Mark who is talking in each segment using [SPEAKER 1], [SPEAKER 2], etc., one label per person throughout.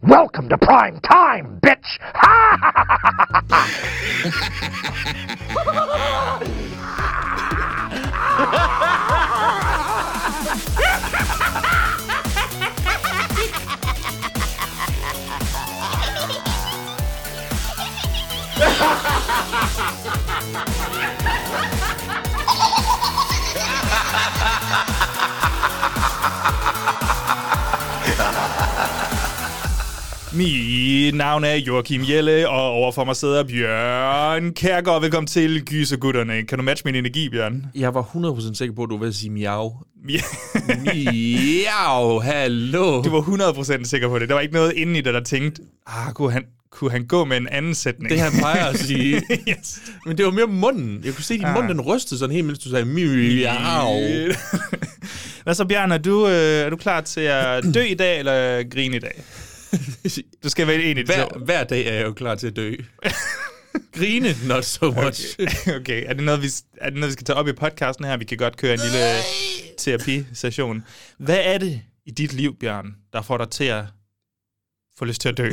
[SPEAKER 1] Welcome to prime time, bitch! Ha ha ha ha ha ha!
[SPEAKER 2] Mit navn er Joachim Jelle, og overfor mig sidder Bjørn Kærgaard. Velkommen til Gysergutterne. Kan du matche min energi, Bjørn?
[SPEAKER 3] Jeg var 100% sikker på, at du ville sige miau.
[SPEAKER 2] Ja,
[SPEAKER 3] Miau, hallo.
[SPEAKER 2] du var 100% sikker på det. Der var ikke noget inde i dig, der tænkte, ah, kunne han, kunne han gå med en anden sætning?
[SPEAKER 3] Det han plejer at sige.
[SPEAKER 2] yes.
[SPEAKER 3] Men det var mere munden. Jeg kunne se, at din mund
[SPEAKER 2] Ah.
[SPEAKER 3] den rystede sådan helt, mens du sagde miau.
[SPEAKER 2] Hvad så, Bjørn? Er du, øh, er du klar til at dø i dag, eller grine i dag? Du skal vælge en i det.
[SPEAKER 3] Hver, hver dag er jeg jo klar til at dø. Grine, not so much. Okay.
[SPEAKER 2] Okay, er det, noget, vi, er det noget, vi skal tage op i podcasten her? Vi kan godt køre en lille terapisession. Hvad er det i dit liv, Bjørn, der får dig til at få lyst til at dø?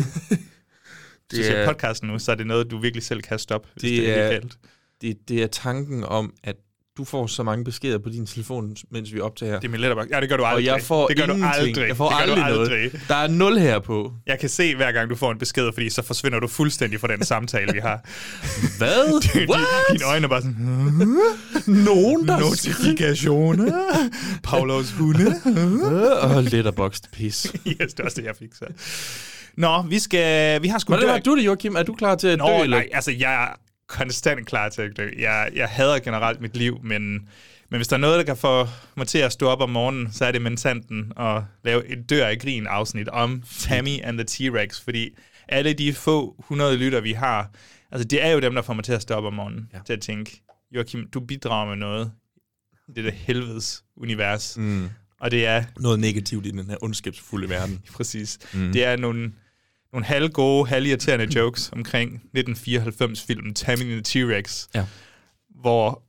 [SPEAKER 2] Du ser
[SPEAKER 3] er-
[SPEAKER 2] podcasten nu, så er det noget, du virkelig selv kan stoppe, hvis det,
[SPEAKER 3] Det
[SPEAKER 2] det er
[SPEAKER 3] er-
[SPEAKER 2] galt.
[SPEAKER 3] Det, det er tanken om, at du får så mange beskeder på din telefon, mens vi optager.
[SPEAKER 2] Det er min letterbox. Ja, det gør du
[SPEAKER 3] Og
[SPEAKER 2] aldrig.
[SPEAKER 3] jeg får
[SPEAKER 2] det gør
[SPEAKER 3] ingenting.
[SPEAKER 2] du aldrig.
[SPEAKER 3] Jeg får
[SPEAKER 2] det gør
[SPEAKER 3] aldrig,
[SPEAKER 2] du
[SPEAKER 3] noget.
[SPEAKER 2] aldrig.
[SPEAKER 3] Der er nul her på.
[SPEAKER 2] Jeg kan se, hver gang du får en besked, fordi så forsvinder du fuldstændig fra den samtale, vi har.
[SPEAKER 3] Hvad? What?
[SPEAKER 2] Dine øjne er bare sådan...
[SPEAKER 3] Nogen, der
[SPEAKER 2] Notifikationer. Paulos hunde.
[SPEAKER 3] skriver. Øh, Åh, letterboxed pis.
[SPEAKER 2] yes, det var også det, jeg fik så. Nå, vi skal... Vi har sgu
[SPEAKER 3] Hvordan
[SPEAKER 2] dør-
[SPEAKER 3] var du det, Joachim? Er du klar til at
[SPEAKER 2] Nå,
[SPEAKER 3] dø?
[SPEAKER 2] nej, altså, jeg er konstant klar til at dø. Jeg, jeg hader generelt mit liv, men, men hvis der er noget, der kan få mig til at stå op om morgenen, så er det mentanten at lave et dør i grin afsnit om Tammy and the T-Rex, fordi alle de få hundrede lytter, vi har, altså det er jo dem, der får mig til at stå op om morgenen, ja. til at tænke, Joachim, du bidrager med noget i det der helvedes univers. Mm. Og det er
[SPEAKER 3] Noget negativt i den her ondskabsfulde verden.
[SPEAKER 2] præcis. Mm. Det er nogle, nogle halvgode, halvirriterende jokes omkring 1994-filmen Tammy and the T-Rex,
[SPEAKER 3] Ja.
[SPEAKER 2] hvor,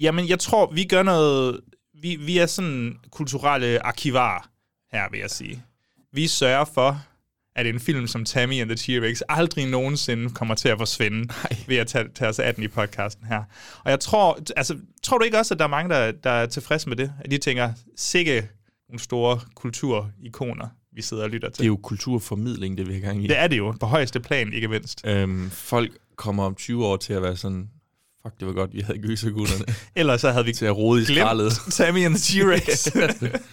[SPEAKER 2] jamen jeg tror, vi gør noget, vi, vi er sådan kulturelle arkivarer her, vil jeg sige. Vi sørger for, at en film som Tammy and the T-Rex aldrig nogensinde kommer til at forsvinde Nej. ved at tage, tage os af den i podcasten her. Og jeg tror, altså, tror du ikke også, at der er mange, der, der er tilfredse med det? At de tænker, sikke nogle store kulturikoner, vi sidder og lytter til.
[SPEAKER 3] Det er jo kulturformidling, det vi har gang i.
[SPEAKER 2] Det er det jo, på højeste plan, ikke mindst.
[SPEAKER 3] Øhm, folk kommer om 20 år til at være sådan, fuck, det var godt, vi havde gysergutterne
[SPEAKER 2] Ellers så havde vi
[SPEAKER 3] til at rode i skraldet.
[SPEAKER 2] glemt Tammy and the T-Rex.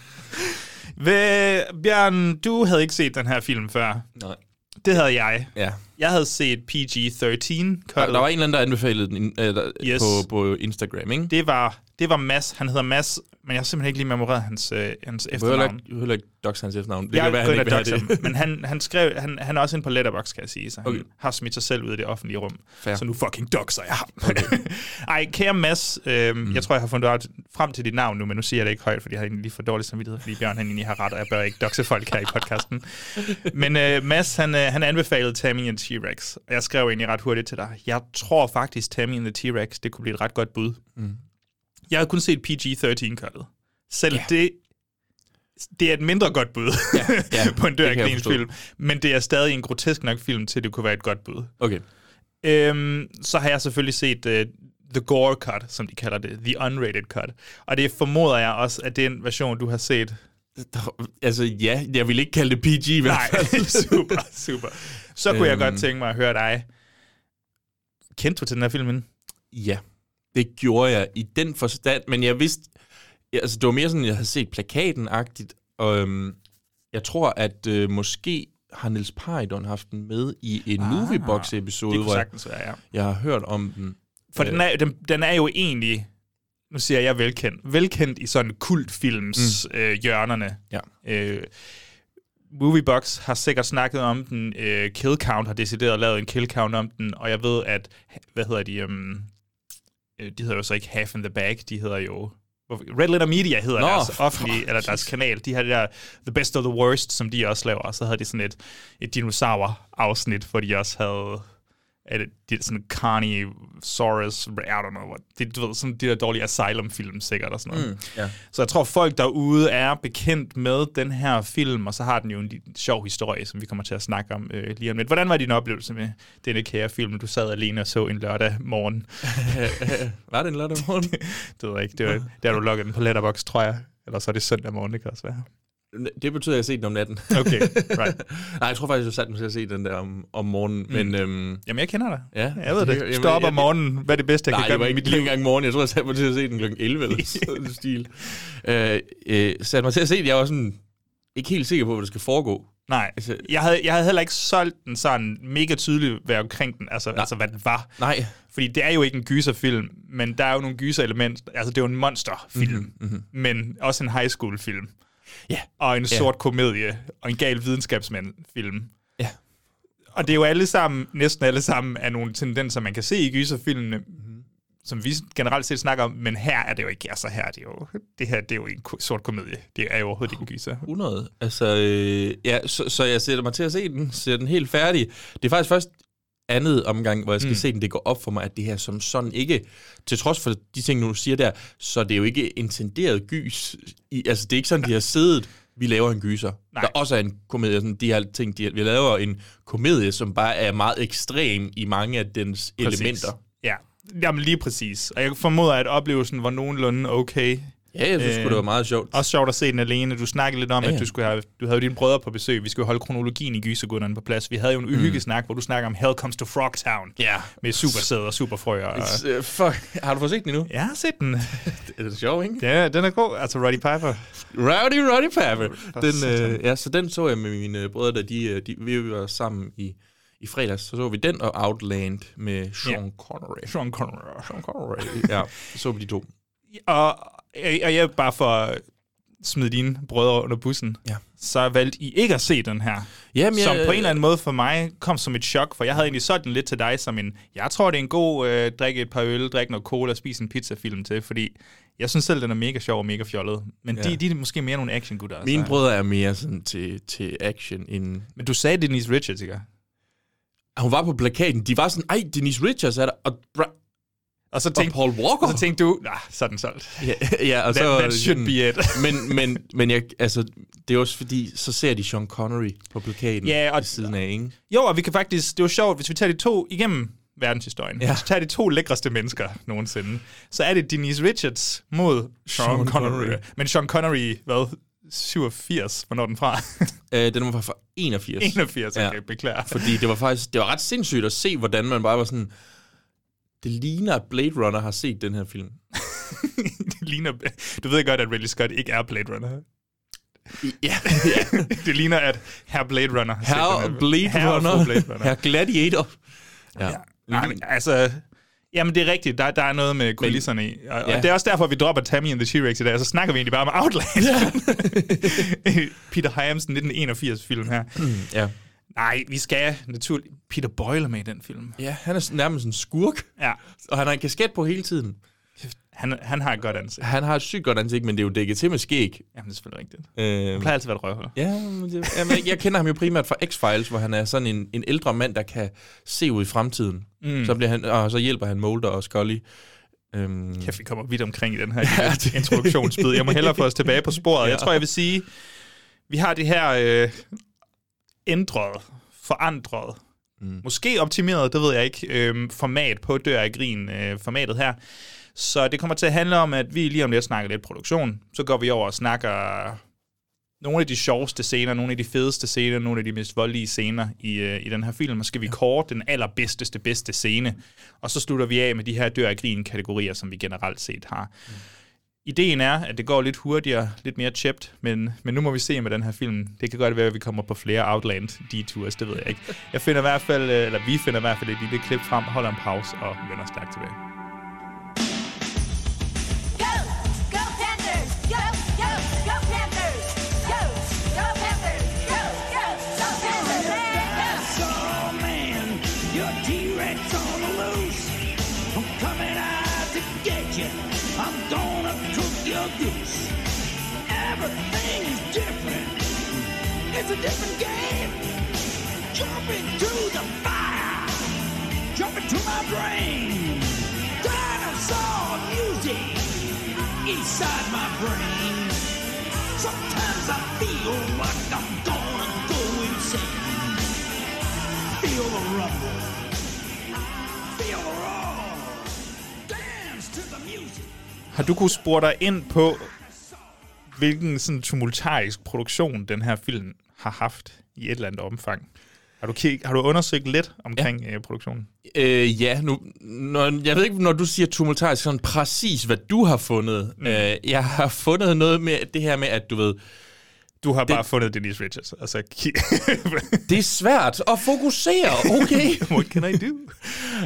[SPEAKER 2] Hvad, Bjørn, du havde ikke set den her film før.
[SPEAKER 3] Nej.
[SPEAKER 2] Det havde jeg.
[SPEAKER 3] Ja.
[SPEAKER 2] Jeg havde set PG-13.
[SPEAKER 3] Der, der var
[SPEAKER 2] Var...
[SPEAKER 3] en eller anden, der anbefalede den øh, der,
[SPEAKER 2] Yes.
[SPEAKER 3] yes. på, på Instagram, ikke? Det
[SPEAKER 2] Det var, det var Mads. Han hedder Mads, men jeg har simpelthen ikke lige memoreret hans, øh, hans
[SPEAKER 3] du behøver
[SPEAKER 2] efternavn.
[SPEAKER 3] ikke- du behøver ikke dox hans efternavn. Det
[SPEAKER 2] Jeg
[SPEAKER 3] kan
[SPEAKER 2] er
[SPEAKER 3] være,
[SPEAKER 2] begyndt
[SPEAKER 3] han
[SPEAKER 2] at doxe
[SPEAKER 3] ikke vil have
[SPEAKER 2] ham,
[SPEAKER 3] det.
[SPEAKER 2] men han, han, skrev, han, han er også inde på Letterboxd, kan jeg sige, så han okay.
[SPEAKER 3] Okay.
[SPEAKER 2] har smidt sig selv ud i det offentlige rum.
[SPEAKER 3] Fair.
[SPEAKER 2] Så nu fucking doxer jeg ham. Okay. Ej, kære Mads, øhm, mm. jeg tror, jeg har fundet ud- frem til dit navn nu, men nu siger jeg det ikke højt, fordi jeg har egentlig lige for dårlig samvittighed, fordi Bjørn han egentlig har ret, og jeg bør ikke doxe folk her i podcasten. Men øh, Mads, han, øh, han anbefalede Tammy and T-Rex, og jeg skrev egentlig ret hurtigt til dig, jeg tror faktisk, Tammy and the T-Rex, det kunne blive et ret godt bud. Mm. Jeg havde kun set PG-13-kørtet. Selv yeah. det det er et mindre godt bud ja, ja,
[SPEAKER 3] ja,
[SPEAKER 2] på en
[SPEAKER 3] det
[SPEAKER 2] dør
[SPEAKER 3] kan jeg
[SPEAKER 2] grins
[SPEAKER 3] forstå.
[SPEAKER 2] film, men det er stadig en grotesk nok film til, det kunne være et godt bud.
[SPEAKER 3] Okay.
[SPEAKER 2] Øhm, så har jeg selvfølgelig set uh, The Gore Cut, som de kalder det, The Unrated Cut, og det formoder jeg også, at det er en version, du har set.
[SPEAKER 3] Der, altså, ja, jeg vil ikke kalde det PG i hvert
[SPEAKER 2] Nej,
[SPEAKER 3] fald.
[SPEAKER 2] super, super. Så kunne jeg
[SPEAKER 3] Øhm.
[SPEAKER 2] godt tænke mig at høre dig. Kendte du til den her film?
[SPEAKER 3] Ja, det gjorde jeg i den forstand, men jeg vidste, ja, altså det var mere sådan, jeg havde set plakaten-agtigt, og øhm, jeg tror, at øh, måske har Niels Paridon haft den med i en ah,
[SPEAKER 2] Det
[SPEAKER 3] Moviebox-episode,
[SPEAKER 2] kunne
[SPEAKER 3] hvor jeg,
[SPEAKER 2] sagtens være, ja.
[SPEAKER 3] jeg har hørt om den.
[SPEAKER 2] For
[SPEAKER 3] Øh.
[SPEAKER 2] den er, den, den er jo egentlig, nu siger jeg velkendt, velkendt i sådan kultfilms mm. øh, hjørnerne.
[SPEAKER 3] Ja.
[SPEAKER 2] Øh, Moviebox har sikkert snakket om den, øh, Kill Count har decideret lavet en Kill Count om den, og jeg ved, at, hvad hedder de, øhm, øh, de hedder jo så ikke Half in the Bag, de hedder jo, hvorfor- Red Letter Media hedder Nå,
[SPEAKER 3] Nå,
[SPEAKER 2] deres
[SPEAKER 3] for-
[SPEAKER 2] offentlige, eller deres kanal, de har det der The Best of the Worst, som de også laver, og så havde de sådan et, et dinosaur-afsnit, hvor de også havde Er det, det er sådan Carney, Soros, I don't know what. Det, du ved, sådan de der dårlige Asylum-film sikkert og sådan noget. Mm,
[SPEAKER 3] ja.
[SPEAKER 2] Så jeg tror, folk derude er bekendt med den her film, og så har den jo en lille sjov historie, som vi kommer til at snakke om øh, lige om lidt. Hvordan var din oplevelse med denne kære film, du sad alene og så en lørdag morgen?
[SPEAKER 3] Var det en lørdag morgen?
[SPEAKER 2] Det ved jeg ikke. Det var, der har du logget den på Letterboxd, tror jeg. Eller så er det søndag morgen, det kan også være.
[SPEAKER 3] det betyder, at jeg har set den om natten.
[SPEAKER 2] Okay, right.
[SPEAKER 3] Nej, jeg tror faktisk, jeg satte mig til at se den der om, om morgenen. Men, mm. øhm,
[SPEAKER 2] Jamen, jeg kender dig.
[SPEAKER 3] Ja.
[SPEAKER 2] jeg ved det.
[SPEAKER 3] Jamen,
[SPEAKER 2] Stå op
[SPEAKER 3] jeg-
[SPEAKER 2] om morgenen. Hvad er det bedste, jeg kan
[SPEAKER 3] Nej,
[SPEAKER 2] gøre
[SPEAKER 3] det var
[SPEAKER 2] med
[SPEAKER 3] ikke
[SPEAKER 2] mit
[SPEAKER 3] lige engang morgen. Jeg tror, jeg satte mig til at se den kl. 11 eller sådan en stil. Øh, øh, satte mig til at se den. Jeg var sådan ikke helt sikker på, hvad der skal foregå.
[SPEAKER 2] Nej,
[SPEAKER 3] Altså-
[SPEAKER 2] jeg havde, jeg havde heller ikke solgt den sådan mega tydeligt, hvad omkring den, altså, altså hvad den var.
[SPEAKER 3] Nej.
[SPEAKER 2] Fordi det er jo ikke en gyserfilm, men der er jo nogle gyserelementer. Altså, det er jo en monsterfilm, mm-hmm. men også en high school-film.
[SPEAKER 3] Mhm, Ja.
[SPEAKER 2] Og en sort komedie, og en gal videnskabsmand-film.
[SPEAKER 3] Ja.
[SPEAKER 2] Og det er jo alle sammen, næsten alle sammen, er nogle tendenser, man kan se i gyserfilmene,
[SPEAKER 3] Mhm.
[SPEAKER 2] mm-hmm. som vi generelt set snakker om, men her er det jo ikke, altså her er det jo, det her det er jo ikke en ko- sort komedie. Det er jo overhovedet ikke en gyser.
[SPEAKER 3] 100. Altså, øh, ja, så, så jeg sætter mig til at se den, ser den helt færdig. Det er faktisk først andet omgang, hvor jeg skal mm. se den, det går op for mig, at det her som sådan ikke, til trods for de ting, du siger der, så det er jo ikke intenderet gys. I, altså, det er ikke sådan, de har siddet, vi laver en gyser. Nej. Der også er en komedie, sådan de her ting, de, vi laver en komedie, som bare er meget ekstrem i mange af dens Præcis.
[SPEAKER 2] Præcis.
[SPEAKER 3] elementer.
[SPEAKER 2] Ja, jamen lige præcis. Og jeg formoder, at oplevelsen var nogenlunde okay.
[SPEAKER 3] Ja, jeg synes øh,
[SPEAKER 2] Øh,
[SPEAKER 3] det var meget sjovt.
[SPEAKER 2] Også sjovt at se den alene. Du snakkede lidt om,
[SPEAKER 3] Ja,
[SPEAKER 2] ja,
[SPEAKER 3] ja.
[SPEAKER 2] at du, skulle have, du havde jo dine brødre på besøg. Vi skulle holde kronologien i gysergunderne på plads. Vi havde jo en uhyggesnak, hvor du snakker om Hell Comes to Frogtown.
[SPEAKER 3] Ja.
[SPEAKER 2] Med supersæder og superfrøer. Og...
[SPEAKER 3] Øh, Fuck, har du fået set den endnu?
[SPEAKER 2] Jeg har set den.
[SPEAKER 3] Er det sjovt, ikke?
[SPEAKER 2] Ja, den er god. Altså Roddy Piper.
[SPEAKER 3] Rowdy Roddy Piper. Den,
[SPEAKER 2] satan.
[SPEAKER 3] øh, ja, så den så jeg med mine øh, brødre, da de, øh, de, vi var sammen i, i fredags. Så så vi den og Outland med Sean yeah. Connery.
[SPEAKER 2] Sean Connery. Sean Connery.
[SPEAKER 3] ja, så så vi de to.
[SPEAKER 2] Og, og jeg bare for at smide dine brødre under bussen,
[SPEAKER 3] Ja.
[SPEAKER 2] så valgte I ikke at se den her.
[SPEAKER 3] Jamen, jeg-
[SPEAKER 2] som på en eller anden måde for mig kom som et chok, for jeg havde egentlig solgt den lidt til dig som en, jeg tror det er en god øh, drikke et par øl, drikke noget cola og spise en pizza-film til, fordi jeg synes selv, den er mega sjov og mega fjollet. Men ja. de, de er måske mere nogle action-gutter. altså.
[SPEAKER 3] øh, Mine brødre er mere sådan til, til action end...
[SPEAKER 2] Men du sagde Denise Richards, ikke?
[SPEAKER 3] Ah, Hun var på plakaten. De var sådan, ej, Denise Richards er der, og, Bra-
[SPEAKER 2] Og så
[SPEAKER 3] og
[SPEAKER 2] tænkte,
[SPEAKER 3] Paul Walker.
[SPEAKER 2] så tænkte du, nah, så er den solgt.
[SPEAKER 3] ja, ja, og
[SPEAKER 2] That,
[SPEAKER 3] så,
[SPEAKER 2] that should be it.
[SPEAKER 3] men, men, men jeg, altså, det er også fordi, så ser de Sean Connery på plakaten
[SPEAKER 2] Ja, og-
[SPEAKER 3] ved siden af, ikke?
[SPEAKER 2] Jo, og vi kan faktisk, det var sjovt, hvis vi tager de to igennem verdenshistorien,
[SPEAKER 3] Ja.
[SPEAKER 2] ja. hvis vi tager de to lækreste mennesker nogensinde, så er det Denise Richards mod Sean,
[SPEAKER 3] Sean
[SPEAKER 2] Sean
[SPEAKER 3] Connery.
[SPEAKER 2] Connery. Connery. Men Sean Connery, hvad, 87, hvornår er den fra?
[SPEAKER 3] Øh, den var fra 81.
[SPEAKER 2] 81, okay,
[SPEAKER 3] Ja.
[SPEAKER 2] ja. beklager.
[SPEAKER 3] Fordi det var faktisk det var ret sindssygt at se, hvordan man bare var sådan... Det ligner, at Blade Runner har set den her film.
[SPEAKER 2] det ligner, du ved godt, at Ridley Scott ikke er Blade Runner.
[SPEAKER 3] Ja.
[SPEAKER 2] det ligner, at herr Blade Runner har set
[SPEAKER 3] Her
[SPEAKER 2] den her-
[SPEAKER 3] Blade
[SPEAKER 2] Herre og fru
[SPEAKER 3] Runner.
[SPEAKER 2] Blade Runner.
[SPEAKER 3] Her Gladiator. Ja. ja.
[SPEAKER 2] Nej, men, altså... Jamen, det er rigtigt. Der, der er noget med kulisserne i. Og, ja.
[SPEAKER 3] Ja.
[SPEAKER 2] og det er også derfor, vi dropper Tammy and the T-Rex i dag, og så snakker vi egentlig bare om Outland. Ja. Peter Hyamsen 1981-film her. Mm.
[SPEAKER 3] ja.
[SPEAKER 2] Nej, vi skal naturligt... Peter Boyle er med i den film.
[SPEAKER 3] Ja, han er sådan- nærmest en skurk.
[SPEAKER 2] Ja,
[SPEAKER 3] Og han har en kasket på hele tiden.
[SPEAKER 2] han, han har et godt ansigt.
[SPEAKER 3] Han har et sygt godt ansigt, men det er jo dækket til med skæg.
[SPEAKER 2] Jamen, det er selvfølgelig rigtigt. Han
[SPEAKER 3] Øhm,
[SPEAKER 2] plejer altid at være et røvhul.
[SPEAKER 3] ja, men det, jamen, jeg- jeg kender ham jo primært fra X-Files, hvor han er sådan en, en ældre mand, der kan se ud i fremtiden. Mm. Så, bliver han, og så hjælper han Mulder og Scully. Øhm,
[SPEAKER 2] Kæft, vi kommer vidt omkring i den her Mm. ja, introduktionsbid. Jeg må hellere få os tilbage på sporet. Ja. Jeg tror, jeg vil sige, vi har det her øh, ændret, forandret, mm. måske optimeret, det ved jeg ikke, øh, format på Dør af Grin, øh, formatet her. Så det kommer til at handle om, at vi lige om lidt snakker lidt produktion. Så går vi over og snakker nogle af de sjoveste scener, nogle af de fedeste scener, nogle af de mest voldelige scener i, øh, i den her film, og skal vi kåre den allerbedste, bedste scene. Og så slutter vi af med de her dør af grin kategorier, som vi generelt set har. Mm. Ideen er, at det går lidt hurtigere, lidt mere tjept, men, men nu må vi se med den her film. Det kan godt være, at vi kommer på flere Outland detours, det ved jeg ikke. Jeg finder i hvert fald, øh, eller vi finder i hvert fald et lille klip frem, holder en pause og vender stærkt tilbage.
[SPEAKER 4] Go! Go Panthers! Go! Go! Go Panthers! Go! Go Panthers! Go! Go! Go Panthers! Go!
[SPEAKER 5] Oh man, your T-Rex on the loose. I'm coming out to get you. I'm gonna cook your goose. Everything is different. It's a different game. Jump into the fire. Jump to my brain. Dinosaur music inside my brain. Sometimes I feel like I'm gonna go insane. Feel the rumble. Feel the roar. Dance to the music.
[SPEAKER 2] Har du kunnet spore dig ind på, hvilken sådan tumultarisk produktion den her film har haft i et eller andet omfang? Har du, kig, har du undersøgt lidt omkring ja. øh, produktionen?
[SPEAKER 3] Øh, ja, nu, når, jeg ved ikke, når du siger tumultarisk, sådan præcis, hvad du har fundet. Mm. Øh, jeg har fundet noget med det her med, at du ved,
[SPEAKER 2] Du har det... bare fundet Denise Richards. Altså, ki-
[SPEAKER 3] det er svært at fokusere, okay?
[SPEAKER 2] What can I do?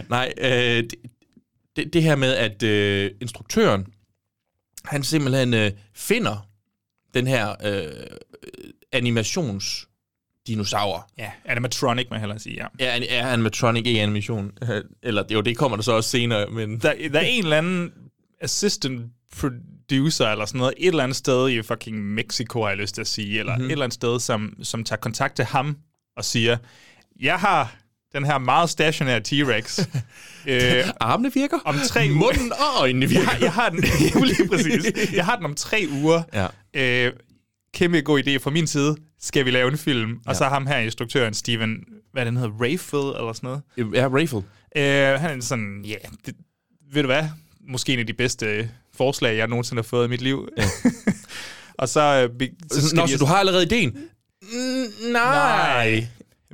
[SPEAKER 3] Nej, øh, det, det, det her med, at øh, instruktøren, han simpelthen øh, finder den her øh, animationsdinosaur.
[SPEAKER 2] ja, animatronic, må jeg hellere sige, ja.
[SPEAKER 3] Er, er animatronic ikke animation? Eller jo, det kommer der så også senere, men...
[SPEAKER 2] Der, der er en eller anden assistant producer eller sådan noget, et eller andet sted i fucking Mexico, har jeg lyst til at sige, eller mm-hmm. et eller andet sted, som, som tager kontakt til ham og siger, jeg har den her meget stationære T-Rex. øh,
[SPEAKER 3] Armene virker.
[SPEAKER 2] om tre uger-
[SPEAKER 3] Munden og øjnene
[SPEAKER 2] jeg,
[SPEAKER 3] virker.
[SPEAKER 2] har- jeg har den, jo, lige præcis. Jeg har den om tre uger.
[SPEAKER 3] Ja.
[SPEAKER 2] Øh, kæmpe god idé fra min side. Skal vi lave en film? Og så ham her, instruktøren Steven, hvad den hedder, Rayfield eller sådan noget.
[SPEAKER 3] Øhm, Ja, Rafel.
[SPEAKER 2] Øh, han er sådan, ja, yeah, ved du hvad? Måske en af de bedste øh, forslag, jeg nogensinde har fået i mit liv. Ja. og så, øh, be- skal
[SPEAKER 3] Nå,
[SPEAKER 2] de-
[SPEAKER 3] så du har allerede ideen? Mm, nej.
[SPEAKER 2] Nej.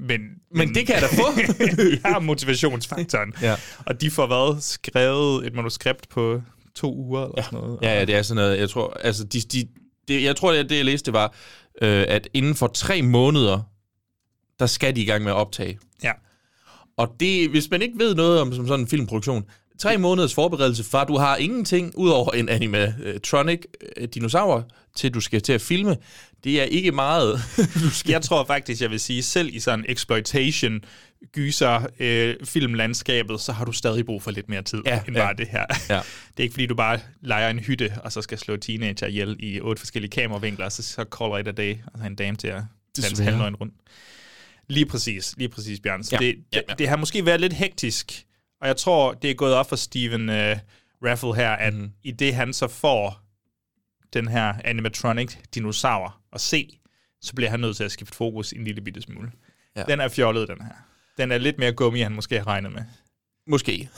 [SPEAKER 2] Men,
[SPEAKER 3] Men det kan jeg da få.
[SPEAKER 2] jeg har motivationsfaktoren.
[SPEAKER 3] Ja.
[SPEAKER 2] Og de får hvad? Skrevet et manuskript på to uger eller sådan noget.
[SPEAKER 3] ja, ja, det er sådan noget. Jeg tror, altså, de, de, det, jeg tror, det, det jeg læste, det var, øh, at inden for tre måneder, der skal de i gang med at optage.
[SPEAKER 2] ja.
[SPEAKER 3] Og det, hvis man ikke ved noget om som sådan en filmproduktion, tre måneders forberedelse fra, du har ingenting udover en animatronic øh, dinosaur, til du skal til at filme, det er ikke meget. du skal
[SPEAKER 2] Jeg tror faktisk, jeg vil sige, selv i sådan exploitation gyser øh, filmlandskabet, så har du stadig brug for lidt mere tid
[SPEAKER 3] Ja,
[SPEAKER 2] ja, end
[SPEAKER 3] ja.
[SPEAKER 2] bare det her.
[SPEAKER 3] Ja.
[SPEAKER 2] Det er ikke fordi, du bare leger en hytte, og så skal slå teenager ihjel i otte forskellige kameravinkler, og så, så caller et a day, og så har en dame til at danse
[SPEAKER 3] Desværre.
[SPEAKER 2] halvnøgen rundt. Lige præcis, lige præcis, Bjørn. Så ja,
[SPEAKER 3] Ja,
[SPEAKER 2] det,
[SPEAKER 3] ja,
[SPEAKER 2] ja,
[SPEAKER 3] ja.
[SPEAKER 2] ja. det har måske været lidt hektisk, og jeg tror, det er gået op for Steven øh, Raffle her, at mm. i det han så får den her animatronic dinosaur at se, så bliver han nødt til at skifte fokus en lille bitte smule.
[SPEAKER 3] Ja.
[SPEAKER 2] Ja. Den er fjollet, den her. Den er lidt mere gummi, end han måske har regnet med.
[SPEAKER 3] Måske.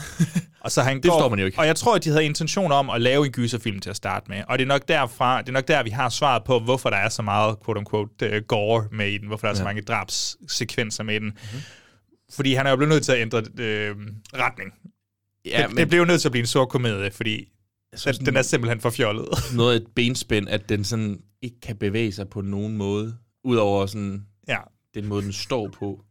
[SPEAKER 2] Og så han det
[SPEAKER 3] forstår man jo ikke.
[SPEAKER 2] Og jeg tror, at de havde intentioner om at lave en gyserfilm til at starte med. Og det er nok, derfra, det er nok der, vi har svaret på, hvorfor der er så meget, quote unquote, øh, gore med i den. Hvorfor der er så mange drabssekvenser med i den.
[SPEAKER 3] Mhm.
[SPEAKER 2] Mm-hmm. Fordi han er jo blevet nødt til at ændre øh, retning.
[SPEAKER 3] Ja,
[SPEAKER 2] det, det blev jo nødt til at blive en sort komedie, fordi synes, den, den er simpelthen for fjollet.
[SPEAKER 3] noget af et benspænd, at den sådan ikke kan bevæge sig på nogen måde, udover sådan
[SPEAKER 2] ja.
[SPEAKER 3] den måde, den står på.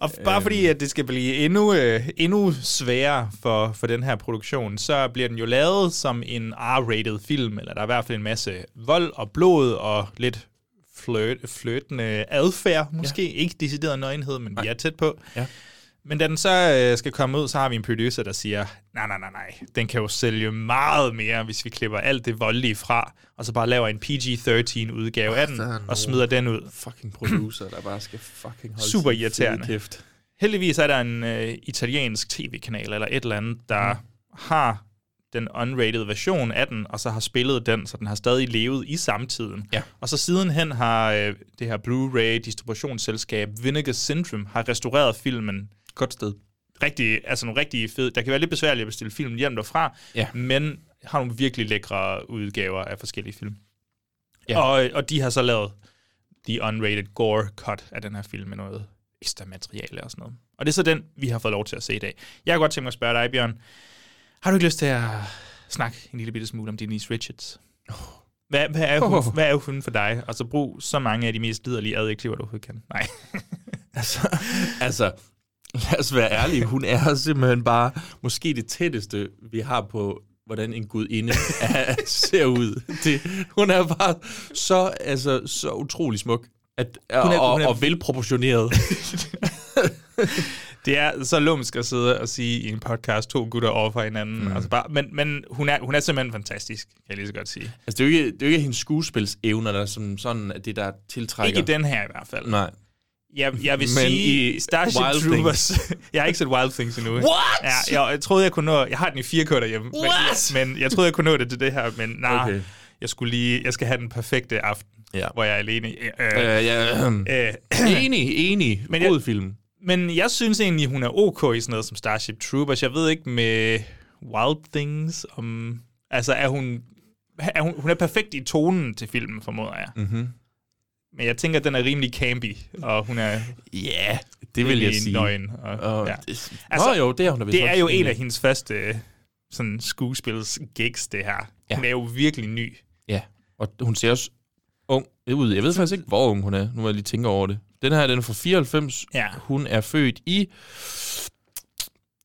[SPEAKER 2] Og f- bare fordi, at det skal blive endnu, øh, endnu sværere for, for den her produktion, så bliver den jo lavet som en R-rated film, eller der er i hvert fald en masse vold og blod og lidt flirt, flirtende adfærd, måske. Ja. Ikke decideret nøgenhed, men Nej. vi er tæt på.
[SPEAKER 3] Ja.
[SPEAKER 2] Men da den så øh, skal komme ud, så har vi en producer, der siger, nej, nej, nej, nej, den kan jo sælge meget mere, hvis vi klipper alt det voldelige fra, og så bare laver en PG-13 udgave af den, og smider den ud.
[SPEAKER 3] Fucking producer, der bare skal fucking holde
[SPEAKER 2] Super
[SPEAKER 3] sin fede
[SPEAKER 2] irriterende.
[SPEAKER 3] Kæft.
[SPEAKER 2] Heldigvis er der en øh, italiensk tv-kanal eller et eller andet, der mm. har den unrated version af den, og så har spillet den, så den har stadig levet i samtiden.
[SPEAKER 3] Ja.
[SPEAKER 2] Og så sidenhen har øh, det her Blu-ray-distributionsselskab Vinegar Syndrome har restaureret filmen
[SPEAKER 3] Godt sted.
[SPEAKER 2] rigtig, altså nogle rigtig fede. Der kan være lidt besværligt at bestille film hjem derfra,
[SPEAKER 3] Ja.
[SPEAKER 2] men har nogle virkelig lækre udgaver af forskellige film.
[SPEAKER 3] Ja.
[SPEAKER 2] Ja. Og, og de har så lavet The Unrated Gore Cut af den her film med noget ekstra materiale og sådan noget. Og det er så den, vi har fået lov til at se i dag. Jeg kunne godt tænke mig at spørge dig, Bjørn. Har du ikke lyst til at snakke en lille bitte smule om Denise Richards? Hvad, hvad, er hun,
[SPEAKER 3] Oh.
[SPEAKER 2] hvad er hun for dig? Og så brug så mange af de mest liderlige adjektiver, du overhovedet kan. Nej.
[SPEAKER 3] Altså, altså, lad os være ærlige, hun er simpelthen bare måske det tætteste, vi har på, hvordan en gudinde er, ser ud. Det, hun er bare så, altså, så utrolig smuk. At, hun er, og, hun er, og velproportioneret.
[SPEAKER 2] Det er så lumsk at sidde og sige i en podcast to gutter over for hinanden. Mm. Altså bare, men men hun, er, hun er simpelthen fantastisk, kan jeg lige så godt sige.
[SPEAKER 3] Altså, det er jo ikke, det er jo ikke hendes skuespilsevner, der er som sådan, at det der tiltrækker.
[SPEAKER 2] Ikke i den her i hvert fald.
[SPEAKER 3] Nej.
[SPEAKER 2] Jeg, jeg vil
[SPEAKER 3] Men
[SPEAKER 2] sige
[SPEAKER 3] i
[SPEAKER 2] Starship
[SPEAKER 3] Wild
[SPEAKER 2] Troopers. jeg har ikke set Wild Things endnu. What? Ja, jeg, jeg troede, jeg kunne nå... Jeg har den i 4K derhjemme.
[SPEAKER 3] What?
[SPEAKER 2] Men, men jeg troede, jeg kunne nå det til det her, men nej.
[SPEAKER 3] Okay.
[SPEAKER 2] Okay. Jeg skulle lige... Jeg skal have den perfekte aften,
[SPEAKER 3] Ja.
[SPEAKER 2] hvor jeg er alene. Øh,
[SPEAKER 3] Øh, ja.
[SPEAKER 2] øh,
[SPEAKER 3] enig, enig. Men
[SPEAKER 2] jeg-
[SPEAKER 3] God film.
[SPEAKER 2] Men jeg synes egentlig, hun er ok i sådan noget som Starship Troopers. Jeg ved ikke med Wild Things, om... Altså, er hun... Er hun, hun er perfekt i tonen til filmen, formoder jeg. Mm-hmm. Men jeg tænker, at den er rimelig campy, og hun er
[SPEAKER 3] Ja, yeah, det vil jeg
[SPEAKER 2] rimelig
[SPEAKER 3] sige.
[SPEAKER 2] nøgen. Og,
[SPEAKER 3] Og,
[SPEAKER 2] ja.
[SPEAKER 3] ja. det,
[SPEAKER 2] Altså,
[SPEAKER 3] altså, Nå jo, det er hun da vist
[SPEAKER 2] Det er
[SPEAKER 3] også
[SPEAKER 2] jo en
[SPEAKER 3] enig.
[SPEAKER 2] af hendes første øh, sådan skuespils gigs, det her.
[SPEAKER 3] Ja. Mm.
[SPEAKER 2] Hun er jo virkelig ny.
[SPEAKER 3] Ja, og hun ser også ung ud. Jeg ved faktisk ikke, hvor ung hun er. Nu må jeg lige tænke over det. Den her, den er fra 94.
[SPEAKER 2] Ja.
[SPEAKER 3] Hun er født i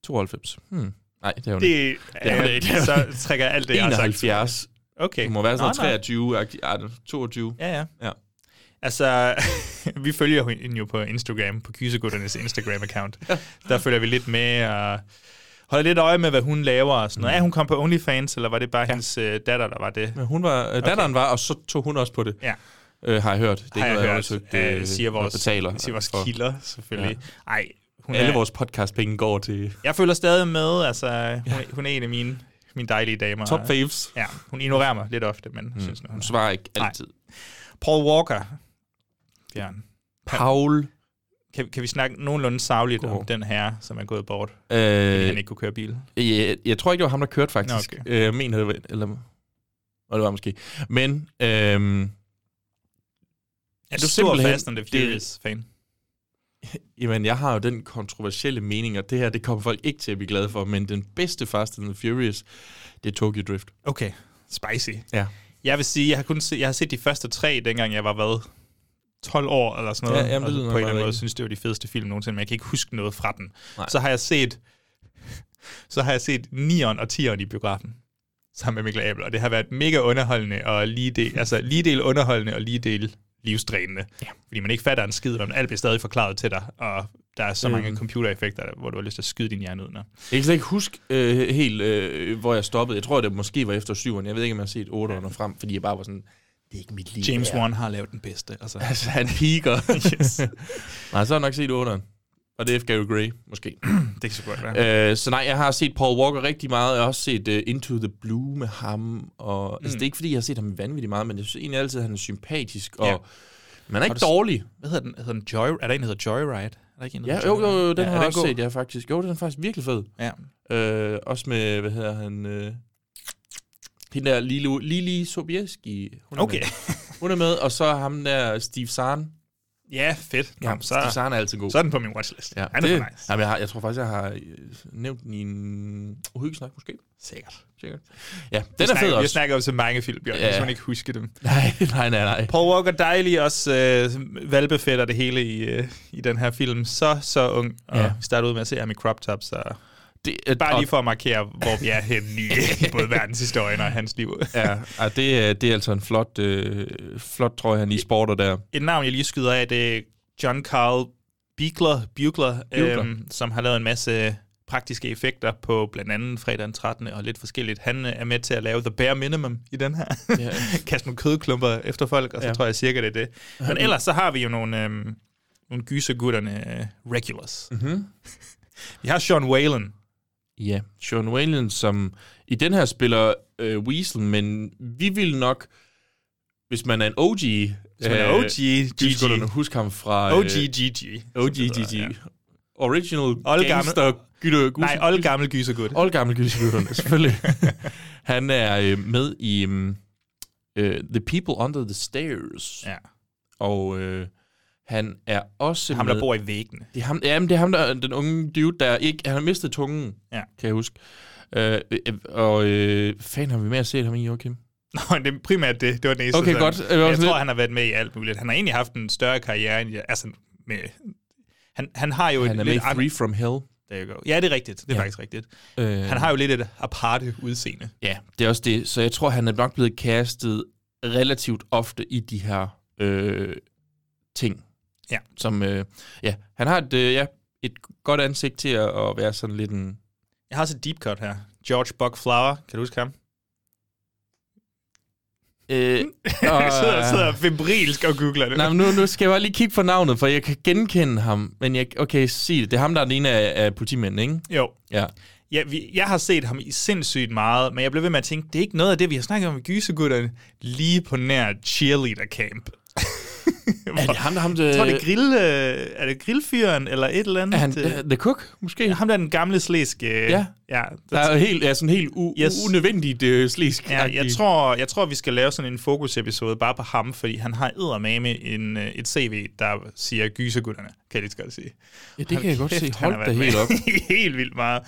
[SPEAKER 3] 92. Hmm. Nej, det er hun det, ikke.
[SPEAKER 2] Det,
[SPEAKER 3] er hun
[SPEAKER 2] øh,
[SPEAKER 3] ikke.
[SPEAKER 2] så trækker alt det, jeg har sagt.
[SPEAKER 3] 71.
[SPEAKER 2] Okay.
[SPEAKER 3] Hun må være sådan
[SPEAKER 2] Nå, nej.
[SPEAKER 3] 23, agtig- ej, 22.
[SPEAKER 2] Ja, ja.
[SPEAKER 3] Ja.
[SPEAKER 2] Altså, vi følger hende jo på Instagram, på Kysegutternes Instagram-account. Der følger vi lidt med og holder lidt øje med, hvad hun laver og
[SPEAKER 3] Mm.
[SPEAKER 2] sådan noget. Er hun kom på OnlyFans, eller var det bare ja. hendes øh, datter, der var det?
[SPEAKER 3] Men Hun var, øh, datteren var, og så tog hun også på det,
[SPEAKER 2] Ja,
[SPEAKER 3] øh, har jeg hørt. Det er
[SPEAKER 2] har jeg
[SPEAKER 3] noget,
[SPEAKER 2] hørt.
[SPEAKER 3] undersøgt,
[SPEAKER 2] øh, siger
[SPEAKER 3] og
[SPEAKER 2] vores,
[SPEAKER 3] betaler
[SPEAKER 2] siger vores
[SPEAKER 3] for.
[SPEAKER 2] kilder, selvfølgelig. Ja. Ej, hun
[SPEAKER 3] Alle
[SPEAKER 2] er,
[SPEAKER 3] vores podcastpenge går til
[SPEAKER 2] Jeg føler stadig med, altså, hun, er- hun er en af mine, mine dejlige damer.
[SPEAKER 3] top faves.
[SPEAKER 2] Ja, hun ignorerer mig lidt ofte, men mm. synes, nu, hun
[SPEAKER 3] Hun
[SPEAKER 2] er.
[SPEAKER 3] svarer ikke
[SPEAKER 2] Nej.
[SPEAKER 3] altid.
[SPEAKER 2] Paul Walker, Bjørn.
[SPEAKER 3] Paul. øh,
[SPEAKER 2] Kan, kan vi snakke nogenlunde savligt
[SPEAKER 3] Godmorgen.
[SPEAKER 2] om den her, som er gået bort?
[SPEAKER 3] Øh,
[SPEAKER 2] han ikke kunne køre bil.
[SPEAKER 3] Jeg, jeg tror ikke, det var ham, der kørte, faktisk.
[SPEAKER 2] Nå,
[SPEAKER 3] Okay. Øh, jeg mener, det var, eller, og det var måske. Men øhm,
[SPEAKER 2] Er
[SPEAKER 3] du
[SPEAKER 2] du simpelthen
[SPEAKER 3] simpelthen-
[SPEAKER 2] Fast and the Furious-fan?
[SPEAKER 3] jamen, jeg har jo den kontroversielle mening, og det her, det kommer folk ikke til at blive glade for, men den bedste Fast and the Furious, det er Tokyo Drift.
[SPEAKER 2] Okay, spicy.
[SPEAKER 3] Ja.
[SPEAKER 2] Jeg vil sige, jeg har, kun set, jeg har set de første tre, dengang jeg var, hvad, 12 år eller sådan noget.
[SPEAKER 3] Ja, jamen, det
[SPEAKER 2] og på en
[SPEAKER 3] lyder
[SPEAKER 2] eller
[SPEAKER 3] meget
[SPEAKER 2] anden måde
[SPEAKER 3] rigtigt.
[SPEAKER 2] synes, det var de fedeste film nogensinde, men jeg kan ikke huske noget fra den.
[SPEAKER 3] Nej.
[SPEAKER 2] Nej. Så har jeg set så har jeg set 9'eren og 10'eren i biografen sammen med Mikkel Abel, og det har været mega underholdende og lige del, altså lige del underholdende og lige del livsdrænende. Ja. Fordi man ikke fatter en skid, men alt bliver stadig forklaret til dig, og der er så mange
[SPEAKER 3] Mm.
[SPEAKER 2] computereffekter, der- hvor du har lyst til at skyde din hjerne ud. Når.
[SPEAKER 3] Jeg kan slet ikke huske øh, helt, øh, hvor jeg stoppede. Jeg tror, det måske var efter syveren. Jeg ved ikke, om jeg har set otteren og frem, fordi jeg bare var sådan, det er ikke mit liv.
[SPEAKER 2] James
[SPEAKER 3] Ja.
[SPEAKER 2] Wan har lavet den bedste. Altså.
[SPEAKER 3] Altså, han piker. yes. Nej, så har jeg nok set otteren. Og det er F. Gary Gray, måske.
[SPEAKER 2] Det kan så godt være.
[SPEAKER 3] Øh, så nej, jeg har set Paul Walker rigtig meget. Jeg har også set uh, Into the Blue med ham. Og, mm. Altså, det er ikke, fordi jeg har set ham vanvittigt meget, men jeg synes egentlig altid, at han er sympatisk. Og,
[SPEAKER 2] Ja.
[SPEAKER 3] Man er ikke
[SPEAKER 2] du s-
[SPEAKER 3] dårlig.
[SPEAKER 2] Hvad hedder den? Hedder den Joy, er der en, der hedder Joyride? Er der ikke en, der
[SPEAKER 3] Ja,
[SPEAKER 2] hedder
[SPEAKER 3] jo, jo,
[SPEAKER 2] Joyride?
[SPEAKER 3] jo, den
[SPEAKER 2] Ja,
[SPEAKER 3] ja,
[SPEAKER 2] er
[SPEAKER 3] har jeg også
[SPEAKER 2] god?
[SPEAKER 3] set, ja, faktisk. Jo, den er faktisk virkelig fed.
[SPEAKER 2] Ja.
[SPEAKER 3] Øh, også med, hvad hedder han... Øh, hende der Lilo, Lili Sobieski. Hun er
[SPEAKER 2] Okay.
[SPEAKER 3] Med. Hun er med, og så ham der Steve Zahn.
[SPEAKER 2] ja, fedt. Ja, så,
[SPEAKER 3] Steve Zahn er altid god.
[SPEAKER 2] så er den på min watchlist.
[SPEAKER 3] ja,
[SPEAKER 2] Han er
[SPEAKER 3] det,
[SPEAKER 2] for nice.
[SPEAKER 3] jamen, jeg, har, jeg tror faktisk, jeg har øh, nævnt den i en uhyggesnak, måske.
[SPEAKER 2] Sikkert.
[SPEAKER 3] Sikkert. Ja,
[SPEAKER 2] Vi
[SPEAKER 3] den er fed
[SPEAKER 2] snakker- Vi
[SPEAKER 3] også.
[SPEAKER 2] snakker om så mange film, Bjørn.
[SPEAKER 3] Ja.
[SPEAKER 2] Jeg kan ikke huske dem.
[SPEAKER 3] Nej, nej, nej, nej.
[SPEAKER 2] Paul Walker dejlig også øh, valbefætter det hele i, øh, i den her film. Så, så ung. Og
[SPEAKER 3] Ja.
[SPEAKER 2] ja. vi starter ud med at se ham i crop top, så
[SPEAKER 3] Det, øh,
[SPEAKER 2] bare
[SPEAKER 3] og-
[SPEAKER 2] lige for at markere, hvor vi er henne i øh, både verdenshistorien og hans liv.
[SPEAKER 3] Ja, ej, det, er, det er altså en flot, øh, flot trøje, han lige sporter der.
[SPEAKER 2] et navn, jeg lige skyder af, det er John Carl Bugler, Bugler,
[SPEAKER 3] Bugler.
[SPEAKER 2] Øhm, som har lavet en masse praktiske effekter på blandt andet fredag den 13. og lidt forskelligt. Han øh, er med til at lave The Bare Minimum i den her.
[SPEAKER 3] Ja.
[SPEAKER 2] Ja. Kaste nogle kødklumper efter folk, og så
[SPEAKER 3] Ja.
[SPEAKER 2] ja. tror jeg cirka, det er det. Men ellers så har vi jo nogle, øhm, nogle gysergutterne øh, regulars. Mm-hmm. vi har Sean Whalen.
[SPEAKER 3] Ja, Sean Whalen, som i den her spiller øh, Weasel, men vi vil nok, hvis man er en OG, hvis
[SPEAKER 2] man er OG,
[SPEAKER 3] så skal
[SPEAKER 2] GG.
[SPEAKER 3] du huske ham fra...
[SPEAKER 2] OGGG.
[SPEAKER 3] Øh, OG, GG.
[SPEAKER 2] Ja.
[SPEAKER 3] Original
[SPEAKER 2] Oldgammel-
[SPEAKER 3] Gangster Gytte Gus.
[SPEAKER 2] Nej, oldgammel gysergut.
[SPEAKER 3] Oldgammel Gysergutterne, selvfølgelig. han er øh, med i øh, øh, The People Under the Stairs.
[SPEAKER 2] Ja.
[SPEAKER 3] Og øh, han er også
[SPEAKER 2] Ham,
[SPEAKER 3] med...
[SPEAKER 2] der bor i væggene.
[SPEAKER 3] Det er ham, jamen, det er ham der, den unge dude, der ikke... Han har mistet tungen,
[SPEAKER 2] Ja.
[SPEAKER 3] kan jeg huske. Øh, øh, og øh, fan har vi med at se ham i, Joachim?
[SPEAKER 2] Nå, det er primært det. Det var den eneste.
[SPEAKER 3] Okay,
[SPEAKER 2] sådan.
[SPEAKER 3] godt.
[SPEAKER 2] Men
[SPEAKER 3] Jeg var
[SPEAKER 2] Jeg
[SPEAKER 3] også
[SPEAKER 2] tror,
[SPEAKER 3] lidt-
[SPEAKER 2] han har været med i alt muligt. Han har egentlig haft en større karriere, end jeg, altså med... Han, han har jo
[SPEAKER 3] Han er
[SPEAKER 2] et
[SPEAKER 3] med i
[SPEAKER 2] lidt...
[SPEAKER 3] Free
[SPEAKER 2] an-
[SPEAKER 3] From Hell.
[SPEAKER 2] There you go. Ja, det er rigtigt. Det er
[SPEAKER 3] Ja.
[SPEAKER 2] ja. faktisk rigtigt.
[SPEAKER 3] Øh,
[SPEAKER 2] Han har jo lidt et aparte udseende.
[SPEAKER 3] Ja, det er også det. Så jeg tror, han er nok blevet castet relativt ofte i de her øh, ting.
[SPEAKER 2] Ja.
[SPEAKER 3] Som, øh, ja, han har et, øh, ja, et godt ansigt til at, at være sådan lidt en...
[SPEAKER 2] Jeg har også et deep cut her. George Buck Flower. Kan du huske ham?
[SPEAKER 3] Øh,
[SPEAKER 2] Mm. Jeg sidder, sidder febrilsk og googler det.
[SPEAKER 3] Nej, men nu, nu skal jeg bare lige kigge på navnet, for jeg kan genkende ham. Men jeg, okay, sig det. Det er ham, der er den ene af, af politimændene, ikke?
[SPEAKER 2] Jo.
[SPEAKER 3] Ja.
[SPEAKER 2] Ja, vi, jeg har set ham i sindssygt meget, men jeg blev ved med at tænke, det er ikke noget af det, vi har snakket om i Gysegutterne, lige på nær cheerleader camp.
[SPEAKER 3] Er det ham, der ham,
[SPEAKER 2] Jeg tror, det er, grill, øh, er det grillfyren eller et eller andet?
[SPEAKER 3] er han,
[SPEAKER 2] øh,
[SPEAKER 3] uh, The Cook, måske?
[SPEAKER 2] ham der er den gamle slæske.
[SPEAKER 3] Ja.
[SPEAKER 2] ja,
[SPEAKER 3] Der er jo helt, ja, sådan helt u-
[SPEAKER 2] Yes.
[SPEAKER 3] yes. unødvendigt øh, slisk.
[SPEAKER 2] Ja, jeg tror, jeg tror, vi skal lave sådan en fokusepisode bare på ham, fordi han har eddermame en, øh, et CV, der siger gysegutterne, kan jeg lige så godt sige.
[SPEAKER 3] ja, det kan jeg godt se.
[SPEAKER 2] Kæft, han har
[SPEAKER 3] Hold da
[SPEAKER 2] været
[SPEAKER 3] helt
[SPEAKER 2] med
[SPEAKER 3] op.
[SPEAKER 2] helt vildt meget.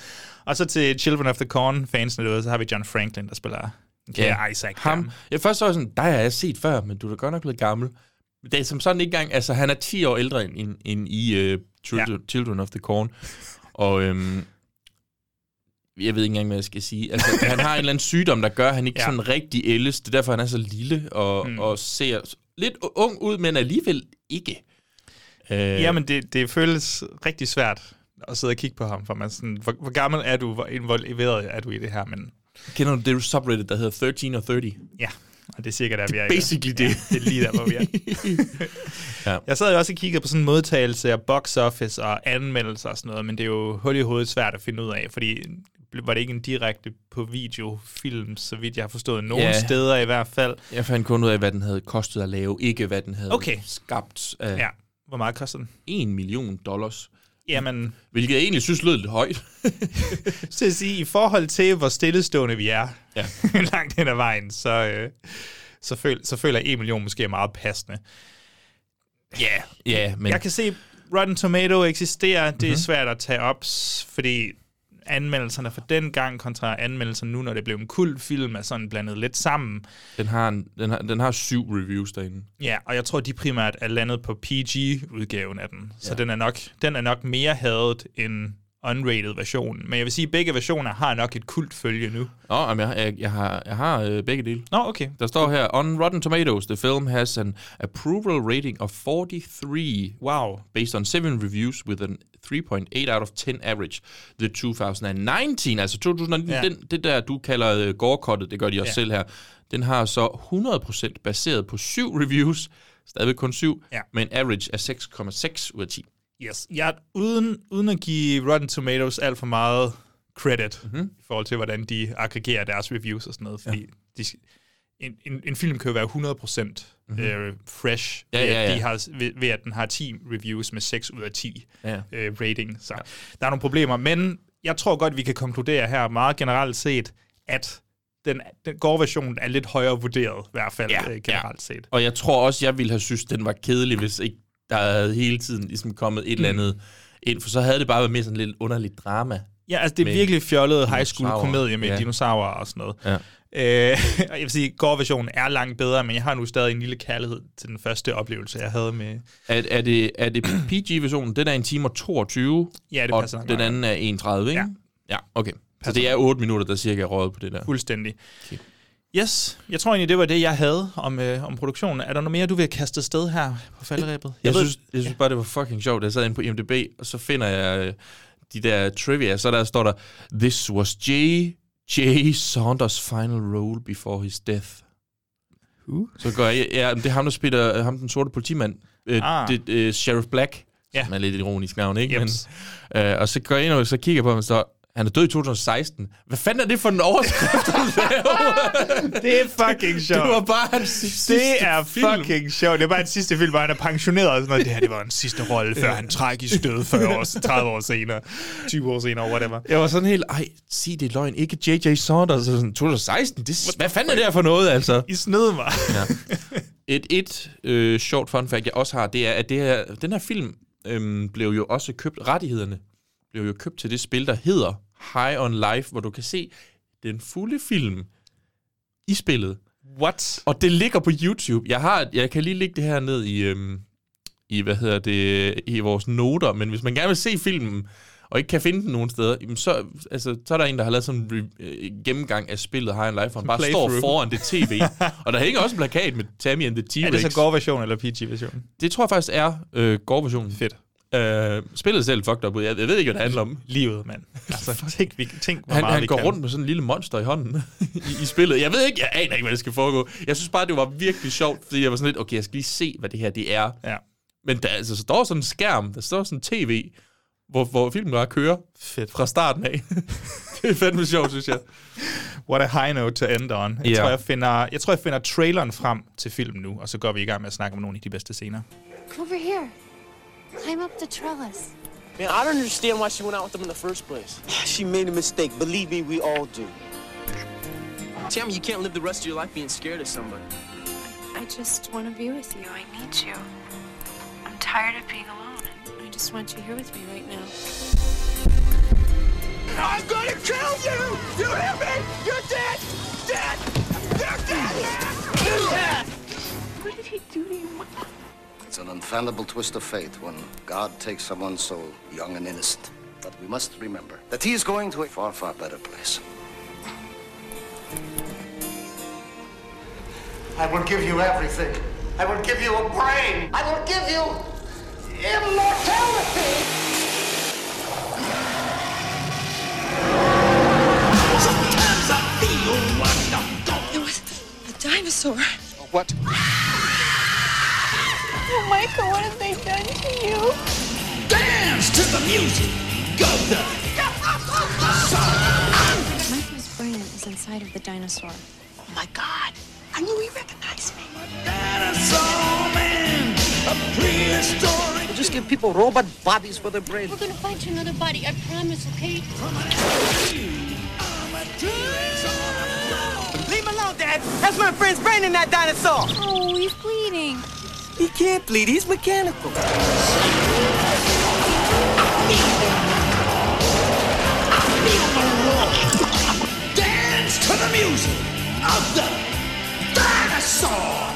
[SPEAKER 2] Og så til Children of the Corn fansene derude, så har vi John Franklin, der spiller ja. Isaac.
[SPEAKER 3] Ham. Jeg først så var jeg sådan, dig har jeg set før, men du er da godt nok blevet gammel. Det er som sådan ikke engang, altså han er 10 år ældre end, end, end i uh, Children,
[SPEAKER 2] Ja.
[SPEAKER 3] ja. Children of the Corn. Og øhm, jeg ved ikke engang, hvad jeg skal sige. Altså, han har en eller anden sygdom, der gør, at han ikke
[SPEAKER 2] Ja.
[SPEAKER 3] ja. sådan rigtig ældes. Det er derfor, han er så lille og, mm. og ser lidt ung ud, men alligevel ikke. Øh,
[SPEAKER 2] Jamen, det, det føles rigtig svært at sidde og kigge på ham, for man er sådan, hvor, hvor gammel er du, hvor involveret er du i det her, men
[SPEAKER 3] Kender du det subreddit, der hedder 13 og 30?
[SPEAKER 2] ja, og det er cirka der, vi er. i dag.
[SPEAKER 3] Basically det.
[SPEAKER 2] Det er lige der, hvor vi er.
[SPEAKER 3] Ja.
[SPEAKER 2] Jeg sad jo også og kiggede på sådan en modtagelse af box office og anmeldelser og sådan noget, men det er jo hul i hovedet svært at finde ud af, fordi var det ikke en direkte på videofilm, så vidt jeg har forstået nogle
[SPEAKER 3] Ja.
[SPEAKER 2] steder i hvert fald.
[SPEAKER 3] Jeg fandt kun ud af, hvad den havde kostet at lave, ikke hvad den havde
[SPEAKER 2] Okay.
[SPEAKER 3] skabt af
[SPEAKER 2] Ja, hvor meget koster den?
[SPEAKER 3] 1 million dollars.
[SPEAKER 2] Jamen,
[SPEAKER 3] Hvilket jeg egentlig synes lød lidt højt.
[SPEAKER 2] så at sige, i forhold til, hvor stillestående vi er
[SPEAKER 3] Ja.
[SPEAKER 2] langt hen ad vejen, så, øh, så, føl, så føler jeg 1 million måske er meget passende.
[SPEAKER 3] Ja, ja, men
[SPEAKER 2] Jeg kan se, Rotten Tomato eksisterer. Det er svært at tage op, s- fordi anmeldelserne fra den gang kontra anmeldelserne nu, når det blev en kul film, er sådan blandet lidt sammen.
[SPEAKER 3] den, har en, den, har, den har syv reviews derinde.
[SPEAKER 2] Ja, og jeg tror, de primært er landet på PG-udgaven af den. Så den, er nok, den er nok mere hadet end unrated versionen. Men jeg vil sige, at begge versioner har nok et kult følge nu.
[SPEAKER 3] Nå, jamen, jeg, jeg, jeg har, jeg har øh, begge dele.
[SPEAKER 2] Nå, okay.
[SPEAKER 3] Der står her, On Rotten Tomatoes, the film has an approval rating of 43
[SPEAKER 2] Wow.
[SPEAKER 3] based on seven reviews with an 3.8 out of 10 average. The 2019, altså 2019,
[SPEAKER 2] Ja.
[SPEAKER 3] ja. den, det der, du kalder uh, gårdkottet, det gør de også
[SPEAKER 2] Ja.
[SPEAKER 3] ja. selv her, den har så 100% baseret på syv reviews, stadigvæk kun syv,
[SPEAKER 2] Ja.
[SPEAKER 3] med en average af 6,6 ud af 10.
[SPEAKER 2] Yes. Jeg, uden, uden at give Rotten Tomatoes alt for meget credit mm-hmm. i forhold til, hvordan de aggregerer deres reviews og sådan noget. Fordi ja. de, en, en, en film kan jo være 100% mm-hmm. øh, fresh,
[SPEAKER 3] Ja,
[SPEAKER 2] ved, at
[SPEAKER 3] ja, ja.
[SPEAKER 2] De har, ved, ved at den har 10 reviews med 6 ud af 10
[SPEAKER 3] Ja.
[SPEAKER 2] øh, rating. Så ja. der er nogle problemer. Men jeg tror godt, vi kan konkludere her meget generelt set, at den, den gore-version er lidt højere vurderet, i hvert fald ja, øh, generelt ja. set.
[SPEAKER 3] Og jeg tror også, jeg ville have synes, den var kedelig, hvis ikke der havde hele tiden ligesom kommet et mm. eller andet ind, for så havde det bare været mere sådan lidt underligt drama.
[SPEAKER 2] Ja, altså det er
[SPEAKER 3] Med
[SPEAKER 2] virkelig fjollet high school
[SPEAKER 3] dinosaurer.
[SPEAKER 2] komedie med ja.
[SPEAKER 3] Ja.
[SPEAKER 2] dinosaurer og sådan noget. Ja. Øh, og jeg vil sige, gore-versionen er langt bedre, men jeg har nu stadig en lille kærlighed til den første oplevelse, jeg havde med...
[SPEAKER 3] Er, er det, er det PG-versionen, den er en time og 22,
[SPEAKER 2] Ja, det
[SPEAKER 3] og
[SPEAKER 2] passer nok
[SPEAKER 3] den
[SPEAKER 2] meget
[SPEAKER 3] anden er 31, ikke?
[SPEAKER 2] Ja.
[SPEAKER 3] ja okay. Så det er 8 minutter, der cirka er røget på det der.
[SPEAKER 2] Fuldstændig. Okay. Yes, jeg tror egentlig, det var det, jeg havde om, øh, om produktionen. Er der noget mere, du vil kaste sted her på falderæbet?
[SPEAKER 3] Jeg, synes, jeg synes bare, det var fucking sjovt, da jeg sad inde på IMDb, og så finder jeg øh, de der trivia, så der står der, This was J. J. Saunders final role before his death.
[SPEAKER 2] Who?
[SPEAKER 3] Så går jeg, ja, men det er ham, der spiller, øh, ham den sorte politimand, øh,
[SPEAKER 2] Ah.
[SPEAKER 3] ah. det, øh, Sheriff Black,
[SPEAKER 2] Ja.
[SPEAKER 3] ja. som er lidt et ironisk navn, ikke?
[SPEAKER 2] Jeps.
[SPEAKER 3] Men, øh, og så går jeg ind og så kigger jeg på ham, og så han er død i 2016. Hvad fanden er det for en overskrift, han laver?
[SPEAKER 2] det er fucking sjovt.
[SPEAKER 3] det var bare hans sidste
[SPEAKER 2] Det er
[SPEAKER 3] film.
[SPEAKER 2] fucking sjovt. Det var en sidste film, hvor han er pensioneret og sådan noget. Det her, det var en sidste rolle, før han tragisk døde 40 år, 30 år senere, 20 år senere, whatever.
[SPEAKER 3] Jeg var sådan helt, ej, sig det er løgn, ikke J.J. Saunders, og sådan, 2016, det, hvad fanden er det her for noget, altså?
[SPEAKER 2] I snød mig. Ja.
[SPEAKER 3] Et, et øh, sjovt fun fact, jeg også har, det er, at det her, den her film øhm, blev jo også købt, rettighederne blev jo købt til det spil, der hedder High on Life, hvor du kan se den fulde film i spillet.
[SPEAKER 2] What?
[SPEAKER 3] Og det ligger på YouTube. Jeg, har, jeg kan lige lægge det her ned i, øhm, i, hvad hedder det, i vores noter, men hvis man gerne vil se filmen, og ikke kan finde den nogen steder, jamen så, altså, så er der en, der har lavet sådan en re- øh, gennemgang af spillet High on Life, hvor han bare
[SPEAKER 2] playthrough.
[SPEAKER 3] står foran det tv. og der hænger også en plakat med Tammy and the T-Rex.
[SPEAKER 2] Er det så gore version eller PG version?
[SPEAKER 3] Det tror jeg faktisk er øh, gore-versionen. Fedt. Øh, spillet selv fucked up ud. Jeg, jeg ved ikke, hvad det handler om.
[SPEAKER 2] Livet, mand. Altså, tænk, vi, tænk hvor
[SPEAKER 3] Han,
[SPEAKER 2] meget
[SPEAKER 3] han
[SPEAKER 2] vi
[SPEAKER 3] går
[SPEAKER 2] kan.
[SPEAKER 3] rundt med sådan en lille monster i hånden i, i spillet. Jeg ved ikke, jeg aner ikke, hvad det skal foregå. Jeg synes bare, det var virkelig sjovt, fordi jeg var sådan lidt, okay, jeg skal lige se, hvad det her det er.
[SPEAKER 2] Ja,
[SPEAKER 3] Men der, altså, så står sådan en skærm, der står sådan en tv, hvor, hvor filmen bare kører
[SPEAKER 2] fedt.
[SPEAKER 3] fra starten af. det er fandme sjovt, synes jeg.
[SPEAKER 2] What a high note to end on. Jeg,
[SPEAKER 3] Ja.
[SPEAKER 2] tror, jeg, finder, jeg tror, jeg finder traileren frem til filmen nu, og så går vi i gang med at snakke om nogle af de bedste scener.
[SPEAKER 6] Come over here. Climb up the trellis.
[SPEAKER 7] Man, I don't understand why she went out with them in the first place.
[SPEAKER 8] She made a mistake. Believe me, we all do.
[SPEAKER 7] Tammy, you can't live the rest of your life being scared of somebody.
[SPEAKER 6] I just want to be with you. I need you. I'm tired of being alone. I just want you here with me right now.
[SPEAKER 5] I'm gonna kill you! You hear me? You're dead! Dead! You're dead!
[SPEAKER 9] It's an unfathomable twist of fate when God takes someone so young and innocent. But we must remember that he is going to a far, far better place.
[SPEAKER 10] I will give you everything. I will give you a brain. I will give you immortality.
[SPEAKER 5] Sometimes I feel like I'm
[SPEAKER 6] It was a dinosaur.
[SPEAKER 9] What?
[SPEAKER 6] Oh, Michael, what have they done to you?
[SPEAKER 5] Dance to the music. Go the.
[SPEAKER 6] Michael's brain is inside of the dinosaur.
[SPEAKER 5] Oh my God! I knew he recognized me. Dinosaur man, a prehistoric.
[SPEAKER 8] Just give people robot bodies for their brains.
[SPEAKER 6] We're gonna find you another body. I promise, okay?
[SPEAKER 8] Leave him alone, Dad. That's my friend's brain in that dinosaur.
[SPEAKER 6] Oh, he's bleeding.
[SPEAKER 8] He can't bleed. He's mechanical.
[SPEAKER 5] Dance to the music of the dinosaur.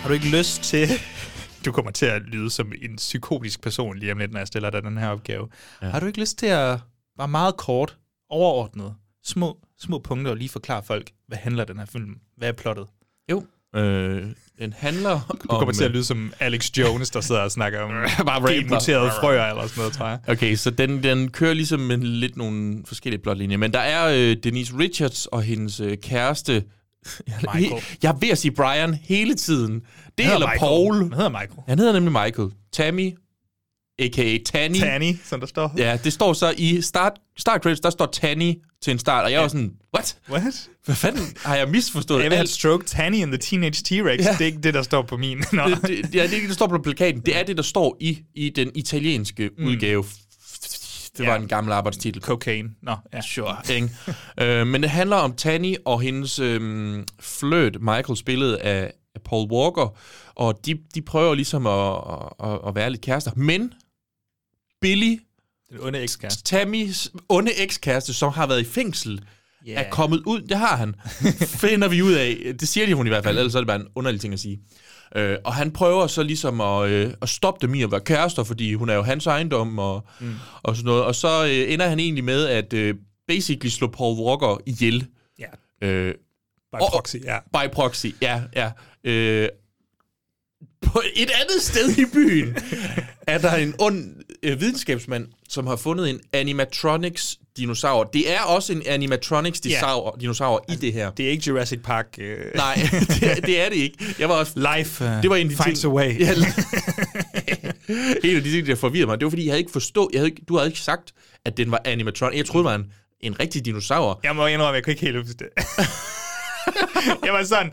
[SPEAKER 2] Har du ikke lyst til... Du kommer til at lyde som en psykotisk person lige om lidt, når jeg stiller dig den her opgave. Ja. Har du ikke lyst til at være meget kort, overordnet, små, små punkter og lige forklare folk, hvad handler den her film? Hvad er plottet?
[SPEAKER 3] Jo. Øh, den handler om...
[SPEAKER 2] Du kommer til at lyde som Alex Jones, der sidder og snakker om
[SPEAKER 3] Bare
[SPEAKER 2] helt muterede frøer eller sådan noget, tror jeg.
[SPEAKER 3] øh, Okay, så den, den kører ligesom med lidt nogle forskellige plotlinjer. Men der er øh, Denise Richards og hendes øh, kæreste...
[SPEAKER 2] Michael.
[SPEAKER 3] He, jeg er ved at sige Brian hele tiden. Det
[SPEAKER 2] Han
[SPEAKER 3] eller
[SPEAKER 2] hedder Michael. Han
[SPEAKER 3] Paul.
[SPEAKER 2] hedder Michael.
[SPEAKER 3] Han hedder nemlig Michael. Tammy, a.k.a. Tanny.
[SPEAKER 2] Tanny, som der står.
[SPEAKER 3] Ja, det står så i start, start credits, der står Tanny til en start. Og jeg var sådan, what?
[SPEAKER 2] What?
[SPEAKER 3] Hvad fanden har jeg misforstået?
[SPEAKER 2] Jeg vil have
[SPEAKER 3] alt?
[SPEAKER 2] stroke Tanny and the Teenage T-Rex.
[SPEAKER 3] Ja.
[SPEAKER 2] Det er ikke det, der står på min. Nå.
[SPEAKER 3] det, det, ja, det er ikke det, der står på plakaten. Det er det, der står i, i den italienske mm. udgave. Det var
[SPEAKER 2] Ja.
[SPEAKER 3] en gammel arbejdstitel.
[SPEAKER 2] Cocaine. Nå, ja.
[SPEAKER 3] Sure. Ikke? øh, men det handler om Tanny og hendes øh, fløt, Michael spillet af, af Paul Walker. Og de, de prøver ligesom at, at, at, at være lidt kærester. Men Billy,
[SPEAKER 2] Den onde ekskæreste.
[SPEAKER 3] Tammys onde ekskæreste, som har været i fængsel,
[SPEAKER 2] Ja.
[SPEAKER 3] yeah. er kommet ud. Det har han. Finder vi ud af. Det siger de hun i hvert fald, ellers er det bare en underlig ting at sige. Øh, og han prøver så ligesom at, øh, at stoppe dem i at være kærester, fordi hun er jo hans ejendom og, mm. og sådan noget. Og så øh, ender han egentlig med at øh, basically slå Paul Walker ihjel.
[SPEAKER 2] Ja.
[SPEAKER 3] Øh,
[SPEAKER 2] By
[SPEAKER 3] Og-
[SPEAKER 2] proxy, ja.
[SPEAKER 3] By proxy, ja, ja. Øh, på et andet sted i byen er der en ond øh, videnskabsmand, som har fundet en animatronics-dinosaur. Det er også en animatronics-dinosaur dinosaur i Altså, det her.
[SPEAKER 2] Det er ikke Jurassic Park. Øh,
[SPEAKER 3] Nej, det, er- det er det ikke. Jeg var også
[SPEAKER 2] Life uh,
[SPEAKER 3] det var en af de
[SPEAKER 2] finds
[SPEAKER 3] ting,
[SPEAKER 2] a way.
[SPEAKER 3] Ja, en af de ting, der forvirrede mig, det var fordi, jeg havde ikke forstået, jeg havde ikke, du havde ikke sagt, at den var animatronic. Jeg troede, det var en, en rigtig dinosaur.
[SPEAKER 2] Jeg må indrømme, jeg kunne ikke helt huske det. jeg var sådan,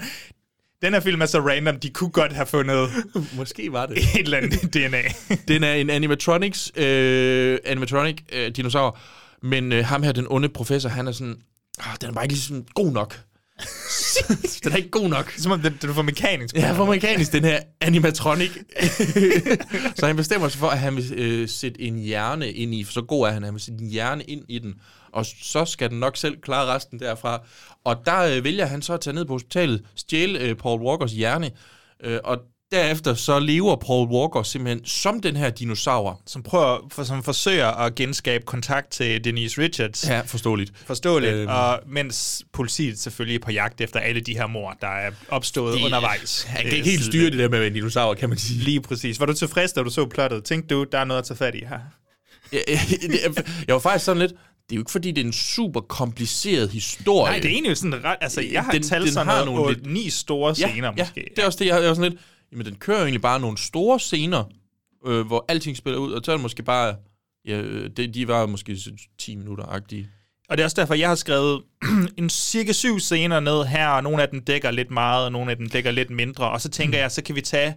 [SPEAKER 2] den her film er så random, de kunne godt have fundet
[SPEAKER 3] Måske var det.
[SPEAKER 2] et eller andet DNA.
[SPEAKER 3] Den er en animatronics, øh, animatronic øh, dinosaur, men øh, ham her, den onde professor, han er sådan, ah, den er bare ikke ligesom god nok. den er ikke god nok.
[SPEAKER 2] Som om den, den var mekanisk.
[SPEAKER 3] Ja, for mekanisk, den her animatronic. så han bestemmer sig for, at han vil øh, sætte en hjerne ind i, for så god er han, han vil sætte en hjerne ind i den, og så skal den nok selv klare resten derfra. Og der øh, vælger han så at tage ned på hospitalet, stjæle øh, Paul Walkers hjerne, øh, og derefter så lever Paul Walker simpelthen som den her dinosaur.
[SPEAKER 2] Som, prøver, for, som forsøger at genskabe kontakt til Denise Richards.
[SPEAKER 3] Ja, forståeligt.
[SPEAKER 2] Forståeligt.
[SPEAKER 3] Øhm.
[SPEAKER 2] Øhm. Og mens politiet selvfølgelig er på jagt efter alle de her mor, der er opstået de, undervejs.
[SPEAKER 3] Han kan
[SPEAKER 2] Øh,
[SPEAKER 3] ikke helt
[SPEAKER 2] siden.
[SPEAKER 3] styre det der med at være en dinosaur, kan man sige.
[SPEAKER 2] Lige præcis. Var du tilfreds, da du så plottet? Tænkte du, der er noget at tage fat i her?
[SPEAKER 3] jeg var faktisk sådan lidt, det er jo ikke fordi, det er en super kompliceret historie.
[SPEAKER 2] Nej, det er egentlig sådan ret... Altså, jeg har
[SPEAKER 3] øh, Den-
[SPEAKER 2] den, talt
[SPEAKER 3] den
[SPEAKER 2] sådan
[SPEAKER 3] har
[SPEAKER 2] har
[SPEAKER 3] nogle
[SPEAKER 2] nogle
[SPEAKER 3] lidt-
[SPEAKER 2] ni store
[SPEAKER 3] ja,
[SPEAKER 2] scener,
[SPEAKER 3] ja,
[SPEAKER 2] måske.
[SPEAKER 3] det er også det, jeg, jeg var sådan lidt, jamen den kører jo egentlig bare nogle store scener, øh, hvor alting spiller ud, og så er det måske bare, ja, øh, det, de var måske så 10 minutter-agtige.
[SPEAKER 2] Og det er også derfor, jeg har skrevet en cirka syv scener ned her, og nogle af dem dækker lidt meget, og nogle af dem dækker lidt mindre. Og så
[SPEAKER 3] Mm.
[SPEAKER 2] tænker jeg, så kan vi tage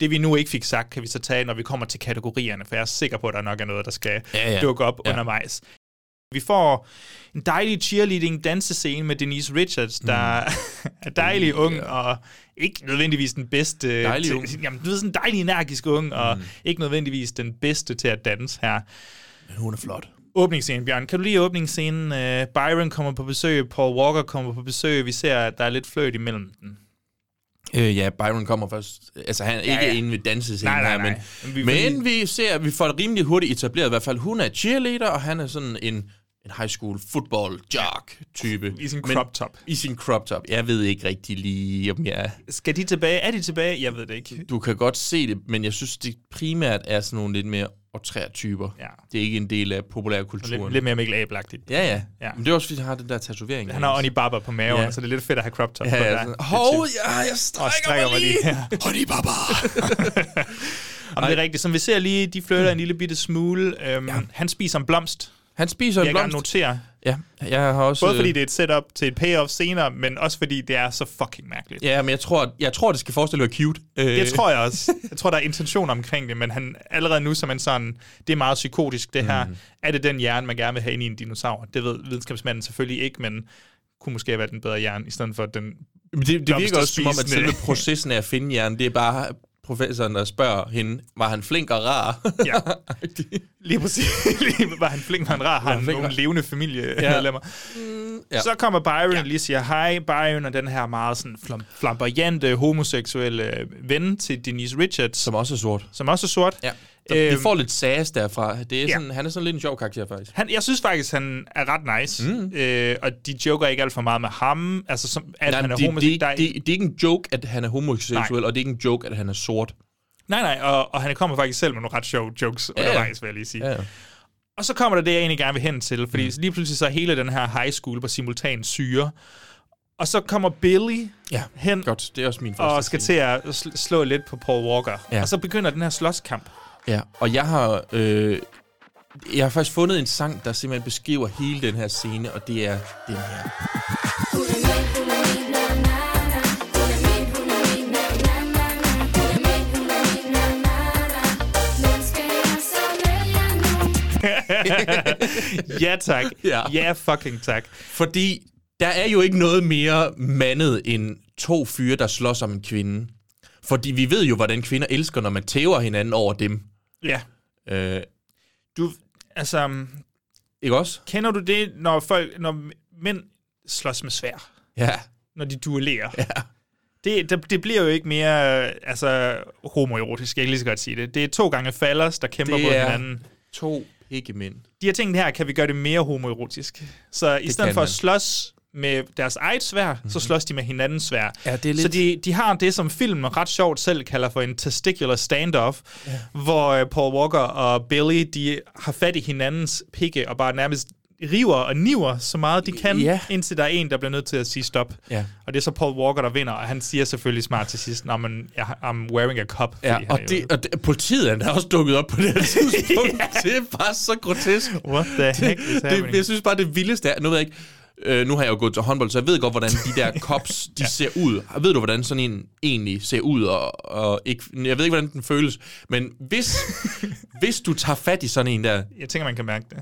[SPEAKER 2] det, vi nu ikke fik sagt, kan vi så tage, når vi kommer til kategorierne, for jeg er sikker på, at der nok er noget, der skal
[SPEAKER 3] Ja,
[SPEAKER 2] ja,
[SPEAKER 3] ja.
[SPEAKER 2] ja. dukke op
[SPEAKER 3] Ja.
[SPEAKER 2] ja. undervejs. Vi får en dejlig cheerleading dansescene med Denise Richards, der mm. er dejlig ung og ikke nødvendigvis den bedste.
[SPEAKER 3] Dejlig
[SPEAKER 2] til,
[SPEAKER 3] ung. Mm.
[SPEAKER 2] Jamen, du ved, sådan en dejlig energisk ung, og ikke nødvendigvis den bedste til at danse her.
[SPEAKER 3] Men hun er flot.
[SPEAKER 2] Åbningsscenen, Bjørn. Kan du lide åbningsscenen? Øh, Byron kommer på besøg, Paul Walker kommer på besøg. Vi ser, at der er lidt fløjt imellem dem.
[SPEAKER 3] Øh, ja, Byron kommer først. Altså, han er ikke ja,
[SPEAKER 2] ja.
[SPEAKER 3] ja. inde ved dansescenen
[SPEAKER 2] Nej, nej, nej.
[SPEAKER 3] her,
[SPEAKER 2] Men
[SPEAKER 3] men, vi,
[SPEAKER 2] vi-
[SPEAKER 3] men vi ser, at vi får det rimelig hurtigt etableret. I hvert fald, hun er cheerleader, og han er sådan en, en high school football jock type.
[SPEAKER 2] I sin
[SPEAKER 3] Men-
[SPEAKER 2] crop top.
[SPEAKER 3] I sin crop top. Jeg ved ikke rigtig lige, om jeg...
[SPEAKER 2] Skal de tilbage? Er de tilbage? Jeg ved det ikke.
[SPEAKER 3] Du kan godt se det, men jeg synes, det primært er sådan nogle lidt mere outrere typer.
[SPEAKER 2] Ja.
[SPEAKER 3] Det er ikke en del af populærkulturen.
[SPEAKER 2] Lidt, lidt mere Mikkel Abelagtigt.
[SPEAKER 3] Ja, ja,
[SPEAKER 2] Ja.
[SPEAKER 3] Men det er også, fordi han har den der tatovering.
[SPEAKER 2] Han har
[SPEAKER 3] også.
[SPEAKER 2] Oni Baba på maven,
[SPEAKER 3] Ja.
[SPEAKER 2] så det er lidt fedt at have crop top
[SPEAKER 3] Ja,
[SPEAKER 2] på.
[SPEAKER 3] ja,
[SPEAKER 2] der.
[SPEAKER 3] sådan, Hov, ja, jeg strækker,
[SPEAKER 2] strækker
[SPEAKER 3] mig
[SPEAKER 2] mig
[SPEAKER 3] lige.
[SPEAKER 2] lige.
[SPEAKER 3] Honey, baba.
[SPEAKER 2] Om det er rigtigt. Som vi ser lige, de flytter en lille bitte smule. Øhm, ja. Han spiser en blomst.
[SPEAKER 3] Han spiser
[SPEAKER 2] Jeg
[SPEAKER 3] en
[SPEAKER 2] vil gerne
[SPEAKER 3] blomst.
[SPEAKER 2] notere.
[SPEAKER 3] Ja, jeg har også... øh,
[SPEAKER 2] Både fordi det er et setup til et payoff senere, men også fordi det er så fucking mærkeligt.
[SPEAKER 3] Ja, men jeg tror, jeg tror det skal forestille at være cute. Øh,
[SPEAKER 2] Det tror jeg også. Jeg tror, der er intention omkring det, men han, allerede nu som en sådan, det er meget psykotisk det her.
[SPEAKER 3] Mhm.
[SPEAKER 2] Mm. Er det den hjerne, man gerne vil have ind i en dinosaur? Det ved videnskabsmanden selvfølgelig ikke, men kunne måske have været den bedre hjerne, i stedet for den...
[SPEAKER 3] Men det, det virker også som om, at
[SPEAKER 2] blomsterspisende.
[SPEAKER 3] selve processen af at finde hjernen, det er bare professoren, der spørger hende, var han flink og rar?
[SPEAKER 2] Ja. Lige præcis. Lige, var han flink, var han rar, har han
[SPEAKER 3] flink,
[SPEAKER 2] nogle
[SPEAKER 3] var-
[SPEAKER 2] levende familiemedlemmer.
[SPEAKER 3] ja.
[SPEAKER 2] Ja. Så kommer Byron ja. og lige siger hej. Byron og den her meget sådan flam- flamboyante, homoseksuelle øh, ven til Denise Richards, som,
[SPEAKER 3] Som også er sort.
[SPEAKER 2] som også er sort.
[SPEAKER 3] Ja. Så vi
[SPEAKER 2] Øhm,
[SPEAKER 3] får lidt sass derfra. Det er
[SPEAKER 2] ja.
[SPEAKER 3] sådan, Han er sådan lidt en sjov karakter, faktisk.
[SPEAKER 2] Han, jeg synes faktisk, han er ret nice. Mm. Øh, og de joker ikke alt for meget med ham. Altså, som, at
[SPEAKER 3] Nej,
[SPEAKER 2] han er
[SPEAKER 3] det, det,
[SPEAKER 2] homoseksuel.
[SPEAKER 3] det, det, det er ikke en joke, at han er homoseksuel,
[SPEAKER 2] Nej.
[SPEAKER 3] og det er ikke en joke, at han er sort.
[SPEAKER 2] Nej, nej, og, og han kommer faktisk selv med nogle ret sjove jokes ja,
[SPEAKER 3] ja.
[SPEAKER 2] undervejs, vil jeg lige sige.
[SPEAKER 3] Ja, Mm. ja.
[SPEAKER 2] Og så kommer der det, jeg egentlig gerne vil hen til, fordi lige pludselig så er hele den her high school på simultan syre. Og så kommer Billy
[SPEAKER 3] ja.
[SPEAKER 2] hen
[SPEAKER 3] Godt, det er også min første
[SPEAKER 2] og skal
[SPEAKER 3] scene.
[SPEAKER 2] til at sl- slå lidt på Paul Walker.
[SPEAKER 3] Ja.
[SPEAKER 2] Ja. Og så begynder den her slåskamp.
[SPEAKER 3] Ja, og jeg har, øh, jeg har faktisk fundet en sang, der simpelthen beskriver hele den her scene, og det er den her.
[SPEAKER 2] ja tak.
[SPEAKER 3] Ja.
[SPEAKER 2] Ja. ja fucking tak.
[SPEAKER 3] Fordi der er jo ikke noget mere mandet end to fyre, der slås om en kvinde. Fordi vi ved jo, hvordan kvinder elsker, når man tæver hinanden over dem.
[SPEAKER 2] Ja.
[SPEAKER 3] Øh,
[SPEAKER 2] Du, altså,
[SPEAKER 3] ikke også?
[SPEAKER 2] Kender du det, når folk, når mænd slås med svær,
[SPEAKER 3] Ja.
[SPEAKER 2] når de duellerer? Ja. Det, det, det bliver jo ikke mere øh, altså, homoerotisk, jeg kan lige så godt sige det. Det er to gange fallers, der kæmper
[SPEAKER 3] Det
[SPEAKER 2] mod
[SPEAKER 3] er-
[SPEAKER 2] hinanden.
[SPEAKER 3] To pikkemænd.
[SPEAKER 2] De her ting her, kan vi gøre det mere homoerotisk. Så i
[SPEAKER 3] kan
[SPEAKER 2] stedet for at
[SPEAKER 3] man. Mhm.
[SPEAKER 2] slås med deres eget svær, mm-hmm. så slås de med hinandens svær.
[SPEAKER 3] Ja, det er lidt-
[SPEAKER 2] Så de, de har det, som filmen ret sjovt selv kalder for en testicular standoff, ja. hvor øh, Paul Walker og Billy, de har fat i hinandens pikke og bare nærmest river og niver så meget de kan,
[SPEAKER 3] Ja.
[SPEAKER 2] ja. indtil der er en, der bliver nødt til at sige stop.
[SPEAKER 3] Ja.
[SPEAKER 2] Og det er så Paul Walker, der vinder, og han siger selvfølgelig smart til sidst, "Nå, men jeg, I'm wearing a cup. fordi
[SPEAKER 3] Ja,
[SPEAKER 2] han
[SPEAKER 3] og,
[SPEAKER 2] er jo-
[SPEAKER 3] det, og det, politiet er da også dukket op på det her tidspunkt. Det er bare så grotesk.
[SPEAKER 2] What the heck is
[SPEAKER 3] det,
[SPEAKER 2] happening?
[SPEAKER 3] jeg synes bare, det vildeste er, nu ved jeg ikke, øh, nu har jeg jo gået til håndbold, så jeg ved godt, hvordan de der cops, de ja. ser ud. Ved du, hvordan sådan en egentlig ser ud? Og, og ikke, jeg ved ikke, hvordan den føles, men hvis, hvis du tager fat i sådan en der,
[SPEAKER 2] Jeg tænker, man kan mærke det.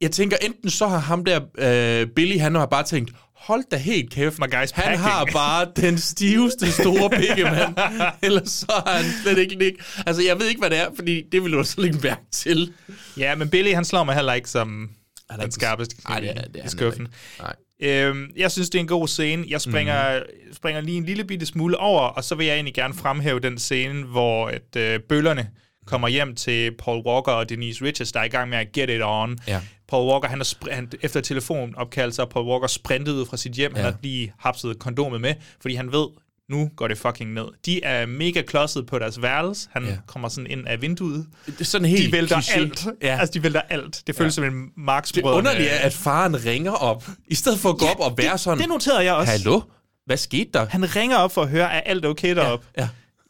[SPEAKER 3] jeg tænker, enten så har ham der, øh, Billy, han har bare tænkt, hold da helt kæft,
[SPEAKER 2] My guy's
[SPEAKER 3] han har
[SPEAKER 2] packing."
[SPEAKER 3] bare den stiveste store pikke, mand. Ellers så har han slet ikke lig. Altså, jeg ved ikke, hvad det er, fordi det vil du slet ikke mærke til.
[SPEAKER 2] Ja, men Billy, han slår mig heller ikke som
[SPEAKER 3] er
[SPEAKER 2] den
[SPEAKER 3] ikke-
[SPEAKER 2] skarpeste
[SPEAKER 3] Ej,
[SPEAKER 2] kniv
[SPEAKER 3] det er-
[SPEAKER 2] i-
[SPEAKER 3] det er han
[SPEAKER 2] i skuffen.
[SPEAKER 3] heller ikke. Nej.
[SPEAKER 2] Øhm, jeg synes, det er en god scene. Jeg
[SPEAKER 3] Mhm.
[SPEAKER 2] springer, mm. springer lige en lille bitte smule over, og så vil jeg egentlig gerne fremhæve den scene, hvor at, øh, bøllerne kommer hjem til Paul Walker og Denise Richards, der er i gang med at get it on.
[SPEAKER 3] Ja.
[SPEAKER 2] Paul Walker, han er spr- han, efter telefonopkald, så er Paul Walker sprintet ud fra sit hjem. Ja. Han
[SPEAKER 3] Ja.
[SPEAKER 2] har lige hapset kondomet med, fordi han ved, nu går det fucking ned. De er mega klodset på deres værelse. Han
[SPEAKER 3] Ja.
[SPEAKER 2] ja. kommer sådan ind af vinduet.
[SPEAKER 3] Det er sådan helt
[SPEAKER 2] de vælter
[SPEAKER 3] kliché.
[SPEAKER 2] alt.
[SPEAKER 3] Ja.
[SPEAKER 2] Altså, de vælter alt. Det føles ja. som en marx
[SPEAKER 3] Det underlige er, at faren ringer op, i stedet for at gå op og være sådan,
[SPEAKER 2] Det noterede jeg også.
[SPEAKER 3] hallo, hvad skete der?
[SPEAKER 2] Han ringer op for at høre, er alt okay deroppe?
[SPEAKER 3] Ja.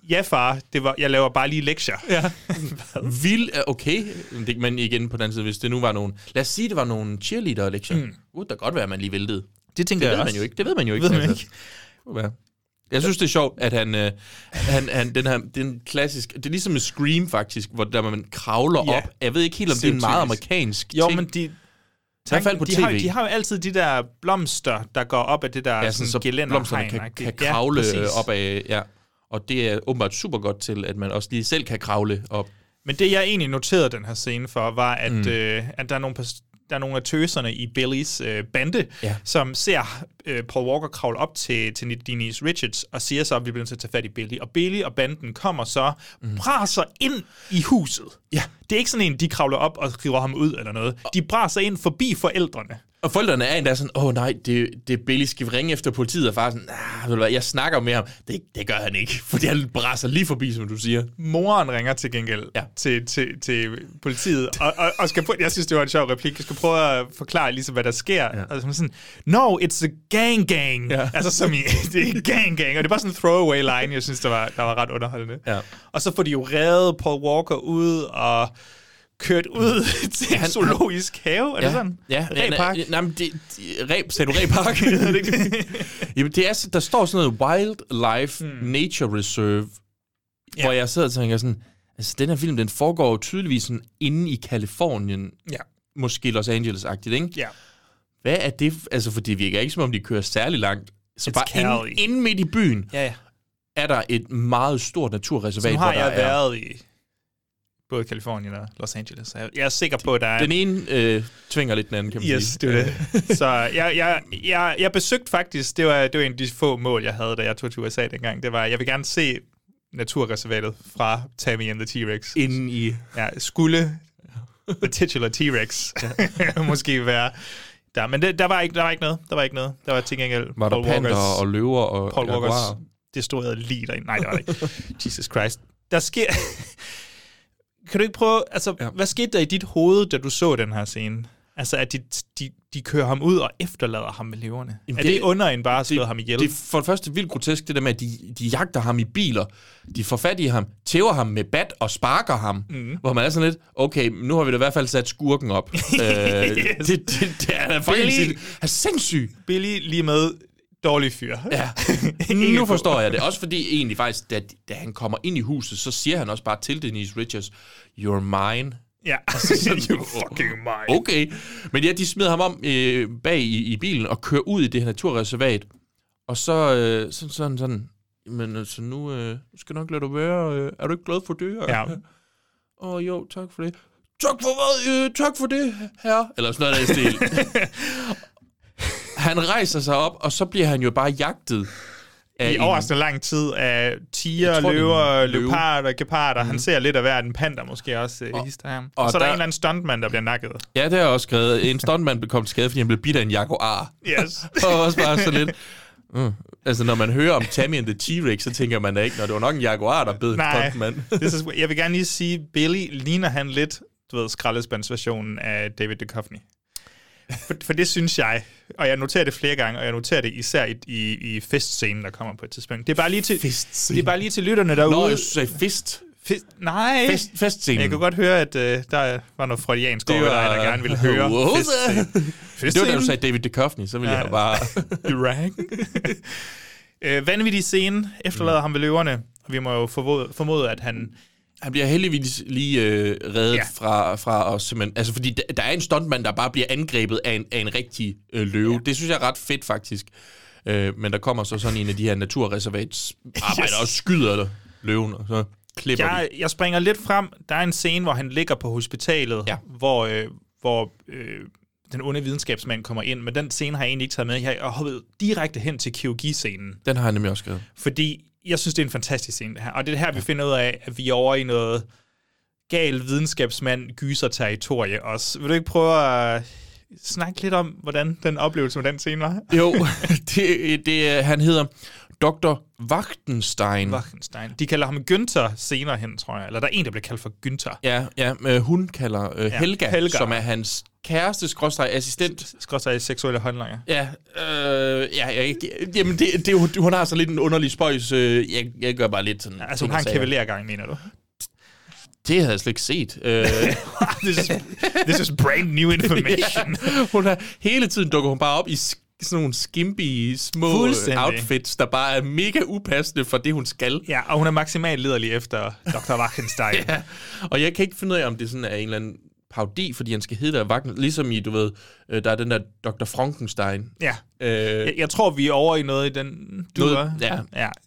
[SPEAKER 2] Ja, far. Det var, jeg laver bare lige lektier.
[SPEAKER 3] Ja. Vild er okay, men det- men igen på den anden side, hvis det nu var nogen, lad os sige, det var nogle cheerleader lektier mm. uh, der godt være, at man lige væltede.
[SPEAKER 2] Det tænker
[SPEAKER 3] Det
[SPEAKER 2] jeg
[SPEAKER 3] ved
[SPEAKER 2] også.
[SPEAKER 3] man jo ikke, det ved man jo ikke.
[SPEAKER 2] Ved man
[SPEAKER 3] altså. Kunne være. Jeg synes, det er sjovt, at han, øh, han, han den her, den klassisk, det er ligesom med Scream faktisk, hvor der man kravler
[SPEAKER 2] Ja.
[SPEAKER 3] op. Jeg ved ikke helt, om det er en
[SPEAKER 2] Stereotypisk.
[SPEAKER 3] meget amerikansk
[SPEAKER 2] Jo,
[SPEAKER 3] ting.
[SPEAKER 2] men de,
[SPEAKER 3] I hvert fald på
[SPEAKER 2] de,
[SPEAKER 3] tv.
[SPEAKER 2] Har, jo- de har jo altid de der blomster, der går op af det der
[SPEAKER 3] ja,
[SPEAKER 2] sådan,
[SPEAKER 3] sådan,
[SPEAKER 2] sådan
[SPEAKER 3] så
[SPEAKER 2] Altså, gelænder.
[SPEAKER 3] blomsterne kan, kan kravle ja, op af, ja. Og det er åbenbart super godt til, at man også lige selv kan kravle op.
[SPEAKER 2] Men det, jeg egentlig noterede den her scene for, var, at, mm. øh, at der er nogle pers- der er nogle af tøserne i Billys øh, bande,
[SPEAKER 3] Ja.
[SPEAKER 2] som ser øh, Paul Walker kravle op til, til Denise Richards og siger så, at vi bliver nødt til at tage fat i Billy. Og Billy og banden kommer så, mm. braser ind i huset.
[SPEAKER 3] Ja.
[SPEAKER 2] Det er ikke sådan en, de kravler op og river ham ud eller noget. De braser ind forbi forældrene.
[SPEAKER 3] Og forældrene er endda sådan, åh oh, nej, det, det er Billy, skal vi ringe efter politiet? Og far er sådan, nah, ved du hvad, jeg snakker med ham. Det, det gør han ikke, fordi han braser lige forbi, som du siger.
[SPEAKER 2] Moren ringer til gengæld
[SPEAKER 3] Ja.
[SPEAKER 2] ja. til, til, til politiet, og, og, og skal prøve, jeg synes, det var en sjov replik. Jeg skal prøve at forklare, ligesom, hvad der sker. Ja. Og så er hun sådan, no, it's a gang gang.
[SPEAKER 3] Ja.
[SPEAKER 2] Ja. Altså som i, det er gang gang. Og det er bare sådan en throwaway line, jeg synes, der var, der var ret underholdende.
[SPEAKER 3] Ja.
[SPEAKER 2] Og så får de jo revet Paul Walker ud, og kørt ud til
[SPEAKER 3] han-
[SPEAKER 2] en zoologisk have. Er det sådan?
[SPEAKER 3] Ja, ja,
[SPEAKER 2] Repark.
[SPEAKER 3] Nej, nej, men det, det, ræb, sagde du ræbpark? Jamen, det er, så- der står sådan noget Wildlife mm. Nature Reserve, ja.
[SPEAKER 2] Hmm. Ja.
[SPEAKER 3] hvor jeg sidder og tænker sådan, altså den her film, den foregår jo tydeligvis sådan inde i Kalifornien,
[SPEAKER 2] Ja.
[SPEAKER 3] måske Los Angeles-agtigt, ikke?
[SPEAKER 2] ja.
[SPEAKER 3] Hvad er det? f- Altså, for det virker ikke, som om de kører særlig langt. Så
[SPEAKER 2] It's
[SPEAKER 3] bare
[SPEAKER 2] Cali.
[SPEAKER 3] inde, inde midt i byen
[SPEAKER 2] Ja, ja.
[SPEAKER 3] er der et meget stort naturreservat,
[SPEAKER 2] Nu har
[SPEAKER 3] hvor der
[SPEAKER 2] jeg
[SPEAKER 3] er...
[SPEAKER 2] været i både Kalifornien og Los Angeles. så Jeg jeg er sikker på, at der er
[SPEAKER 3] Den ene øh, tvinger lidt den anden, kan man
[SPEAKER 2] Yes,
[SPEAKER 3] sige. Øh,
[SPEAKER 2] det var det. Øh, Så jeg, jeg, jeg, jeg besøgte faktisk, det var, det var en af de få mål, jeg havde, da jeg tog til USA dengang. Det var, jeg vil gerne se naturreservatet fra Tammy and the T-Rex.
[SPEAKER 3] Inde i...
[SPEAKER 2] Ja, skulle the titular T-Rex måske være der. Men det, der, var ikke, der var ikke noget. Der var ikke noget. Der var til gengæld
[SPEAKER 3] Var der
[SPEAKER 2] Paul
[SPEAKER 3] panter
[SPEAKER 2] Walkers-
[SPEAKER 3] og løver og
[SPEAKER 2] Paul
[SPEAKER 3] jaguarer?
[SPEAKER 2] Walkers destruerede lige derinde. Nej, det var det ikke. Jesus Christ. Der sker... kan du ikke prøve... Altså,
[SPEAKER 3] Ja.
[SPEAKER 2] ja. hvad skete der i dit hoved, da du så den her scene? Altså, at de, de, de kører ham ud og efterlader ham med leverne. Jamen,
[SPEAKER 3] Jamen,
[SPEAKER 2] er
[SPEAKER 3] det-
[SPEAKER 2] det, under end bare at slå ham ihjel?
[SPEAKER 3] Det er for det første vildt grotesk, det der med, at de, de jagter ham i biler. De får fat i ham, tæver ham med bat og sparker ham.
[SPEAKER 2] Mhm.
[SPEAKER 3] Mm. Hvor man er sådan lidt, okay, nu har vi da i hvert fald sat skurken op. øh, det, det, det, er da fucking
[SPEAKER 2] Billy.
[SPEAKER 3] sin, er sindssyg.
[SPEAKER 2] Billy lige med dårlig fyr.
[SPEAKER 3] Ja. nu forstår jeg det. Også fordi egentlig faktisk, da, da han kommer ind i huset, så siger han også bare til Denise Richards, you're mine.
[SPEAKER 2] Ja. you fucking mine.
[SPEAKER 3] Okay. Men ja, de smider ham om øh, bag i, i bilen og kører ud i det her naturreservat. Og så øh, sådan, sådan, sådan, men altså nu øh, nu skal jeg nok lade dig være. Øh, er du ikke glad for det?
[SPEAKER 2] Ja.
[SPEAKER 3] Åh oh, jo, tak for det. Tak for hvad? Øh, tak for det, herre. Eller sådan noget, der er stil. han rejser sig op, og så bliver han jo bare jagtet. af
[SPEAKER 2] I
[SPEAKER 3] en-
[SPEAKER 2] overraskende lang tid af tiger,
[SPEAKER 3] Jeg tror, det er
[SPEAKER 2] løver,
[SPEAKER 3] en løve. Mhm.
[SPEAKER 2] leoparder, geparder. Mm. Han ser lidt af hver en panda måske også. øh, Og, og,
[SPEAKER 3] og
[SPEAKER 2] og så er der,
[SPEAKER 3] der-
[SPEAKER 2] der en eller anden stuntmand, der bliver nakket.
[SPEAKER 3] Ja, det har jeg også skrevet. En stuntmand blev kommet til skade, fordi han blev bidt af en jaguar.
[SPEAKER 2] Yes.
[SPEAKER 3] Og også bare så lidt... Mm. Altså, når man hører om Tammy and the T-Rex, så tænker man da ikke, når det var nok en jaguar, der bed en
[SPEAKER 2] Nej,
[SPEAKER 3] stuntmand.
[SPEAKER 2] this is, jeg vil gerne lige sige, Billy ligner han lidt, du ved, skraldespandsversionen af David Duchovny. For, for det synes jeg, og jeg noterer det flere gange, og jeg noterer det især i, i, i festscenen, der kommer på et tidspunkt. Det er bare lige til,
[SPEAKER 3] Festscenen.
[SPEAKER 2] det er bare lige til lytterne derude.
[SPEAKER 3] Nå, jeg sagde fist.
[SPEAKER 2] Fest, nej,
[SPEAKER 3] Fest, festscenen.
[SPEAKER 2] jeg kan godt høre, at øh, der var noget freudiansk over dig, der gerne ville høre
[SPEAKER 3] Wow.
[SPEAKER 2] festscenen.
[SPEAKER 3] Det var da du
[SPEAKER 2] Festscenen.
[SPEAKER 3] sagde David Duchovny, så ville ja.
[SPEAKER 2] Ja.
[SPEAKER 3] jeg bare...
[SPEAKER 2] Durang. øh, vanvittig scene, efterlader ham ved løverne, og vi må jo formode, formode at han...
[SPEAKER 3] Han bliver heldigvis lige øh, reddet ja.
[SPEAKER 2] Ja.
[SPEAKER 3] fra, fra os, simpelthen. Altså, fordi der, der er en stuntmand, der bare bliver angrebet af en, af en rigtig øh, løve. Ja. Det synes jeg er ret fedt, faktisk. Øh, men der kommer så sådan en af de her naturreservatsarbejdere yes.
[SPEAKER 2] Yes.
[SPEAKER 3] og skyder løven, og så klipper de.
[SPEAKER 2] Jeg, jeg springer lidt frem. Der er en scene, hvor han ligger på hospitalet,
[SPEAKER 3] Ja.
[SPEAKER 2] hvor, øh, hvor øh, den onde videnskabsmand kommer ind, men den scene har jeg egentlig ikke taget med. Jeg har hoppet direkte hen til kirurgiscenen,
[SPEAKER 3] Den har jeg nemlig også skrevet.
[SPEAKER 2] fordi jeg synes, det er en fantastisk scene, det her. Og det er her, vi finder ud af, at vi er over i noget gal videnskabsmand gyser territorie også. Vil du ikke prøve at snakke lidt om, hvordan den oplevelse med den scene var?
[SPEAKER 3] Jo, det, det, er- han hedder Dr. Wachtenstein.
[SPEAKER 2] Wachenstein. De kalder ham Günther senere hen, tror jeg. Eller der er en, der bliver kaldt for Günther.
[SPEAKER 3] Ja, ja øh, hun kalder øh,
[SPEAKER 2] Ja,
[SPEAKER 3] Helga,
[SPEAKER 2] Helga.
[SPEAKER 3] Helga, som er hans kæreste, skråstrej assistent.
[SPEAKER 2] Skråstrej seksuelle håndlanger.
[SPEAKER 3] Ja, øh, ja, jeg, jamen det, det, er jo- hun har så lidt en underlig spøjs. Øh, jeg, jeg gør bare lidt sådan...
[SPEAKER 2] Altså, hun har en kavalergang, mener du?
[SPEAKER 3] Det havde jeg slet ikke set. Øh,
[SPEAKER 2] this, is, this is brand new information.
[SPEAKER 3] hun har, hele tiden dukker hun bare op i sk- sådan nogle skimpy små
[SPEAKER 2] Fuldstændig.
[SPEAKER 3] outfits, der bare er mega upassende for det, hun skal.
[SPEAKER 2] ja, og hun er maksimalt lederlig efter Dr. Wachenstein. ja.
[SPEAKER 3] Ja. Og jeg kan ikke finde ud af, om det sådan er en eller anden parodi, fordi han skal hedde der Wagner. Ligesom i, du ved, øh, der er den der Dr. Frankenstein.
[SPEAKER 2] ja.
[SPEAKER 3] Øh,
[SPEAKER 2] Jeg, jeg tror, vi er over i noget i den... Du
[SPEAKER 3] noget, ja.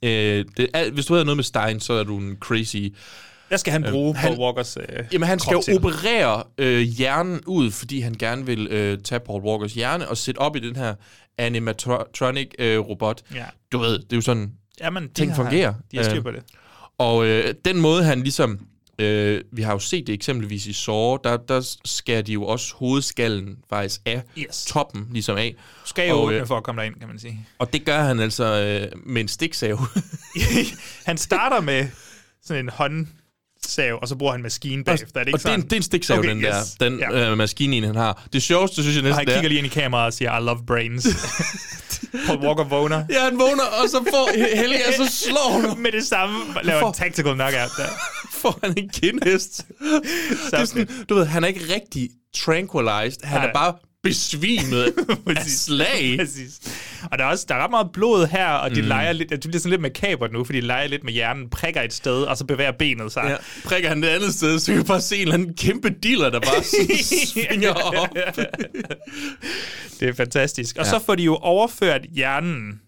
[SPEAKER 2] ja.
[SPEAKER 3] Øh, det, al, hvis du havde noget med Stein, så er du en crazy.
[SPEAKER 2] Hvad skal han bruge øh,
[SPEAKER 3] Øhm, han-
[SPEAKER 2] Paul Walkers øh,
[SPEAKER 3] Jamen, han skal
[SPEAKER 2] krop til?
[SPEAKER 3] jo operere øh, hjernen ud, fordi han gerne vil øh, tage Paul Walkers hjerne og sætte op i den her animatronic-robot.
[SPEAKER 2] Ja.
[SPEAKER 3] Du ved, det er jo sådan,
[SPEAKER 2] Jamen, de
[SPEAKER 3] ting
[SPEAKER 2] har-
[SPEAKER 3] fungerer.
[SPEAKER 2] De har styr
[SPEAKER 3] Øh,
[SPEAKER 2] på det.
[SPEAKER 3] Og øh, den måde, han ligesom... Øh, vi har jo set det eksempelvis i Saw, der, der skærer de jo også hovedskallen faktisk af
[SPEAKER 2] Yes.
[SPEAKER 3] toppen, ligesom af.
[SPEAKER 2] Du skal jo
[SPEAKER 3] og,
[SPEAKER 2] åbne
[SPEAKER 3] øh,
[SPEAKER 2] for at komme derind, kan man sige.
[SPEAKER 3] Og det gør han altså øh, med en stiksav.
[SPEAKER 2] han starter med sådan en håndsav, og så bruger han maskinen bagefter. Er det ikke
[SPEAKER 3] og det er, en,
[SPEAKER 2] sådan?
[SPEAKER 3] det er en stiksav,
[SPEAKER 2] Okay,
[SPEAKER 3] den
[SPEAKER 2] yes.
[SPEAKER 3] der, den
[SPEAKER 2] Ja.
[SPEAKER 3] øh, maskine, han har. Det sjoveste, synes jeg
[SPEAKER 2] Og
[SPEAKER 3] næsten,
[SPEAKER 2] han
[SPEAKER 3] det er-
[SPEAKER 2] kigger lige ind i kameraet og siger, I love brains. Paul Walker vågner.
[SPEAKER 3] Ja, han vågner, og så får Helga, så slår hun ham,
[SPEAKER 2] Med det samme laver
[SPEAKER 3] For-
[SPEAKER 2] en tactical knockout der.
[SPEAKER 3] får han en kindhest. det er sådan, du ved, han er ikke rigtig tranquilized, han
[SPEAKER 2] Nej.
[SPEAKER 3] er bare besvimet af
[SPEAKER 2] Præcis.
[SPEAKER 3] slag.
[SPEAKER 2] Præcis. Og der er også der er ret meget blod her, og de mm. leger lidt, det bliver sådan lidt makabert nu, fordi de leger lidt med hjernen, prikker et sted, og så bevæger benet sig.
[SPEAKER 3] Ja, prikker han det andet sted, så kan vi bare se en eller anden kæmpe dealer, der bare svinger op.
[SPEAKER 2] Det er fantastisk. Og så får de jo overført hjernen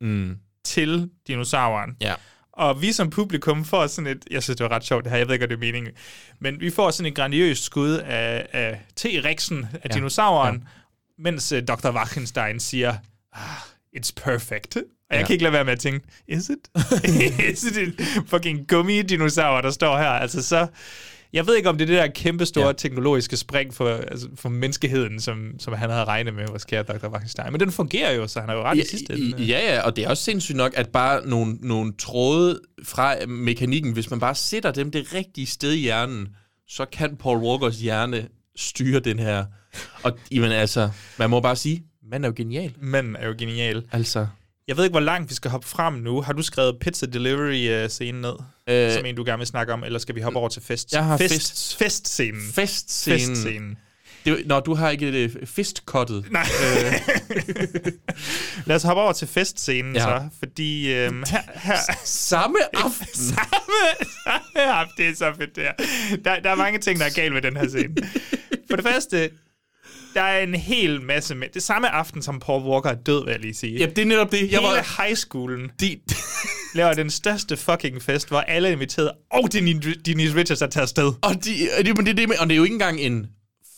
[SPEAKER 3] Mm.
[SPEAKER 2] til dinosauren.
[SPEAKER 3] Ja.
[SPEAKER 2] Og vi som publikum får sådan et, jeg synes det var ret sjovt det her, jeg ved ikke om det er meningen, men vi får sådan et grandiøst skud af, af T-rexen, af ja. dinosauren, ja. mens uh, Dr. Wachenstein siger, ah, it's perfect. Og jeg
[SPEAKER 3] Ja.
[SPEAKER 2] kan ikke lade være med at tænke, is it? is it en fucking gummidinosaur, der står her? Altså så, jeg ved ikke om det er det der kæmpe store ja.
[SPEAKER 3] Ja.
[SPEAKER 2] teknologiske spring for, altså, for menneskeheden, som, som han havde regnet med, vores kære Dr. Wachenstein. Men den fungerer jo, så han er jo ret i sidste
[SPEAKER 3] Ja,
[SPEAKER 2] ende.
[SPEAKER 3] ja, ja, og det er også sindssygt nok, at bare nogle, nogle tråde fra mekanikken, hvis man bare sætter dem det rigtige sted i hjernen, så kan Paul Walkers hjerne styre den her. Og jamen, altså, man må bare sige, man er jo genial.
[SPEAKER 2] Manden er jo genial.
[SPEAKER 3] Altså,
[SPEAKER 2] Jeg ved ikke, hvor langt vi skal hoppe frem nu. Har du skrevet pizza delivery-scenen ned, øh,
[SPEAKER 3] Øh,
[SPEAKER 2] som en, du gerne vil snakke om, eller skal vi hoppe over til fest?
[SPEAKER 3] Jeg har
[SPEAKER 2] fest.
[SPEAKER 3] fest.
[SPEAKER 2] Festscenen.
[SPEAKER 3] festscenen. festscenen.
[SPEAKER 2] Festscenen.
[SPEAKER 3] Det, nå, du har ikke øh, det festkottet.
[SPEAKER 2] Nej.
[SPEAKER 3] Øh.
[SPEAKER 2] Lad os hoppe over til festscenen ja.
[SPEAKER 3] Ja.
[SPEAKER 2] så, fordi øhm, her, her,
[SPEAKER 3] Samme aften.
[SPEAKER 2] ja, det er så fedt, det her. Der, der er mange ting, der er galt ved den her scene. For det første, der er en hel masse med. Det er samme aften, som Paul Walker er død, vil jeg lige sige.
[SPEAKER 3] Jamen, det er netop det. Jeg
[SPEAKER 2] Hele
[SPEAKER 3] var...
[SPEAKER 2] high schoolen
[SPEAKER 3] De,
[SPEAKER 2] laver den største fucking fest, hvor alle er inviteret, og Denise Denise Richards er taget afsted.
[SPEAKER 3] Og, de, og, det, men det, er det, med, og det er jo ikke engang en,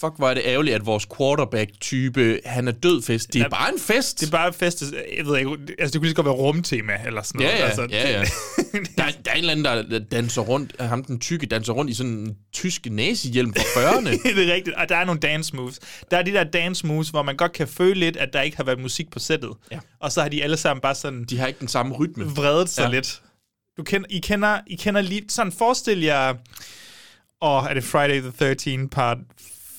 [SPEAKER 3] fuck hvor er det ærgerligt, at vores quarterback-type, han er død fest. Det er
[SPEAKER 2] Ja,
[SPEAKER 3] bare en fest.
[SPEAKER 2] Det er bare fest, jeg ved ikke, altså det kunne lige så godt være rumtema eller sådan
[SPEAKER 3] Ja,
[SPEAKER 2] noget.
[SPEAKER 3] ja,
[SPEAKER 2] altså,
[SPEAKER 3] ja, ja. Der, er- der er en eller anden, der danser rundt, ham den tykke danser rundt i sådan en tysk nazihjelm fra 40'erne.
[SPEAKER 2] det er rigtigt, og der er nogle dance moves. Der er de der dance moves, hvor man godt kan føle lidt, at der ikke har været musik på sættet.
[SPEAKER 3] Ja.
[SPEAKER 2] Og så har de alle sammen bare sådan
[SPEAKER 3] De har ikke den samme rytme.
[SPEAKER 2] vredet sig ja.
[SPEAKER 3] Ja.
[SPEAKER 2] lidt. Du kender, I, kender, I kender lige, sådan forestil jer, og er det Friday the 13th part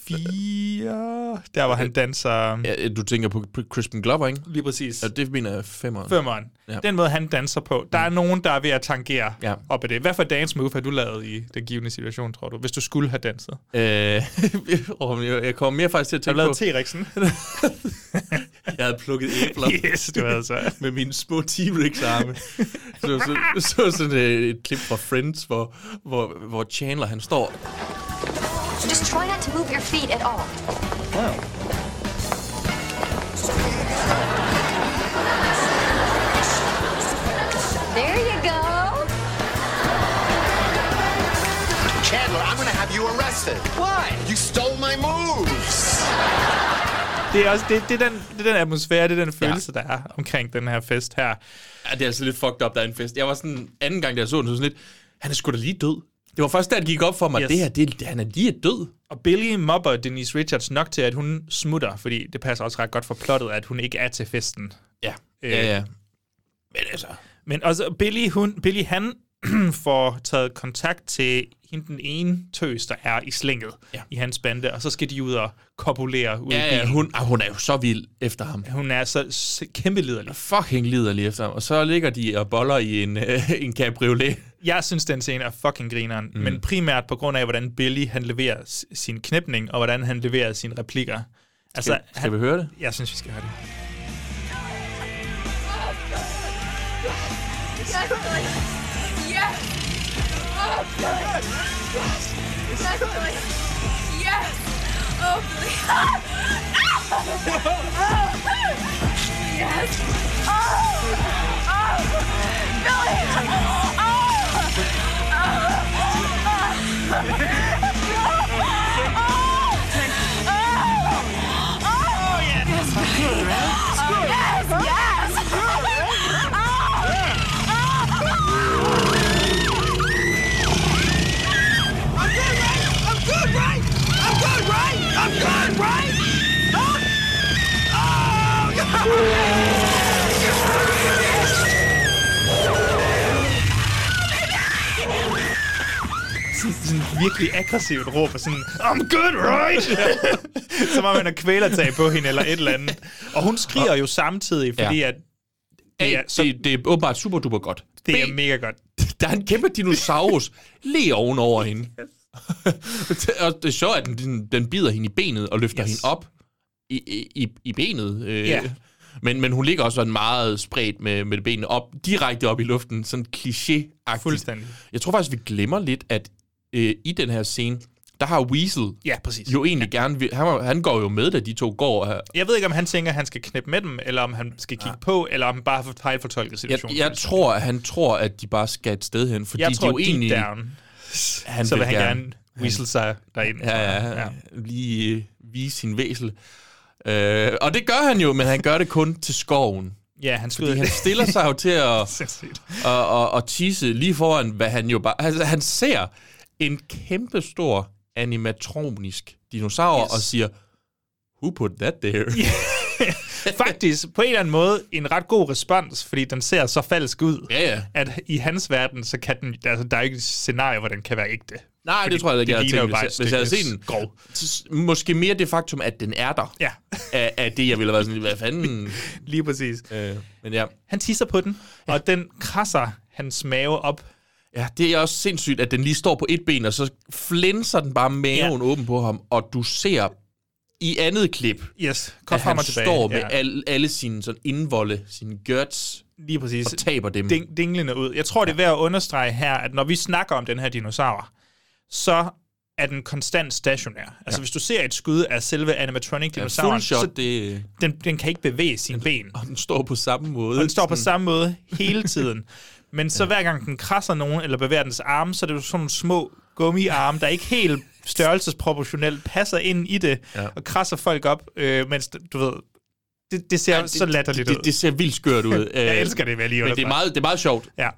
[SPEAKER 2] 4? Der var han danser,
[SPEAKER 3] Ja, du tænker på, på Crispin Glover, ikke?
[SPEAKER 2] lige præcis.
[SPEAKER 3] Ja, det mener jeg femmer.
[SPEAKER 2] Femmeren. Ja.
[SPEAKER 3] Ja.
[SPEAKER 2] Den måde, han danser på. Der er nogen, der er ved at tangere ja.
[SPEAKER 3] Ja.
[SPEAKER 2] op ad det. Hvad for dance move har du lavet i den givende situation, tror du? Hvis du skulle have danset. Har
[SPEAKER 3] Øh, åh, jeg- jeg kommer mere faktisk til at
[SPEAKER 2] du
[SPEAKER 3] tænke på,
[SPEAKER 2] lavet T-rexen?
[SPEAKER 3] jeg havde plukket æbler.
[SPEAKER 2] yes, altså- du havde så.
[SPEAKER 3] med mine små T-Rex-arme. så, så, så sådan et, et klip fra Friends, hvor, hvor, hvor Chandler han står.
[SPEAKER 4] Just try not to move your feet at all. There you go.
[SPEAKER 10] Chandler, I'm gonna have you arrested.
[SPEAKER 8] Why?
[SPEAKER 10] You stole my moves.
[SPEAKER 2] Det er også det, det er den, det er den atmosfære, det er den følelse, ja. der er omkring den her fest her.
[SPEAKER 3] Ja, det er altså lidt fucked up, der er en fest. Jeg var sådan, anden gang, da jeg så den, så sådan lidt, han er sgu da lige død. Det var først, da det gik op for mig,
[SPEAKER 2] Yes.
[SPEAKER 3] yes. det her, det, er- han er lige død.
[SPEAKER 2] Og Billy mobber Denise Richards nok til, at hun smutter, fordi det passer også ret godt for plottet, at hun ikke er til festen.
[SPEAKER 3] Ja,
[SPEAKER 2] Øh.
[SPEAKER 3] ja, ja. Men altså,
[SPEAKER 2] Men også Billy, hun, Billy han får taget kontakt til hende den ene tøs, der er i slænget ja.
[SPEAKER 3] Ja.
[SPEAKER 2] i hans bande, og så skal de ud og kopulere ud i
[SPEAKER 3] ja, ja,
[SPEAKER 2] bilen.
[SPEAKER 3] hun, ah, hun er jo så vild efter ham.
[SPEAKER 2] hun er så s- kæmpe liderlig.
[SPEAKER 3] Fucking lider lige efter ham. Og så ligger de og boller i en, øh, en cabriolet.
[SPEAKER 2] Jeg synes, den scene er fucking grineren, mm. men primært på grund af, hvordan Billy han leverer s- sin knæpning, og hvordan han leverer sine replikker. Altså,
[SPEAKER 3] Skal, skal vi høre det?
[SPEAKER 2] Jeg synes, vi skal høre det.
[SPEAKER 5] Oh,
[SPEAKER 2] Sådan, sådan virkelig aggressivt råb, og sådan, I'm good, right? Som om han har kvælertag på hende, eller et eller andet. Og hun skriger jo samtidig, fordi ja.
[SPEAKER 3] Ja.
[SPEAKER 2] at
[SPEAKER 3] Det
[SPEAKER 2] er
[SPEAKER 3] er,
[SPEAKER 2] så-
[SPEAKER 3] det, det er åbenbart super duper godt.
[SPEAKER 2] det er
[SPEAKER 3] B,
[SPEAKER 2] mega godt.
[SPEAKER 3] Der er en kæmpe dinosaurus lige ovenover hende. og det er sjovt, at den- den, den bider hende i benet og løfter
[SPEAKER 2] Yes.
[SPEAKER 3] yes. hende op i, i- i, i benet. Øh,
[SPEAKER 2] Ja.
[SPEAKER 3] men, men hun ligger også sådan meget spredt med, med benene op, direkte op i luften, sådan kliché-agtigt.
[SPEAKER 2] Fuldstændig.
[SPEAKER 3] Jeg tror faktisk, vi glemmer lidt, at øh, i den her scene, der har Weasel
[SPEAKER 2] Ja, præcis.
[SPEAKER 3] jo egentlig gerne... vil- Han, var- han går jo med, da de to går her.
[SPEAKER 2] Jeg ved ikke, om han tænker, at han skal knæppe med dem, eller om han skal kigge på, eller om han bare har fejlfortolket
[SPEAKER 3] Ah. Jeg,
[SPEAKER 2] situationen.
[SPEAKER 3] jeg tror, at han tror, at de bare skal et sted hen, fordi
[SPEAKER 2] jeg tror,
[SPEAKER 3] de jo egentlig...
[SPEAKER 2] deep down,
[SPEAKER 3] Han
[SPEAKER 2] så vil han gerne whistle sig derind.
[SPEAKER 3] Ja, ja, ja. Lige øh, vise sin væsel. Øh, og det gør han jo, men han gør det kun til skoven.
[SPEAKER 2] ja han skyder
[SPEAKER 3] Fordi han stiller sig jo til at,
[SPEAKER 2] Sindssygt.
[SPEAKER 3] at, at, at tisse lige foran, hvad han jo bare... Altså, han ser en kæmpestor animatronisk dinosaur yes. og siger, Who put that there?
[SPEAKER 2] Faktisk, på en eller anden måde, en ret god respons, fordi den ser så falsk ud.
[SPEAKER 3] Ja, ja.
[SPEAKER 2] at i hans verden, så kan den, altså, der er ikke et scenarie, hvor den kan være ægte.
[SPEAKER 3] Nej, det tror jeg ikke, jeg havde
[SPEAKER 2] ligner jo
[SPEAKER 3] tænkt,
[SPEAKER 2] bare
[SPEAKER 3] hvis
[SPEAKER 2] et
[SPEAKER 3] jeg, hvis jeg havde
[SPEAKER 2] stykke
[SPEAKER 3] set den.
[SPEAKER 2] skrov.
[SPEAKER 3] S- Måske mere det faktum, at den er der.
[SPEAKER 2] Ja.
[SPEAKER 3] Af, af det, jeg ville have været sådan, hvad fanden...
[SPEAKER 2] Lige præcis.
[SPEAKER 3] øh, men ja.
[SPEAKER 2] Han tisser på den, og den krasser hans mave op.
[SPEAKER 3] Ja, det er også sindssygt, at den lige står på et ben, og så flænser den bare maven ja. åben på ham, og du ser i andet klip,
[SPEAKER 2] Yes,
[SPEAKER 3] at
[SPEAKER 2] kom frem
[SPEAKER 3] han
[SPEAKER 2] og tilbage.
[SPEAKER 3] står med al, alle sine sådan indvolde, sine guts,
[SPEAKER 2] Lige præcis.
[SPEAKER 3] og taber dem.
[SPEAKER 2] Ding, dinglende ud. Jeg tror, det er værd at understrege her, at når vi snakker om den her dinosaur, så er den konstant stationær. Altså, ja. hvis du ser et skud af selve animatronic-dinosauren,
[SPEAKER 3] full shot,
[SPEAKER 2] så
[SPEAKER 3] det,
[SPEAKER 2] den, den kan ikke bevæge sine ben.
[SPEAKER 3] og den står på samme måde.
[SPEAKER 2] Og den står på samme måde hele tiden. Men så hver gang den krasser nogen, eller bevæger dens arme, så er det jo sådan nogle små gummiarme, der ikke helt størrelsesproportionelt passer ind i det, ja. og krasser folk op, øh, mens, du ved, det, det ser ja, det, så latterligt
[SPEAKER 3] det,
[SPEAKER 2] ud.
[SPEAKER 3] det ser vildt skørt ud. Øh,
[SPEAKER 2] Jeg elsker det, vil jeg lige
[SPEAKER 3] Men det er
[SPEAKER 2] understrege.
[SPEAKER 3] meget, det er meget sjovt.
[SPEAKER 2] Ja.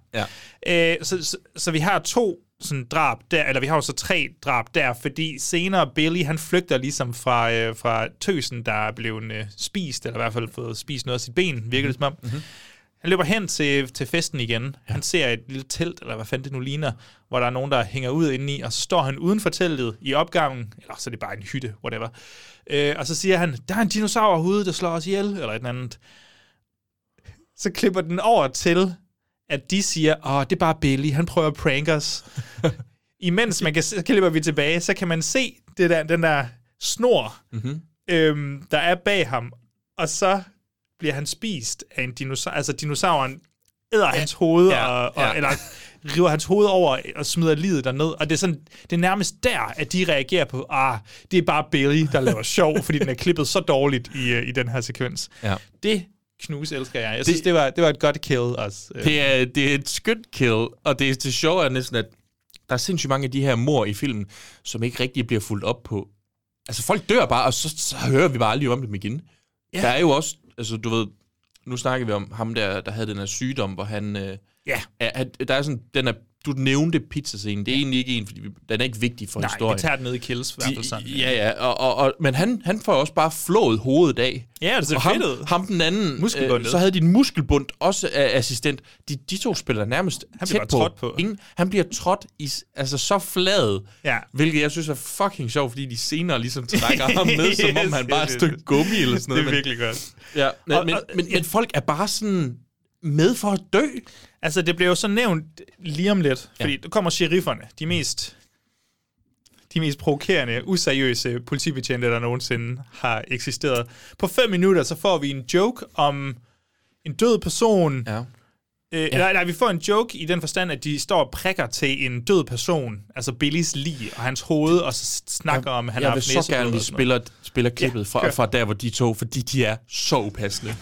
[SPEAKER 3] Ja.
[SPEAKER 2] Øh, så, så, så vi har to sådan drab der, eller vi har jo så tre drab der, fordi senere Billy, han flygter ligesom fra, øh, fra tøsen, der er blevet øh, spist, eller i hvert fald fået spist noget af sit ben, virker det som om. Mm-hmm. Han løber hen til, til festen igen. Ja. Han ser et lille telt, eller hvad fanden det nu ligner, hvor der er nogen, der hænger ud indeni, og så står han uden for teltet i opgangen, eller så er det bare en hytte, whatever. Øh, og så siger han, der er en dinosaur herude, der slår os ihjel, eller et eller andet. Så klipper den over til, at de siger, åh, det er bare Billy, han prøver at prank os. Imens man kan, se- så klipper vi tilbage, så kan man se det der, den der snor, mm-hmm. øhm, der er bag ham, og så bliver han spist af en dinosaur, altså dinosauren æder ja. hans hoved, ja.
[SPEAKER 3] Ja,
[SPEAKER 2] Og, og, ja.
[SPEAKER 3] ja.
[SPEAKER 2] eller river hans hoved over og smider livet derned, og det er, sådan, det er nærmest der, at de reagerer på, ah, det er bare Billy, der laver sjov, fordi den er klippet så dårligt i, øh, i den her sekvens.
[SPEAKER 3] Ja.
[SPEAKER 2] Det knus elsker jeg. Jeg det, synes, det var, det var et godt kill også. øh.
[SPEAKER 3] Det er, det er et skønt kill, og det, er- det sjove er næsten, at der er sindssygt mange af de her mor i filmen, som ikke rigtig bliver fuldt op på. Altså, folk dør bare, og så, så hører vi bare aldrig om dem igen. Ja. Der er jo også, altså du ved, nu snakker vi om ham der, der havde den her sygdom, hvor han... Øh,
[SPEAKER 2] Ja.
[SPEAKER 3] er, er- der er sådan, den er, du nævnte pizzascenen, det er egentlig ikke en, fordi vi- den er ikke vigtig for
[SPEAKER 2] Nej,
[SPEAKER 3] historien.
[SPEAKER 2] vi tager den ned i kills, i hvert fald sådan.
[SPEAKER 3] De, ja, ja, og, og, og, men han, han får også bare flået hovedet af.
[SPEAKER 2] Ja, det ser
[SPEAKER 3] og ham,
[SPEAKER 2] fedt ud.
[SPEAKER 3] ham den anden, øh,
[SPEAKER 2] Muskelbundet.
[SPEAKER 3] så havde de en muskelbund, også af assistent. De, de to spiller nærmest
[SPEAKER 2] Han bliver
[SPEAKER 3] tæt
[SPEAKER 2] bare trådt
[SPEAKER 3] på.
[SPEAKER 2] på.
[SPEAKER 3] Ingen, han bliver trådt i, s- altså så flad,
[SPEAKER 2] Ja.
[SPEAKER 3] hvilket jeg synes er fucking sjovt, fordi de senere ligesom trækker ham med, som om
[SPEAKER 2] Yes,
[SPEAKER 3] han bare er et
[SPEAKER 2] yes,
[SPEAKER 3] stykke
[SPEAKER 2] yes.
[SPEAKER 3] gummi eller sådan
[SPEAKER 2] Det
[SPEAKER 3] noget.
[SPEAKER 2] er
[SPEAKER 3] men-
[SPEAKER 2] virkelig godt.
[SPEAKER 3] Ja, men,
[SPEAKER 2] Og-
[SPEAKER 3] men,
[SPEAKER 2] og-
[SPEAKER 3] men, men folk er bare sådan med for at dø.
[SPEAKER 2] Altså, det bliver jo så nævnt lige om lidt, fordi der kommer sherifferne, de mest de mest provokerende, useriøse politibetjente, der nogensinde har eksisteret. På fem minutter, så får vi en joke om en død person.
[SPEAKER 3] Ja.
[SPEAKER 2] Øh, nej, nej, vi får en joke i den forstand, at de står og prikker til en død person, altså Billys lig og hans hoved, og så s- snakker om, at han
[SPEAKER 3] jeg
[SPEAKER 2] har
[SPEAKER 3] vil
[SPEAKER 2] haft
[SPEAKER 3] så
[SPEAKER 2] næseblod
[SPEAKER 3] gerne,
[SPEAKER 2] og
[SPEAKER 3] vi
[SPEAKER 2] sådan noget.
[SPEAKER 3] spiller, spiller klippet ja, fra,
[SPEAKER 2] kør.
[SPEAKER 3] fra der, hvor de to, fordi de er så upassende.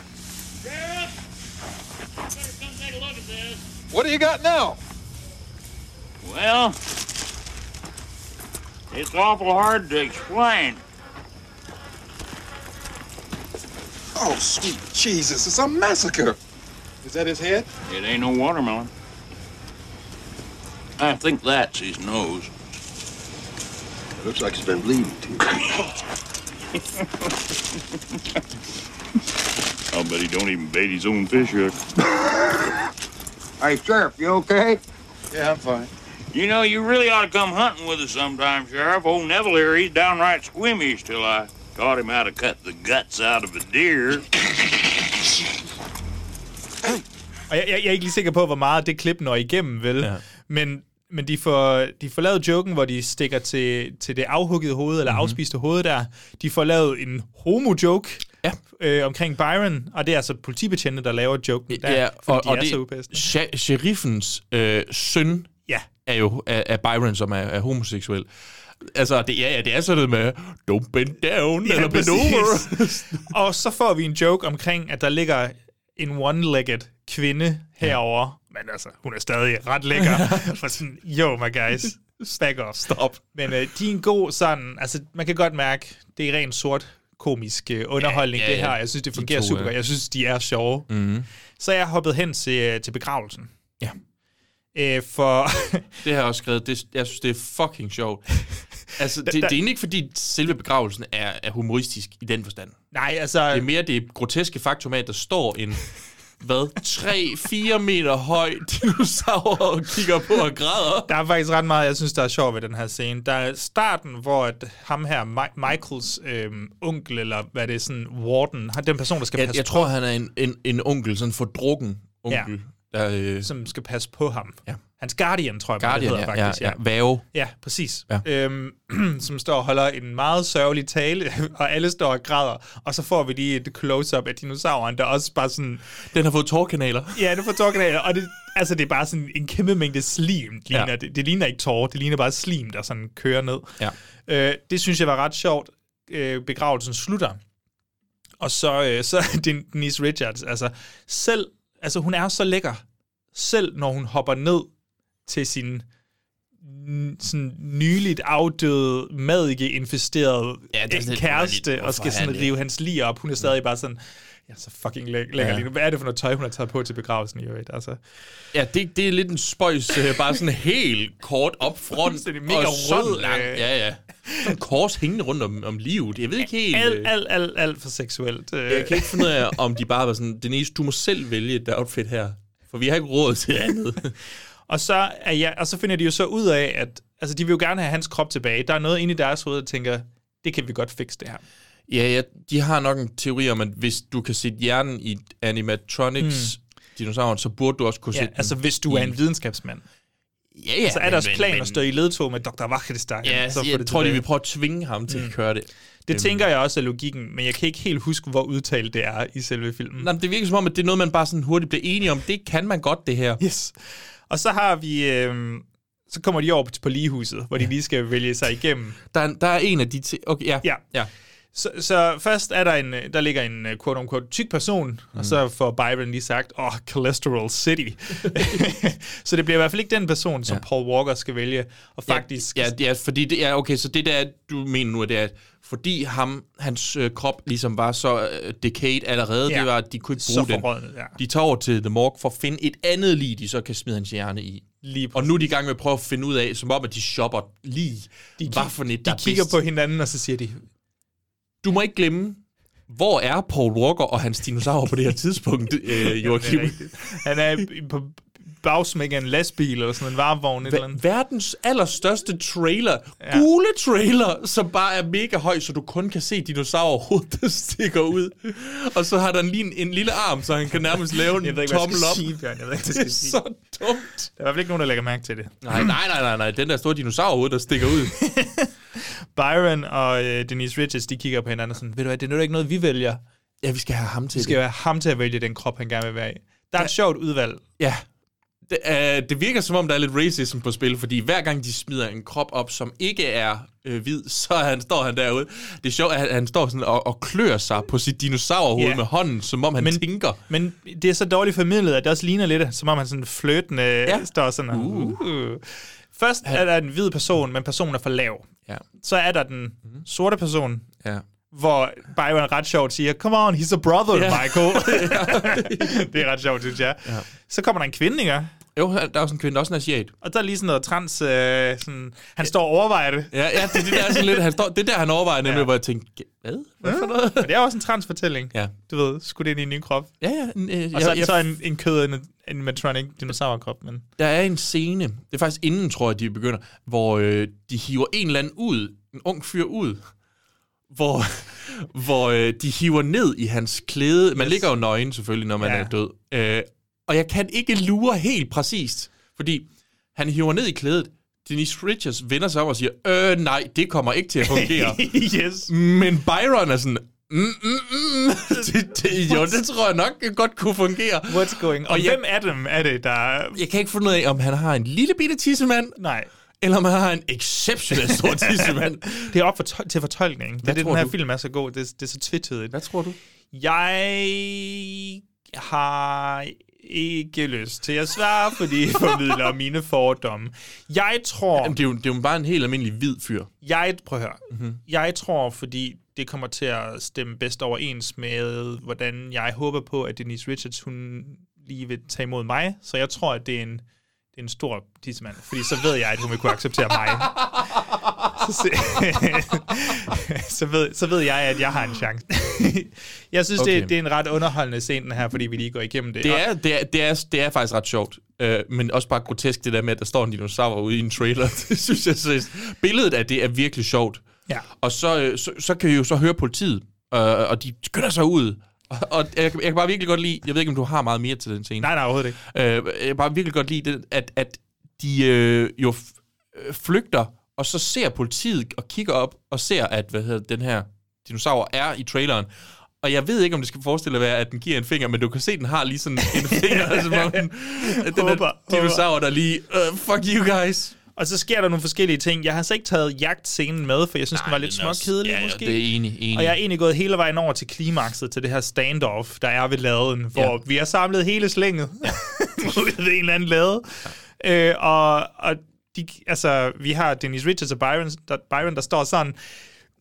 [SPEAKER 11] What do you got now? Well, it's awful hard to explain.
[SPEAKER 12] Oh, sweet Jesus, it's a massacre. Is that his head?
[SPEAKER 11] It ain't no watermelon. I think that's his nose.
[SPEAKER 10] It looks like he's been bleeding too.
[SPEAKER 11] I'll bet Oh, he don't even bait his own fish hook.
[SPEAKER 12] Hey, Sheriff, you okay? Yeah, I'm fine.
[SPEAKER 11] You know, you really ought to come hunting with us sometime, Sheriff. Old Neville here, he's downright squeamish till I taught him how to cut the guts out of a deer.
[SPEAKER 2] Og jeg, jeg, jeg er ikke lige sikker på, hvor meget det klip når igennem, vel? Ja. Men, men de, får, de får lavet joken, hvor de stikker til, til det afhuggede hoved, eller mm-hmm. afspiste hoved der. De får lavet en homo-joke ja. øh, omkring Byron, og det er altså politibetjente, der laver joken der, ja, og, de og er det, så upassende.
[SPEAKER 3] sha- sheriffens øh, søn
[SPEAKER 2] Ja.
[SPEAKER 3] er jo er, er Byron, som er, er homoseksuel. Altså, det, ja, ja, det er sådan noget med, don't bend down, ja, eller bend over.
[SPEAKER 2] og så får vi en joke omkring, at der ligger en one-legged kvinde herover, ja. men altså, hun er stadig ret lækker. For sådan, yo my guys, back off.
[SPEAKER 3] Stop.
[SPEAKER 2] Men øh, de er en god sådan, altså man kan godt mærke, det er rent sort komisk øh, underholdning,
[SPEAKER 3] Ja,
[SPEAKER 2] ja,
[SPEAKER 3] ja,
[SPEAKER 2] ja, det her.
[SPEAKER 3] ja.
[SPEAKER 2] Jeg synes, det
[SPEAKER 3] De
[SPEAKER 2] fungerer
[SPEAKER 3] to,
[SPEAKER 2] super
[SPEAKER 3] ja.
[SPEAKER 2] godt. Jeg synes, de er sjove.
[SPEAKER 3] Mhm.
[SPEAKER 2] Så jeg hoppede hen til, øh, til begravelsen. Ja. Øh, for
[SPEAKER 3] Det har jeg også skrevet. Det, jeg synes, det er fucking sjovt. Altså, det, det
[SPEAKER 2] der-
[SPEAKER 3] er egentlig ikke, fordi selve begravelsen er, er humoristisk i den forstand.
[SPEAKER 2] Nej, altså...
[SPEAKER 3] Det er mere det groteske faktum af, at der står en, hvad, 3-4 meter høj dinosaur og kigger på og græder.
[SPEAKER 2] Der er faktisk ret meget, jeg synes, der er sjovt ved den her scene. Der er starten, hvor at ham her, Mi- Michaels øhm, onkel, eller hvad det er, sådan, warden, han- den person, der skal
[SPEAKER 3] Jeg,
[SPEAKER 2] passe
[SPEAKER 3] jeg tror, han er en, en, en onkel, sådan en fordrukken onkel. Ja. Der, øh,
[SPEAKER 2] som skal passe på ham. Ja. Hans guardian, tror jeg, bare,
[SPEAKER 3] Guardian,
[SPEAKER 2] det hedder
[SPEAKER 3] ja,
[SPEAKER 2] faktisk.
[SPEAKER 3] ja, ja. Værge.
[SPEAKER 2] Ja, præcis.
[SPEAKER 3] Ja.
[SPEAKER 2] Ja. Øhm, som står og holder en meget sørgelig tale, og alle står og græder. Og så får vi lige et close-up af dinosauren, der også bare sådan...
[SPEAKER 3] Den har fået tårkanaler.
[SPEAKER 2] Ja, den får tårkanaler, og det, altså, det er bare sådan en kæmpe mængde slim. Ligner.
[SPEAKER 3] Ja.
[SPEAKER 2] Ja. Det, det ligner ikke tårer, det ligner bare slim, der sådan kører ned.
[SPEAKER 3] Ja.
[SPEAKER 2] Øh, det synes jeg var ret sjovt. Øh, begravelsen slutter. Og så, øh, så er det Denise Richards. Altså, selv, altså, hun er så lækker. Selv når hun hopper ned til sin n- sådan nyligt afdøde, madike-infesterede
[SPEAKER 3] Ja,
[SPEAKER 2] ja,
[SPEAKER 3] det er sådan lidt
[SPEAKER 2] kæreste,
[SPEAKER 3] underligt,
[SPEAKER 2] og skal
[SPEAKER 3] hvorfor
[SPEAKER 2] sådan
[SPEAKER 3] han-
[SPEAKER 2] rive hans lige op. Hun er stadig bare sådan, jeg er så fucking læ- lækker
[SPEAKER 3] Ja.
[SPEAKER 2] ja. lige nu. Hvad er det for noget tøj, hun har taget på til begravelsen i øvrigt? Altså,
[SPEAKER 3] Ja, det, det er lidt en spøjs, øh, bare sådan helt kort op front.
[SPEAKER 2] Fuldstændig mega
[SPEAKER 3] og sådan
[SPEAKER 2] rød,
[SPEAKER 3] lang-
[SPEAKER 2] øh.
[SPEAKER 3] Ja, ja. Sådan et kors hængende rundt om, om livet. Jeg ved ikke helt... øh,
[SPEAKER 2] alt, alt, alt, alt for seksuelt. øh.
[SPEAKER 3] Jeg kan ikke finde ud af, om de bare var sådan, Denise, du må selv vælge et outfit her, for vi har ikke råd til andet.
[SPEAKER 2] Og så, er jeg, og så finder de jo så ud af, at altså, de vil jo gerne have hans krop tilbage. Der er noget inde i deres hoved, der tænker, det kan vi godt fikse det her.
[SPEAKER 3] ja, ja, de har nok en teori om, at hvis du kan sætte hjernen i animatronics mm. dinosauren, så burde du også kunne
[SPEAKER 2] Hmm. Ja,
[SPEAKER 3] sætte
[SPEAKER 2] altså
[SPEAKER 3] den
[SPEAKER 2] hvis du er
[SPEAKER 3] i-
[SPEAKER 2] en videnskabsmand.
[SPEAKER 3] Ja, ja,
[SPEAKER 2] så er
[SPEAKER 3] men-
[SPEAKER 2] deres
[SPEAKER 3] men-
[SPEAKER 2] plan
[SPEAKER 3] men-
[SPEAKER 2] at stå i ledtog med Dr. Vachestein.
[SPEAKER 3] Ja, så
[SPEAKER 2] så
[SPEAKER 3] jeg
[SPEAKER 2] få
[SPEAKER 3] tror,
[SPEAKER 2] det
[SPEAKER 3] de
[SPEAKER 2] tilbage. Hmm.
[SPEAKER 3] vil prøve at tvinge ham til at køre det.
[SPEAKER 2] Det
[SPEAKER 3] Øhm.
[SPEAKER 2] tænker jeg også er logikken, men jeg kan ikke helt huske, hvor udtalt det er i selve filmen.
[SPEAKER 3] Nej, men det virker som om, at det er noget, man bare sådan hurtigt bliver enige om. Det kan man godt, det her.
[SPEAKER 2] Yes. Og så har vi... Øh, så kommer de over på- på ligehuset, hvor de lige skal vælge sig igennem.
[SPEAKER 3] Der, er- der er en af de ting... Okay, ja.
[SPEAKER 2] Ja.
[SPEAKER 3] ja.
[SPEAKER 2] Så, så først er der en, øh, der ligger en øh, quote unquote tyk person, mm. og så får Byron lige sagt, åh, oh, cholesterol city. så det bliver i hvert fald ikke den person, som ja. Paul Walker skal vælge. Og faktisk...
[SPEAKER 3] Ja, ja, fordi det er, okay, så det der, du mener nu, det er, at fordi ham, hans øh, krop ligesom var så øh, decayed allerede,
[SPEAKER 2] Ja.
[SPEAKER 3] det var, at de kunne ikke
[SPEAKER 2] Så
[SPEAKER 3] bruge den.
[SPEAKER 2] forrådnet, ja.
[SPEAKER 3] De tager over til The Morgue for at finde et andet lige, de så kan smide hans hjerne i.
[SPEAKER 2] Lige
[SPEAKER 3] og nu er de i gang med at prøve at finde ud af, som om, at de shopper lige, de hvad for net, der
[SPEAKER 2] De
[SPEAKER 3] er
[SPEAKER 2] kigger
[SPEAKER 3] bedst.
[SPEAKER 2] på hinanden, og så siger de,
[SPEAKER 3] Du må ikke glemme, hvor er Paul Walker og hans dinosaurer på det her tidspunkt, øh, Joachim?
[SPEAKER 2] Det er rigtigt. Han er i- på bagsmæk af en lastbil eller sådan en varevogn. et eller andet.
[SPEAKER 3] Verdens allerstørste trailer, ja. gule trailer, som bare er mega høj, så du kun kan se dinosaurer hovedet, der stikker ud. Og så har der lige en, en lille arm, så han kan nærmest lave en
[SPEAKER 2] Jeg ved ikke, hvad jeg
[SPEAKER 3] tommel
[SPEAKER 2] skal
[SPEAKER 3] op.
[SPEAKER 2] sige, Bjørn. Jeg ved ikke, hvad
[SPEAKER 3] det
[SPEAKER 2] jeg
[SPEAKER 3] er
[SPEAKER 2] skal sige.
[SPEAKER 3] så dumt.
[SPEAKER 2] Der er i hvert fald ikke nogen, der lægger mærke til det.
[SPEAKER 3] Nej, nej, nej, nej, nej. Den der store dinosaur hoved, der stikker ud.
[SPEAKER 2] Byron og øh, Denise Richards, de kigger på hinanden og sådan, ved du hvad, det er nu ikke noget, vi vælger.
[SPEAKER 3] Ja, vi skal have ham til
[SPEAKER 2] Vi skal
[SPEAKER 3] det.
[SPEAKER 2] have ham til at vælge den krop, han gerne vil være i. Der er et sjovt udvalg.
[SPEAKER 3] Ja. Det, øh, det virker som om, der er lidt racism på spil, fordi hver gang de smider en krop op, som ikke er øh, hvid, så er han, står han derude. Det er sjovt, at han, han står sådan og, og klør sig på sit dinosaurhoved
[SPEAKER 2] Ja.
[SPEAKER 3] yeah. med hånden, som om han men, tænker.
[SPEAKER 2] Men det er så dårligt formidlet, at det også ligner lidt, som om han sådan fløtende ja. står sådan og, uh. Uh. Først er der en hvid person, men personen er for lav.
[SPEAKER 3] Ja.
[SPEAKER 2] Så er der den sorte person,
[SPEAKER 3] Ja.
[SPEAKER 2] hvor Byron ret sjovt siger, come on, he's a brother,
[SPEAKER 3] Ja.
[SPEAKER 2] Michael. det er ret sjovt, synes jeg. Ja. Så kommer der en kvinde, ikke?
[SPEAKER 3] Jo, der er også en kvinde, også en asiat.
[SPEAKER 2] Og der er lige sådan noget trans... Øh, sådan, han står og overvejer det.
[SPEAKER 3] Ja, ja det, det, der er sådan lidt, han står, det er der, han overvejer nemlig, ja. hvor jeg tænkte, hvad? Hvad for noget?
[SPEAKER 2] Men det er også en transfortælling.
[SPEAKER 3] Ja.
[SPEAKER 2] Du ved, skudt ind i en ny krop.
[SPEAKER 3] Ja, ja. En, øh,
[SPEAKER 2] og så,
[SPEAKER 3] jeg- jeg-
[SPEAKER 2] så en, en kød en, en matronic dinosaurkrop, men...
[SPEAKER 3] Der er en scene, det er faktisk inden, tror jeg, de begynder, hvor øh, de hiver en eller anden ud, en ung fyr ud, hvor, hvor øh, de hiver ned i hans klæde. Man yes. ligger jo nøgen selvfølgelig, når man
[SPEAKER 2] Ja.
[SPEAKER 3] ja. er død. Øh, og jeg kan ikke lure helt præcist, fordi han hiver ned i klædet. Denise Richards vender sig om og siger, øh nej, det kommer ikke til at fungere.
[SPEAKER 2] yes.
[SPEAKER 3] Men Byron er sådan, mm, mm, mm. det, det, jo, det tror jeg nok godt kunne fungere.
[SPEAKER 2] What's going on? Og
[SPEAKER 3] jeg-
[SPEAKER 2] hvem af dem er det, der...
[SPEAKER 3] Jeg kan ikke finde ud af, om han har en lille bitte tissemand,
[SPEAKER 2] Nej.
[SPEAKER 3] eller om han har en exceptionelt stor tissemand.
[SPEAKER 2] Det er op for tol- til fortolkning. Det er
[SPEAKER 3] Hvad
[SPEAKER 2] det,
[SPEAKER 3] tror
[SPEAKER 2] den her
[SPEAKER 3] du?
[SPEAKER 2] film er så god. Det, er- det er så tvetydigt.
[SPEAKER 3] Hvad tror du?
[SPEAKER 2] Jeg har ikke lyst til at svare på de formidler mine fordomme. Jeg tror...
[SPEAKER 3] Jamen, det, er jo, det er jo bare en helt almindelig hvid fyr.
[SPEAKER 2] Jeg, prøv at høre. Mm-hmm. Jeg tror, fordi det kommer til at stemme bedst overens med, hvordan jeg håber på, at Denise Richards, hun lige vil tage imod mig. Så jeg tror, at det er en, det er en stor tissemand. Fordi så ved jeg, at hun vil kunne acceptere mig. Så, se, så, ved, så ved jeg, at jeg har en chance. jeg synes, okay.
[SPEAKER 3] Okay.
[SPEAKER 2] det, det er en ret underholdende scene, den her, fordi vi lige går igennem det.
[SPEAKER 3] Det
[SPEAKER 2] Og-
[SPEAKER 3] er, det er, det er, det er faktisk ret sjovt. Øh, men også bare grotesk det der med, at der står en dinosaur ude i en trailer. det synes jeg seriøst. Billedet af det er virkelig sjovt.
[SPEAKER 2] Ja.
[SPEAKER 3] Og så, øh, så, så kan vi jo så høre politiet, øh, og de skynder sig ud. Og, og jeg, kan- jeg kan bare virkelig godt lide, jeg ved ikke, om du har meget mere til den scene.
[SPEAKER 2] Nej, nej, overhovedet ikke.
[SPEAKER 3] Øh, jeg kan bare virkelig godt lide det, at, at de øh, jo f- øh, flygter, og så ser politiet og kigger op og ser, at hvad hedder, den her dinosaur er i traileren. Og jeg ved ikke, om det skal forestille at være, at den giver en finger, men du kan se, at den har lige sådan en finger, som om den, at den
[SPEAKER 2] Håber,
[SPEAKER 3] håber,
[SPEAKER 2] håber.
[SPEAKER 3] dinosaur, der lige, uh, fuck you guys.
[SPEAKER 2] Og så sker der nogle forskellige ting. Jeg har så ikke taget jagtscenen med, for jeg synes, Nej, den var lidt
[SPEAKER 3] den er også-
[SPEAKER 2] småkedelig
[SPEAKER 3] ja, ja,
[SPEAKER 2] måske.
[SPEAKER 3] det er enig, enig.
[SPEAKER 2] Og jeg er egentlig gået hele vejen over til klimakset, til det her standoff, der er ved laden, hvor ja. vi har samlet hele slænget mod en eller anden lade. Ja. Øh, og og de, altså, vi har Dennis Richards og Byron, der, Byron, der står sådan,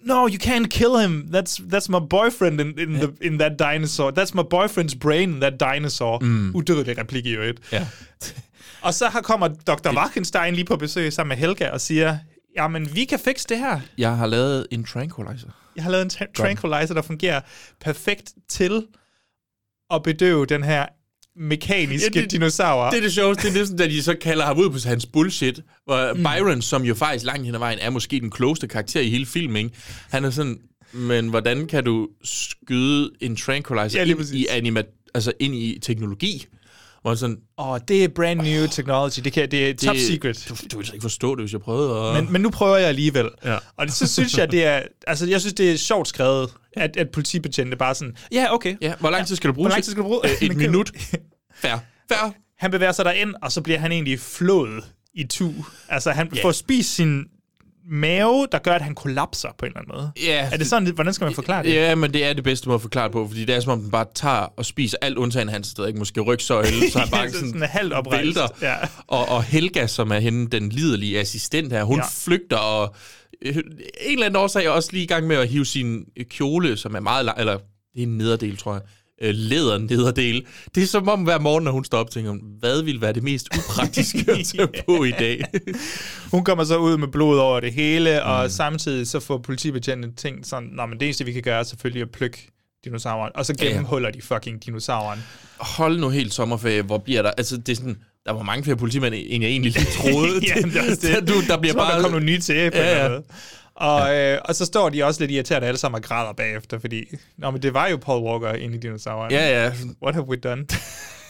[SPEAKER 2] No, you can't kill him. That's that's my boyfriend in in, the, in that dinosaur. That's my boyfriend's brain in that dinosaur. Mm. Udødelig replik i øvrigt.
[SPEAKER 3] Ja.
[SPEAKER 2] Og så her kommer Dr. Wachenstein lige på besøg sammen med Helga og siger, jamen vi kan fikse det her.
[SPEAKER 3] Jeg har lavet en tranquilizer.
[SPEAKER 2] Jeg har lavet en tra- tranquilizer, der fungerer perfekt til at bedøve den her mekaniske ja,
[SPEAKER 3] det-
[SPEAKER 2] dinosaur.
[SPEAKER 3] Det er det sjoveste, det er næsten, da de så kalder ham ud på hans bullshit. Hvor mm. Byron, som jo faktisk langt hen ad vejen er måske den klogeste karakter i hele filmen, ikke? han er sådan, men hvordan kan du skyde en tranquilizer
[SPEAKER 2] Ja,
[SPEAKER 3] ja,
[SPEAKER 2] lige
[SPEAKER 3] ind, i anima, altså ind i teknologi? Hvor han sådan,
[SPEAKER 2] Åh, oh, det er brand new oh, technology. Det, kan, det er top
[SPEAKER 3] det-
[SPEAKER 2] secret.
[SPEAKER 3] Du, du ville slet ikke forstå det, hvis jeg prøvede at...
[SPEAKER 2] Men, men nu prøver jeg alligevel. Ja. Og det, så synes jeg, det er, altså, jeg synes, det er sjovt skrevet, at, at politibetjente bare sådan, ja, okay.
[SPEAKER 3] ja, hvor lang tid skal du bruge?
[SPEAKER 2] Hvor lang tid skal du bruge?
[SPEAKER 3] Øh, Et
[SPEAKER 2] Men kan-
[SPEAKER 3] minut. Fair. Fair.
[SPEAKER 2] Han bevæger sig derind, og så bliver han egentlig flået i tu. Altså, han yeah. får spist sin mave, der gør, at han kollapser på en eller anden måde.
[SPEAKER 3] Ja.
[SPEAKER 2] Er det sådan, hvordan skal man forklare Ah, det?
[SPEAKER 3] Ja, men det er det bedste måde at forklare det på, fordi det er som om, den bare tager og spiser alt undtagen hans sted, ikke? Måske rygsøjle, så han bare
[SPEAKER 2] Ja, så
[SPEAKER 3] sådan,
[SPEAKER 2] sådan halvt oprejst.
[SPEAKER 3] vælter.
[SPEAKER 2] Ja.
[SPEAKER 3] Og, og Helga, som er hende, den liderlige assistent her, hun
[SPEAKER 2] Ja.
[SPEAKER 3] ja. flygter og øh, en eller anden årsag er også lige i gang med at hive sin kjole, som er meget lang, eller det er en nederdel, tror jeg, øh, læder nederdel. Det er som om hver morgen, når hun står op, tænker hun, hvad ville være det mest upraktiske at tage på i dag?
[SPEAKER 2] Hun kommer så ud med blod over det hele, og
[SPEAKER 3] Mm.
[SPEAKER 2] samtidig så får politibetjentene tænkt sådan, Nå, men det eneste, vi kan gøre, er selvfølgelig at plukke dinosauren, og så
[SPEAKER 3] Ja, ja.
[SPEAKER 2] gennemhuller de fucking dinosauren.
[SPEAKER 3] Hold nu helt sommerferie, hvor bliver der... Altså, det er sådan, der var mange flere politimænd, end jeg egentlig lige troede.
[SPEAKER 2] ja, men det er også
[SPEAKER 3] Der,
[SPEAKER 2] det.
[SPEAKER 3] du, der bliver
[SPEAKER 2] Som om,
[SPEAKER 3] bare...
[SPEAKER 2] Der kommer nogle nye til, på
[SPEAKER 3] Ja,
[SPEAKER 2] ja,
[SPEAKER 3] ja.
[SPEAKER 2] ja. Måde. Og, øh, og så står de også lidt irriterende alle sammen og græder bagefter, fordi Nå, men det var jo Paul Walker inde i dinosauren.
[SPEAKER 3] Ja, ja.
[SPEAKER 2] What have we done?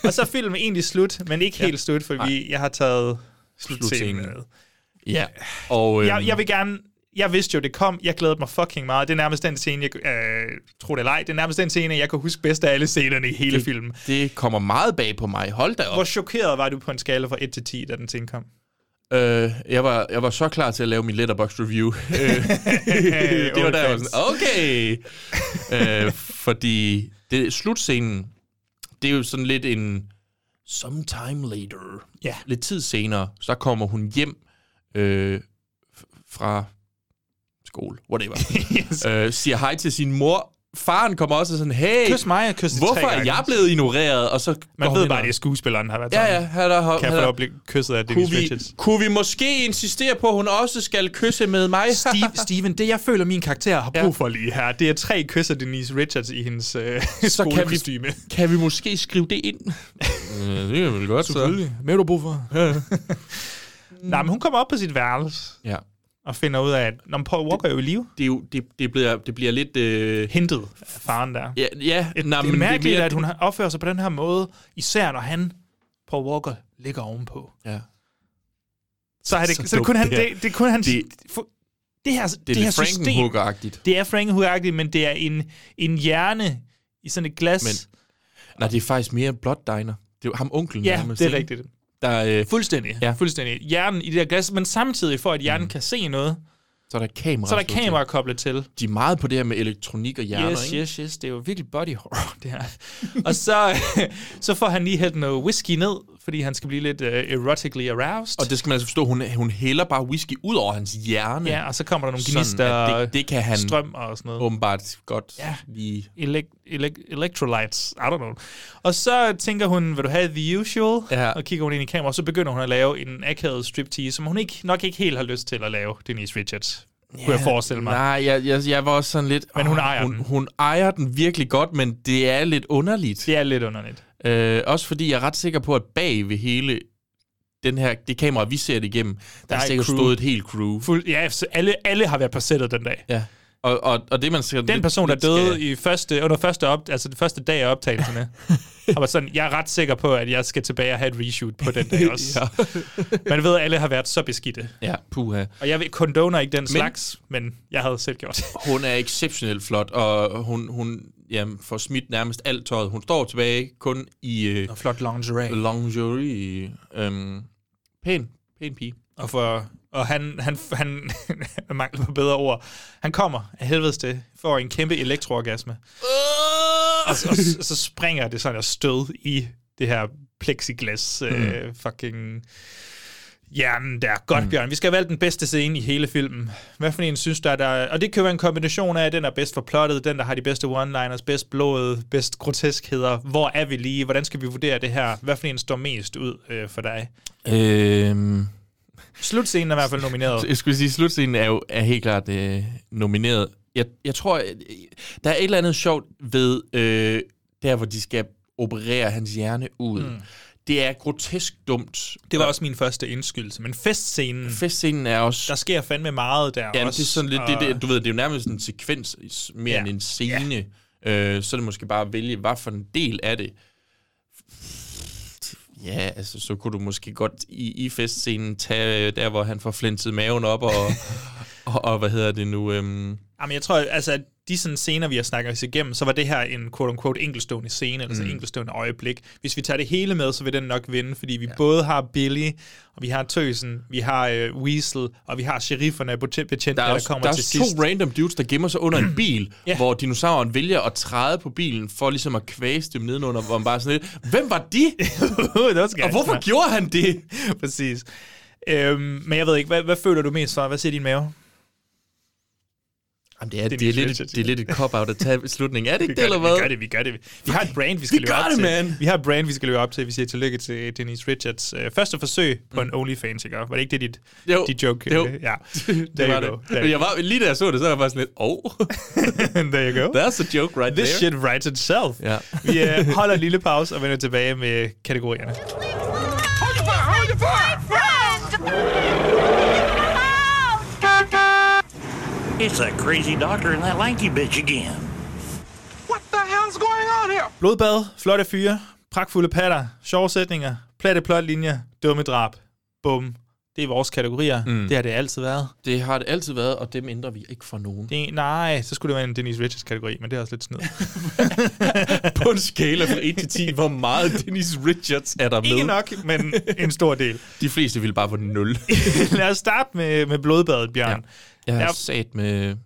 [SPEAKER 2] og så er filmen egentlig slut, men ikke
[SPEAKER 3] Ja.
[SPEAKER 2] helt slut, for vi, jeg har taget slutscenen med.
[SPEAKER 3] Ja, og... øhm,
[SPEAKER 2] Jeg, jeg vil gerne... Jeg vidste jo, det kom. Jeg glædede mig fucking meget. Det er nærmest den scene, jeg... Øh, tro det eller ej, det er nærmest den scene, jeg kan huske bedst af alle scenerne i hele
[SPEAKER 3] det,
[SPEAKER 2] filmen.
[SPEAKER 3] Det kommer meget bag på mig. Hold da op.
[SPEAKER 2] Hvor chokeret var du på en skala fra 1 til 10, da den scene kom?
[SPEAKER 3] Øh, jeg, var, jeg var så klar til at lave min letterbox review. Øh, det var der, jeg var sådan, okay. øh, fordi det, slutscenen, det er jo sådan lidt en sometime later.
[SPEAKER 2] Ja.
[SPEAKER 3] Lidt tid senere, så kommer hun hjem øh, f- fra skole, whatever. yes. øh, siger hej til sin mor. Faren kommer også og sådan, hey,
[SPEAKER 2] Kys mig og kys det tre
[SPEAKER 3] hvorfor er
[SPEAKER 2] gange."
[SPEAKER 3] jeg blevet ignoreret? Og så
[SPEAKER 2] Man
[SPEAKER 3] går
[SPEAKER 2] ved
[SPEAKER 3] hun
[SPEAKER 2] bare,
[SPEAKER 3] ind og-
[SPEAKER 2] det er skuespilleren, har været
[SPEAKER 3] Ja,
[SPEAKER 2] sådan.
[SPEAKER 3] ja, han er- han
[SPEAKER 2] Kan jeg få
[SPEAKER 3] er-
[SPEAKER 2] lov at blive kysset af
[SPEAKER 3] kunne
[SPEAKER 2] Dennis
[SPEAKER 3] vi,
[SPEAKER 2] Richards?
[SPEAKER 3] kunne vi måske insistere på, at hun også skal kysse med mig?
[SPEAKER 2] Steve, Steven, det jeg føler, min karakter har brug for lige her, det er tre kys af Denise Richards i hendes øh,
[SPEAKER 3] så kan
[SPEAKER 2] skolekostyme.
[SPEAKER 3] vi, kan vi måske skrive det ind? det kan vi vel godt,
[SPEAKER 2] Selvfølgelig.
[SPEAKER 3] Hvad har du brug for?
[SPEAKER 2] Nej, men hun kommer op på sit værelse
[SPEAKER 3] ja.
[SPEAKER 2] og finder ud af, at når Paul Walker er jo i live.
[SPEAKER 3] Det, er jo, det, det, bliver, det bliver lidt... Øh...
[SPEAKER 2] Hentet af faren der.
[SPEAKER 3] Ja, ja
[SPEAKER 2] Et,
[SPEAKER 3] nej,
[SPEAKER 2] det er
[SPEAKER 3] men
[SPEAKER 2] mærkeligt,
[SPEAKER 3] mere-
[SPEAKER 2] at hun opfører sig på den her måde, især når han, Paul Walker, ligger ovenpå.
[SPEAKER 3] Ja.
[SPEAKER 2] Så er det,
[SPEAKER 3] Så
[SPEAKER 2] så, så det kun
[SPEAKER 3] dumt,
[SPEAKER 2] han,
[SPEAKER 3] det er.
[SPEAKER 2] det, det kun han,
[SPEAKER 3] Det-
[SPEAKER 2] det, for, det her, det,
[SPEAKER 3] lidt
[SPEAKER 2] det her system,
[SPEAKER 3] Frankenhooker-agtigt.
[SPEAKER 2] det er Frankenhooker-agtigt, men det er en, en hjerne i sådan et glas.
[SPEAKER 3] Men- Nej, det er faktisk mere Blood Diner. Det er jo ham onklen.
[SPEAKER 2] Ja,
[SPEAKER 3] nærmest,
[SPEAKER 2] det er
[SPEAKER 3] ikke?
[SPEAKER 2] rigtigt.
[SPEAKER 3] Der, øh,
[SPEAKER 2] Fuldstændig.
[SPEAKER 3] Ja.
[SPEAKER 2] Fuldstændig. Hjernen i det her glas, men samtidig for, at hjernen mm. kan se noget,
[SPEAKER 3] Så er der kamera.
[SPEAKER 2] så er der kamera koblet til.
[SPEAKER 3] De er meget på det her med elektronik og hjerner,
[SPEAKER 2] yes,
[SPEAKER 3] ikke?
[SPEAKER 2] yes, yes. Det er jo virkelig body horror, det her. og så, så får han lige hældt noget whisky ned, fordi han skal blive lidt uh, erotically aroused.
[SPEAKER 3] Og det skal man altså forstå, hun, hun hælder bare whisky ud over hans hjerne.
[SPEAKER 2] Ja, og så kommer der nogle
[SPEAKER 3] Sådan,
[SPEAKER 2] gnister
[SPEAKER 3] at
[SPEAKER 2] og
[SPEAKER 3] det, det kan han
[SPEAKER 2] strøm og sådan noget.
[SPEAKER 3] åbenbart godt
[SPEAKER 2] Ja.
[SPEAKER 3] lige...
[SPEAKER 2] Elek- elek- electrolytes, I don't know. Og så tænker hun, vil du have the usual?
[SPEAKER 3] Ja.
[SPEAKER 2] Og kigger hun ind i kameraet, og så begynder hun at lave en akavet striptease, som hun ikke, nok ikke helt har lyst til at lave, Denise Richards. Yeah. Kunne jeg forestille mig.
[SPEAKER 3] Nej, jeg, jeg, jeg var også sådan lidt...
[SPEAKER 2] Men hun
[SPEAKER 3] åh,
[SPEAKER 2] ejer
[SPEAKER 3] hun,
[SPEAKER 2] den.
[SPEAKER 3] Hun ejer den virkelig godt, men det er lidt underligt.
[SPEAKER 2] Det er lidt underligt.
[SPEAKER 3] Øh, også fordi jeg er ret sikker på, at bag ved hele den her, det kamera, vi ser det igennem, der,
[SPEAKER 2] Der
[SPEAKER 3] der
[SPEAKER 2] er
[SPEAKER 3] er
[SPEAKER 2] et
[SPEAKER 3] sikkert
[SPEAKER 2] crew.
[SPEAKER 3] stået et helt crew.
[SPEAKER 2] Fuld, ja, så alle, alle har været på sættet den dag.
[SPEAKER 3] Ja. Og, og, og det, man ser...
[SPEAKER 2] Den person, der døde i første, under første, op, altså den første dag af optagelserne, og var sådan, jeg er ret sikker på, at jeg skal tilbage og have et reshoot på den dag også. Man ved, at alle har været så beskidte.
[SPEAKER 3] Ja, puha.
[SPEAKER 2] Og jeg ved- condoner ikke den slags, men jeg havde selv gjort det.
[SPEAKER 3] Hun er exceptionelt flot, og hun, hun jamen, får smidt nærmest alt tøjet. Hun står tilbage kun i... Øh,
[SPEAKER 2] flot lingerie.
[SPEAKER 3] Lingerie. Øhm, pæn, pæn pige.
[SPEAKER 2] Og, for, og han, han, han mangler på bedre ord. Han kommer af helvedes det, får en kæmpe elektroorgasme. og, så, og så- så springer det sådan og stød i det her plexiglas øh, fucking hjernen der. Godt, mm. Bjørn. Vi skal have valgt den bedste scene i hele filmen. Hvad for en synes du, er der er... Og det kan være en kombination af, den er bedst for plottet, den der har de bedste one-liners, bedst blodet, bedst groteskheder. Hvor er vi lige? Hvordan skal vi vurdere det her? Hvad for en står mest ud øh, for dig?
[SPEAKER 3] Øhm,
[SPEAKER 2] Slutscenen er i hvert fald nomineret.
[SPEAKER 3] jeg skulle sige, slutscenen er jo er helt klart øh, nomineret. Jeg, jeg tror, øh, der er et eller andet sjovt ved øh, der, hvor de skal operere hans hjerne ud.
[SPEAKER 2] Mm.
[SPEAKER 3] Mm. Det er grotesk dumt.
[SPEAKER 2] Det var også min første indskyldelse. Men festscenen,
[SPEAKER 3] Festscenen er også...
[SPEAKER 2] der sker fandme meget der
[SPEAKER 3] Ja, men
[SPEAKER 2] også.
[SPEAKER 3] det er sådan lidt,
[SPEAKER 2] og-
[SPEAKER 3] det, det, du ved, det er jo nærmest en sekvens s- mere
[SPEAKER 2] Ja.
[SPEAKER 3] ja. end en scene. Ja. Øh, så er det måske bare at vælge, hvad for en del af det. Ja, altså, så kunne du måske godt i, i festscenen tage øh, der, hvor han får flintet maven op, og, og, og hvad hedder det nu, øhm,
[SPEAKER 2] Jamen, jeg tror, altså, at de sådan scener, vi har snakket os igennem, så var det her en quote-unquote enkelstående scene, eller så
[SPEAKER 3] Mm.
[SPEAKER 2] enkelstående øjeblik. Hvis vi tager det hele med, så vil den nok vinde, fordi vi både har Billy, og vi har Tøsen, vi har øh, Weasel, og vi har sherifferne og bute- betjentene, der,
[SPEAKER 3] Der er,
[SPEAKER 2] der
[SPEAKER 3] også,
[SPEAKER 2] kommer
[SPEAKER 3] der er
[SPEAKER 2] til
[SPEAKER 3] også to
[SPEAKER 2] sidst.
[SPEAKER 3] random dudes, der gemmer sig under en bil,
[SPEAKER 2] Ja.
[SPEAKER 3] ja. hvor dinosauren vælger at træde på bilen for ligesom at kvæse dem nedenunder, hvor man bare er sådan lidt, hvem var de? Og hvorfor gjorde han det?
[SPEAKER 2] Præcis. Øhm, men jeg ved ikke, hvad, hvad føler du mest for? Hvad siger din mave?
[SPEAKER 3] Jamen, det er, det er,
[SPEAKER 2] min
[SPEAKER 3] lidt, det er lidt et cop-out at tage slutningen. Er det
[SPEAKER 2] Vi
[SPEAKER 3] ikke det,
[SPEAKER 2] gør
[SPEAKER 3] eller
[SPEAKER 2] det,
[SPEAKER 3] hvad?
[SPEAKER 2] Vi gør det, vi gør det. Vi har et brand, vi skal
[SPEAKER 3] Vi
[SPEAKER 2] løbe
[SPEAKER 3] gør
[SPEAKER 2] op
[SPEAKER 3] det,
[SPEAKER 2] til.
[SPEAKER 3] man.
[SPEAKER 2] Vi har et brand, vi skal løbe op til. Vi siger tillykke til Denise Richards øh, første forsøg på en OnlyFans, ikke? Var det ikke det, dit,
[SPEAKER 3] Mm. Jo,
[SPEAKER 2] dit joke?
[SPEAKER 3] jo.
[SPEAKER 2] øh, Ja.
[SPEAKER 3] det var det. Men jeg var, lige da jeg så det, så var jeg bare sådan lidt, oh.
[SPEAKER 2] There you go.
[SPEAKER 3] That's a joke right
[SPEAKER 2] This
[SPEAKER 3] there.
[SPEAKER 2] shit writes itself.
[SPEAKER 3] Ja.
[SPEAKER 2] Vi øh, holder en lille pause og vender tilbage med kategorierne.
[SPEAKER 4] Hold your fire! Hold your fire!
[SPEAKER 11] It's that crazy doctor and that lanky bitch again.
[SPEAKER 5] What the hell's going on here?
[SPEAKER 2] Blodbad, flotte fyre, pragtfulde patter, sjove sætninger, platte plotlinjer, dumme drab. Bum. Det er vores kategorier. Mm. Det har det altid været.
[SPEAKER 3] Det har det altid været, og dem ændrer vi ikke for nogen.
[SPEAKER 2] Det, nej, så skulle det være en Denise Richards-kategori, men det er også lidt snyd.
[SPEAKER 3] På en skala fra 1 til 10, hvor meget Dennis Richards er der med.
[SPEAKER 2] Ikke nok, men en stor del.
[SPEAKER 3] De fleste ville bare få 0.
[SPEAKER 2] Lad os starte med, med blodbadet, Bjørn.
[SPEAKER 3] Jeg
[SPEAKER 2] Der
[SPEAKER 3] har
[SPEAKER 2] er-
[SPEAKER 3] sat med...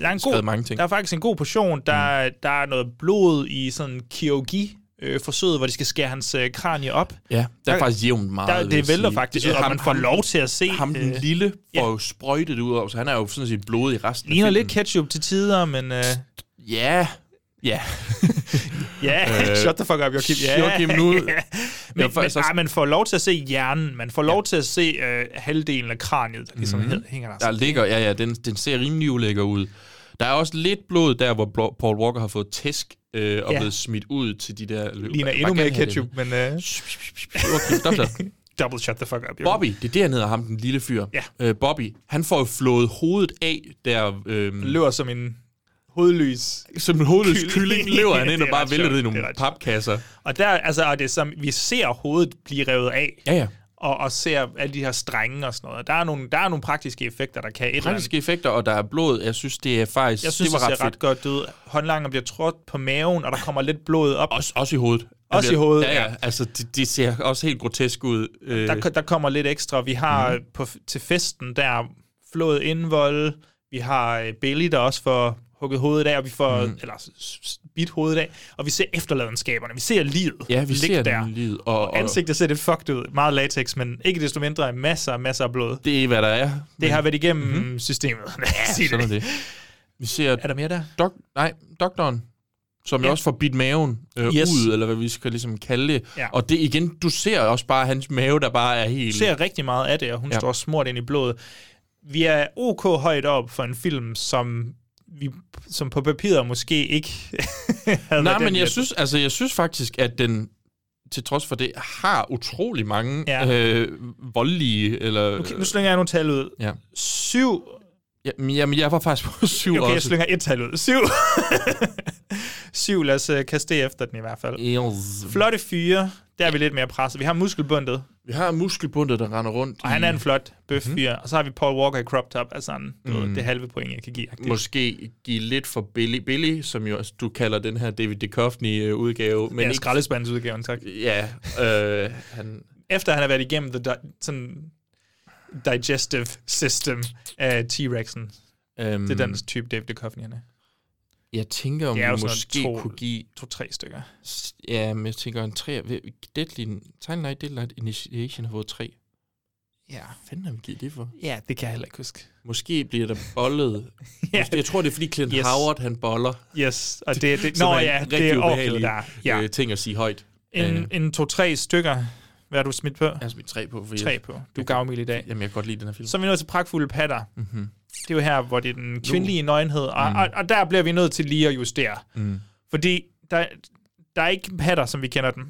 [SPEAKER 2] der er en god,
[SPEAKER 3] skrevet mange ting.
[SPEAKER 2] Der er faktisk en god portion. Der, mm. der er noget blod i sådan kirurgi øh, forsøget, hvor de skal skære hans øh, kranie op.
[SPEAKER 3] Ja, der er faktisk jævnt meget.
[SPEAKER 2] Der,
[SPEAKER 3] vil jeg
[SPEAKER 2] det vælter
[SPEAKER 3] sige.
[SPEAKER 2] faktisk,
[SPEAKER 3] Det
[SPEAKER 2] ud,
[SPEAKER 3] er
[SPEAKER 2] og
[SPEAKER 3] ham-
[SPEAKER 2] man får
[SPEAKER 3] ham-
[SPEAKER 2] lov til at se...
[SPEAKER 3] Ham den
[SPEAKER 2] øh,
[SPEAKER 3] lille får jo sprøjtet ud af, så han er jo sådan set blodig i resten
[SPEAKER 2] ligner
[SPEAKER 3] af
[SPEAKER 2] lidt ketchup til tider, men... Øh,
[SPEAKER 3] Ja. Ja.
[SPEAKER 2] Ja,
[SPEAKER 3] Øh,
[SPEAKER 2] shut the fuck up, Joachim. Ja.
[SPEAKER 3] Shut him ud.
[SPEAKER 2] Ja.
[SPEAKER 3] Jeg
[SPEAKER 2] men,
[SPEAKER 3] er
[SPEAKER 2] men
[SPEAKER 3] faktisk også-
[SPEAKER 2] ej, man får lov til at se hjernen. Man får lov til at se øh, halvdelen af kraniet, der ligesom mm. hænger der.
[SPEAKER 3] Mhm. Der ligger, ja, ja, den, den ser rimelig ulækker ud. Der er også lidt blod der, hvor Blo- Paul Walker har fået tæsk øh, og
[SPEAKER 2] Ja.
[SPEAKER 3] ja. blevet smidt ud til de der løb.
[SPEAKER 2] Ligner
[SPEAKER 3] Jeg vil
[SPEAKER 2] endnu mere
[SPEAKER 3] bare gerne have det
[SPEAKER 2] ketchup, men... Øh,
[SPEAKER 3] med. Okay, stop, stop.
[SPEAKER 2] double shut the fuck up, Joachim.
[SPEAKER 3] Bobby, det er dernede af ham, den lille fyr.
[SPEAKER 2] Ja.
[SPEAKER 3] Øh, Bobby, han får jo flået hovedet af der... Øh,
[SPEAKER 2] Løber som en hovedløs
[SPEAKER 3] som en hovedløs
[SPEAKER 2] kylling.
[SPEAKER 3] kylling løber han
[SPEAKER 2] Det
[SPEAKER 3] ind og
[SPEAKER 2] er
[SPEAKER 3] bare
[SPEAKER 2] ret
[SPEAKER 3] vælter
[SPEAKER 2] sjovt.
[SPEAKER 3] det i
[SPEAKER 2] Det er
[SPEAKER 3] nogle
[SPEAKER 2] ret sjovt.
[SPEAKER 3] papkasser.
[SPEAKER 2] Og der, altså, og det er som, vi ser hovedet blive revet af.
[SPEAKER 3] Ja, ja.
[SPEAKER 2] Og, og ser alle de her strenge og sådan noget. Der er nogle, der er nogle praktiske effekter, der kan et eller andet.
[SPEAKER 3] Praktiske effekter, og der er blod. Jeg synes, det er faktisk...
[SPEAKER 2] Jeg synes,
[SPEAKER 3] det
[SPEAKER 2] det,
[SPEAKER 3] var
[SPEAKER 2] ser ret
[SPEAKER 3] fedt.
[SPEAKER 2] godt ud. Håndlanger bliver trådt på maven, og der kommer lidt blod op.
[SPEAKER 3] Også, også i hovedet. Han
[SPEAKER 2] Også i
[SPEAKER 3] bliver-
[SPEAKER 2] hovedet,
[SPEAKER 3] Ja, ja. Altså, det, det ser også helt grotesk ud. Øh,
[SPEAKER 2] Der, ko- der kommer lidt ekstra. Vi har
[SPEAKER 3] Mhm.
[SPEAKER 2] mm. på, til festen der flået indvold. Vi har øh, Billy, der også får hugget hovedet af, og vi får,
[SPEAKER 3] Mhm.
[SPEAKER 2] mm. eller s- s- bidt hovedet af, og vi ser efterladenskaberne. Vi ser livet.
[SPEAKER 3] ja, vi
[SPEAKER 2] ligge
[SPEAKER 3] ser den lyd. Og, og,
[SPEAKER 2] Ansigtet ser lidt fucked ud. Meget latex, men ikke desto mindre masser og masser af blod.
[SPEAKER 3] Det er, hvad der er.
[SPEAKER 2] Det har været igennem mm-hmm. systemet. Ja,
[SPEAKER 3] Sig Mhm. sådan er det. Vi ser...
[SPEAKER 2] Er der mere der?
[SPEAKER 3] Dok- nej, doktoren, som ja.
[SPEAKER 2] Ja.
[SPEAKER 3] også får bidt maven øh,
[SPEAKER 2] Yes.
[SPEAKER 3] yes. ud, eller hvad vi skal ligesom kalde det.
[SPEAKER 2] Ja.
[SPEAKER 3] Og det igen, du ser også bare hans mave, der bare er
[SPEAKER 2] Du
[SPEAKER 3] helt...
[SPEAKER 2] ser rigtig meget af det, og hun ja.
[SPEAKER 3] Ja.
[SPEAKER 2] står smurt ind i blodet. Vi er ok højt op for en film, som vi som på papiret måske ikke havde
[SPEAKER 3] Nej,
[SPEAKER 2] været den,
[SPEAKER 3] men
[SPEAKER 2] vi
[SPEAKER 3] jeg
[SPEAKER 2] havde-
[SPEAKER 3] synes, altså, jeg synes faktisk, at den til trods for det, har utrolig mange
[SPEAKER 2] Ja.
[SPEAKER 3] ja. øh, voldelige, eller...
[SPEAKER 2] Okay, nu slynger jeg nogle tal ud.
[SPEAKER 3] Ja.
[SPEAKER 2] Syv...
[SPEAKER 3] Jamen, jamen, jeg var faktisk på syv
[SPEAKER 2] Okay, jeg
[SPEAKER 3] også.
[SPEAKER 2] slynger et tal ud. Syv. Syv, lad os uh, kaste det efter den i hvert fald.
[SPEAKER 3] Yes.
[SPEAKER 2] Flotte fyre, der er vi lidt mere presset. Vi har muskelbundet,
[SPEAKER 3] Vi har muskelbundet, der render rundt.
[SPEAKER 2] og
[SPEAKER 3] i-
[SPEAKER 2] han er en flot bøf fyr. Og så har vi Paul Walker i crop top, altså en, du ved,
[SPEAKER 3] Mhm. Mm.
[SPEAKER 2] det halve point, jeg kan give.
[SPEAKER 3] Måske give lidt for Billy, Billy som jo altså, du kalder den her David Duchovny-udgave.
[SPEAKER 2] Men ja,
[SPEAKER 3] ikke-
[SPEAKER 2] skraldespandsudgaven, tak.
[SPEAKER 3] Ja, øh, han,
[SPEAKER 2] efter han har været igennem the di- sådan digestive system af T-Rexen.
[SPEAKER 3] øhm,
[SPEAKER 2] Det er den type David Duchovny, han er.
[SPEAKER 3] Jeg tænker, om
[SPEAKER 2] Det er jo
[SPEAKER 3] vi
[SPEAKER 2] sådan
[SPEAKER 3] måske
[SPEAKER 2] to-
[SPEAKER 3] kunne give...
[SPEAKER 2] To-tre stykker.
[SPEAKER 3] s- Ja, men jeg tænker, en tre... Deadly, Tiny Night Deadlight Initiation har fået tre.
[SPEAKER 2] Ja.
[SPEAKER 3] Hvad fanden har vi givet det for?
[SPEAKER 2] Ja, det kan jeg heller ikke huske.
[SPEAKER 3] Måske bliver der bollet.
[SPEAKER 2] Ja.
[SPEAKER 3] Måske- Jeg tror, det er, fordi Clint
[SPEAKER 2] Yes.
[SPEAKER 3] yes. Howard, han boller.
[SPEAKER 2] Yes, og det, det
[SPEAKER 3] Som
[SPEAKER 2] Nå
[SPEAKER 3] en
[SPEAKER 2] ja,
[SPEAKER 3] rigtig
[SPEAKER 2] det er overkill
[SPEAKER 3] ubehagelig,
[SPEAKER 2] der. Ja.
[SPEAKER 3] øh, ting at sige højt. Øh,
[SPEAKER 2] En, en to-tre stykker. Hvad har du smidt på?
[SPEAKER 3] jeg har smidt Altså, tre på, fordi
[SPEAKER 2] Tre på. Du er gavmild i dag.
[SPEAKER 3] Jamen, jeg kan godt lide den her film.
[SPEAKER 2] Så er vi nået til pragtfulde patter.
[SPEAKER 3] Mhm.
[SPEAKER 2] Det er jo her, hvor det er den kvindelige nøgenhed, og, og, og der bliver vi nødt til lige at justere.
[SPEAKER 3] Mm.
[SPEAKER 2] Fordi der, der er ikke patter, som vi kender dem.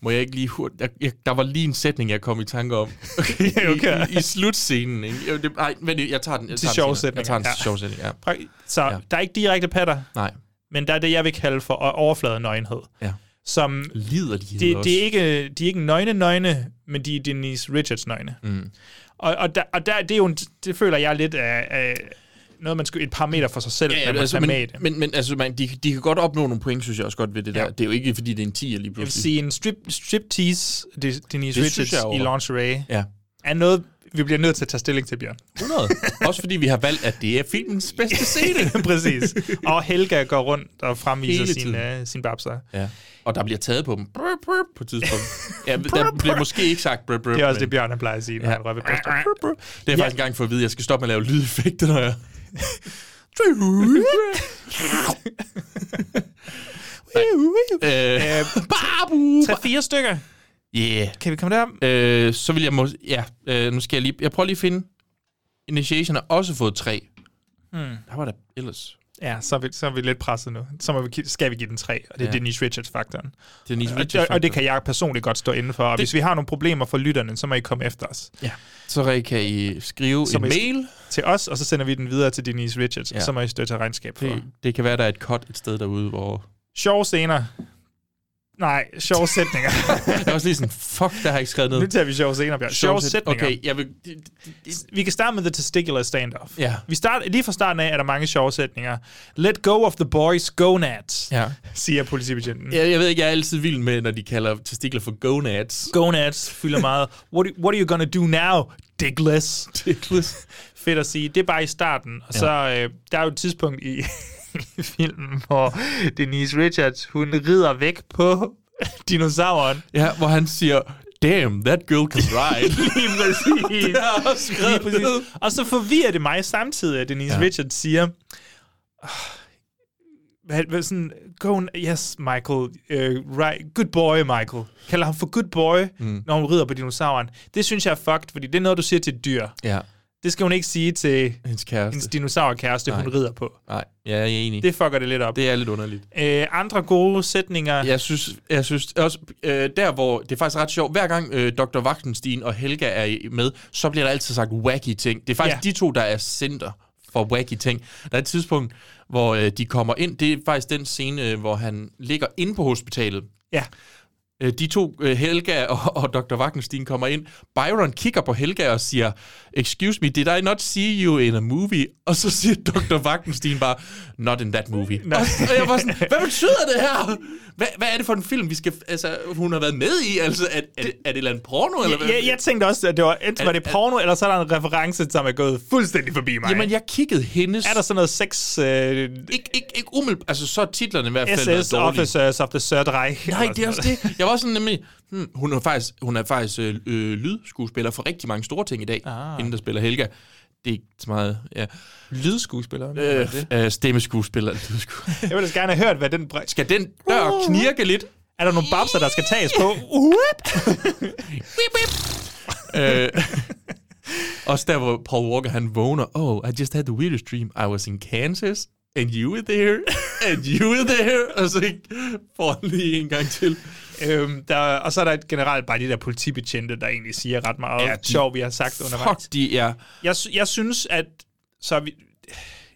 [SPEAKER 3] Må jeg ikke lige hurtigt... Jeg, jeg, der var lige en sætning, jeg kom i tanke om. Okay.
[SPEAKER 2] Okay.
[SPEAKER 3] I, i, I slutscenen. Ikke? Jo, det, nej, vent, jeg tager den. Jeg
[SPEAKER 2] Til
[SPEAKER 3] tager den
[SPEAKER 2] sjove
[SPEAKER 3] senere. Jeg tager den
[SPEAKER 2] sætninger,
[SPEAKER 3] til sjove sætning, ja.
[SPEAKER 2] Prag- Så
[SPEAKER 3] Ja.
[SPEAKER 2] der er ikke direkte patter,
[SPEAKER 3] Nej.
[SPEAKER 2] men der er det, jeg vil kalde for o- overfladenøgenhed.
[SPEAKER 3] Ja.
[SPEAKER 2] Som,
[SPEAKER 3] Lider de
[SPEAKER 2] det, det, er ikke, de er ikke nøgne nøgne, men de er Denise Richards nøgne.
[SPEAKER 3] Mm.
[SPEAKER 2] Og, og, der, og der, det, er jo en, det føler jeg lidt af, af noget, man skulle, et parameter for sig selv,
[SPEAKER 3] Ja,
[SPEAKER 2] ja, man
[SPEAKER 3] altså,
[SPEAKER 2] altså,
[SPEAKER 3] men, men, men altså, man, de, de kan godt opnå nogle point, synes jeg også godt ved det
[SPEAKER 2] Ja.
[SPEAKER 3] der. Det er jo ikke, fordi det er en 10'er lige
[SPEAKER 2] Jeg vil
[SPEAKER 3] pludselig.
[SPEAKER 2] sige, en strip, striptease, det, Denise
[SPEAKER 3] Det synes
[SPEAKER 2] Richards
[SPEAKER 3] jeg jo-
[SPEAKER 2] i lingerie,
[SPEAKER 3] Ja.
[SPEAKER 2] er noget, vi bliver nødt til at tage stilling til, Bjørn.
[SPEAKER 3] 100. også fordi vi har valgt, at det er filmens bedste scene.
[SPEAKER 2] Præcis. Og Helga går rundt og fremviser
[SPEAKER 3] Hele
[SPEAKER 2] sine, uh, sine babser.
[SPEAKER 3] Ja. Og der bliver taget på dem brr, brr, på et tidspunkt. Ja, der bliver måske ikke sagt brr, brr,
[SPEAKER 2] Det er også
[SPEAKER 3] men-
[SPEAKER 2] det, Bjørn han plejer at sige, når
[SPEAKER 3] Ja.
[SPEAKER 2] han rører ved bryster.
[SPEAKER 3] Det er faktisk engang for at vide, at jeg skal stoppe med at lave lydeffekter, når jeg... Øh,
[SPEAKER 2] Tre-fire stykker.
[SPEAKER 3] Yeah.
[SPEAKER 2] Kan vi komme derom?
[SPEAKER 3] Øh, så vil jeg... Må, ja, øh, nu skal jeg lige... Jeg prøver lige at finde... Initiation har også fået tre.
[SPEAKER 2] Mm.
[SPEAKER 3] Der var der ellers...
[SPEAKER 2] Ja, så er, vi, så er vi lidt presset nu. Så må vi, gi- skal vi give den tre, og det er
[SPEAKER 3] Ja.
[SPEAKER 2] Denise Richards-faktoren.
[SPEAKER 3] Denise
[SPEAKER 2] Og- og, og
[SPEAKER 3] Richards-faktoren.
[SPEAKER 2] det kan jeg personligt godt stå inden for. Og hvis vi har nogle problemer for lytterne, så må I komme efter os.
[SPEAKER 3] Ja. Så kan I skrive
[SPEAKER 2] Så
[SPEAKER 3] en
[SPEAKER 2] må I sk-
[SPEAKER 3] mail.
[SPEAKER 2] Til os, og så sender vi den videre til Denise Richards,
[SPEAKER 3] Ja.
[SPEAKER 2] ja. og så må I stå til regnskab for.
[SPEAKER 3] Det, det kan være, der er et cut et sted derude, hvor...
[SPEAKER 2] Sjove scener. Nej, sjove sætninger.
[SPEAKER 3] Jeg er også lige sådan, fuck, der har jeg ikke skrevet noget.
[SPEAKER 2] nu tager vi sjove scener, Bjørn. Sjove
[SPEAKER 3] sæt-
[SPEAKER 2] sætninger.
[SPEAKER 3] Okay, jeg vil...
[SPEAKER 2] Vi kan starte med The Testicular Standoff.
[SPEAKER 3] Ja.
[SPEAKER 2] Vi start, lige fra starten af er der mange sjove sætninger. Let go of the boys gonads,
[SPEAKER 3] Ja.
[SPEAKER 2] siger politibetjenten.
[SPEAKER 3] Jeg, jeg ved ikke, jeg er altid vild med, når de kalder testikler for gonads.
[SPEAKER 2] Gonads fylder meget. What, what are you gonna do now, dickless?
[SPEAKER 3] Dickless.
[SPEAKER 2] Fedt at sige. Det er bare i starten. Og
[SPEAKER 3] Ja.
[SPEAKER 2] ja. så, øh, der er jo et tidspunkt i, i filmen, hvor Denise Richards, hun rider væk på dinosauren.
[SPEAKER 3] Ja, hvor han siger, damn, that girl can ride.
[SPEAKER 2] Lige præcis.
[SPEAKER 3] Det er også skrevet
[SPEAKER 2] Lige
[SPEAKER 3] ned.
[SPEAKER 2] præcis. Og så forvirrer det mig samtidig, at Denise
[SPEAKER 3] Ja.
[SPEAKER 2] ja. Richards siger, "Ah, hvad, hvad sådan, go on, yes, Michael, uh, right, good boy, Michael. Kalder ham for good boy, mm. når hun rider på dinosauren. Det synes jeg er fucked, fordi det er noget, du siger til et dyr.
[SPEAKER 3] ja,
[SPEAKER 2] Det skal hun ikke sige til
[SPEAKER 3] hendes kæreste.
[SPEAKER 2] hendes dinosaurkæreste,
[SPEAKER 3] Nej.
[SPEAKER 2] hun rider på.
[SPEAKER 3] Nej, jeg er enig. Det,
[SPEAKER 2] Det fucker det lidt op.
[SPEAKER 3] det er lidt underligt.
[SPEAKER 2] Øh, andre gode sætninger.
[SPEAKER 3] Jeg synes, jeg synes også, øh, der hvor, det er faktisk ret sjovt, hver gang øh, Dr. Wachtenstein og Helga er i- med, så bliver der altid sagt wacky ting. Det er faktisk ja.
[SPEAKER 2] Ja.
[SPEAKER 3] de to, der er center for wacky ting. Der er et tidspunkt, hvor øh, de kommer ind, det er faktisk den scene, øh, hvor han ligger inde på hospitalet.
[SPEAKER 2] Ja.
[SPEAKER 3] Øh, De to, øh, Helga og, og Dr. Wackenstein, kommer ind. Byron kigger på Helga og siger, Excuse me, did I not see you in a movie? Og så siger Dr. Wackenstein bare, Not in that movie.
[SPEAKER 2] Nej.
[SPEAKER 3] Og, så, og jeg var sådan, hvad betyder det her? Hvad, hvad er det for en film, vi skal, altså, hun har været med i? Altså, er, er, er det et eller andet porno? Eller hvad?
[SPEAKER 2] Jeg, jeg tænkte også, at det var enten var det
[SPEAKER 3] At- at-
[SPEAKER 2] porno, eller så er der en reference, som er gået fuldstændig forbi mig.
[SPEAKER 3] Jamen, jeg kiggede hendes...
[SPEAKER 2] Er der sådan noget sex... Øh,
[SPEAKER 3] Ikke, ikke, ikke umiddelbart. Altså, så er titlerne i hvert fald
[SPEAKER 2] SS
[SPEAKER 3] noget dårlige.
[SPEAKER 2] Officers of the Third Reich.
[SPEAKER 3] Nej,
[SPEAKER 2] eller
[SPEAKER 3] det er også
[SPEAKER 2] sådan noget.
[SPEAKER 3] det. Jeg var også sådan nemlig, hmm, hun er faktisk, hun er faktisk øh, øh, lydskuespiller for rigtig mange store ting i dag, ah. hende der spiller Helga. Det er ikke så meget, ja.
[SPEAKER 2] Lydskuespiller. hvad er
[SPEAKER 3] Øh,
[SPEAKER 2] det?
[SPEAKER 3] øh, stemmeskuespiller. lydsku-
[SPEAKER 2] Jeg ville altså gerne have hørt, hvad den... Bre-
[SPEAKER 3] Skal den dør knirke lidt?
[SPEAKER 2] er der nogle babser, der skal tages på? Uh. Whoop!
[SPEAKER 3] Øh, også der, hvor Paul Walker, han vågner. Oh, I just had the weirdest dream. I was in Kansas, and you were there, and you were there. Og så får han lige en gang til.
[SPEAKER 2] øhm, der, og så er der et generelt bare de der politibetjente, der egentlig siger ret meget
[SPEAKER 3] Ja,
[SPEAKER 2] ja,
[SPEAKER 3] de-
[SPEAKER 2] sjov, vi har sagt undervejs.
[SPEAKER 3] Fuck, de er...
[SPEAKER 2] Jeg, sy- jeg synes, at... Så er vi,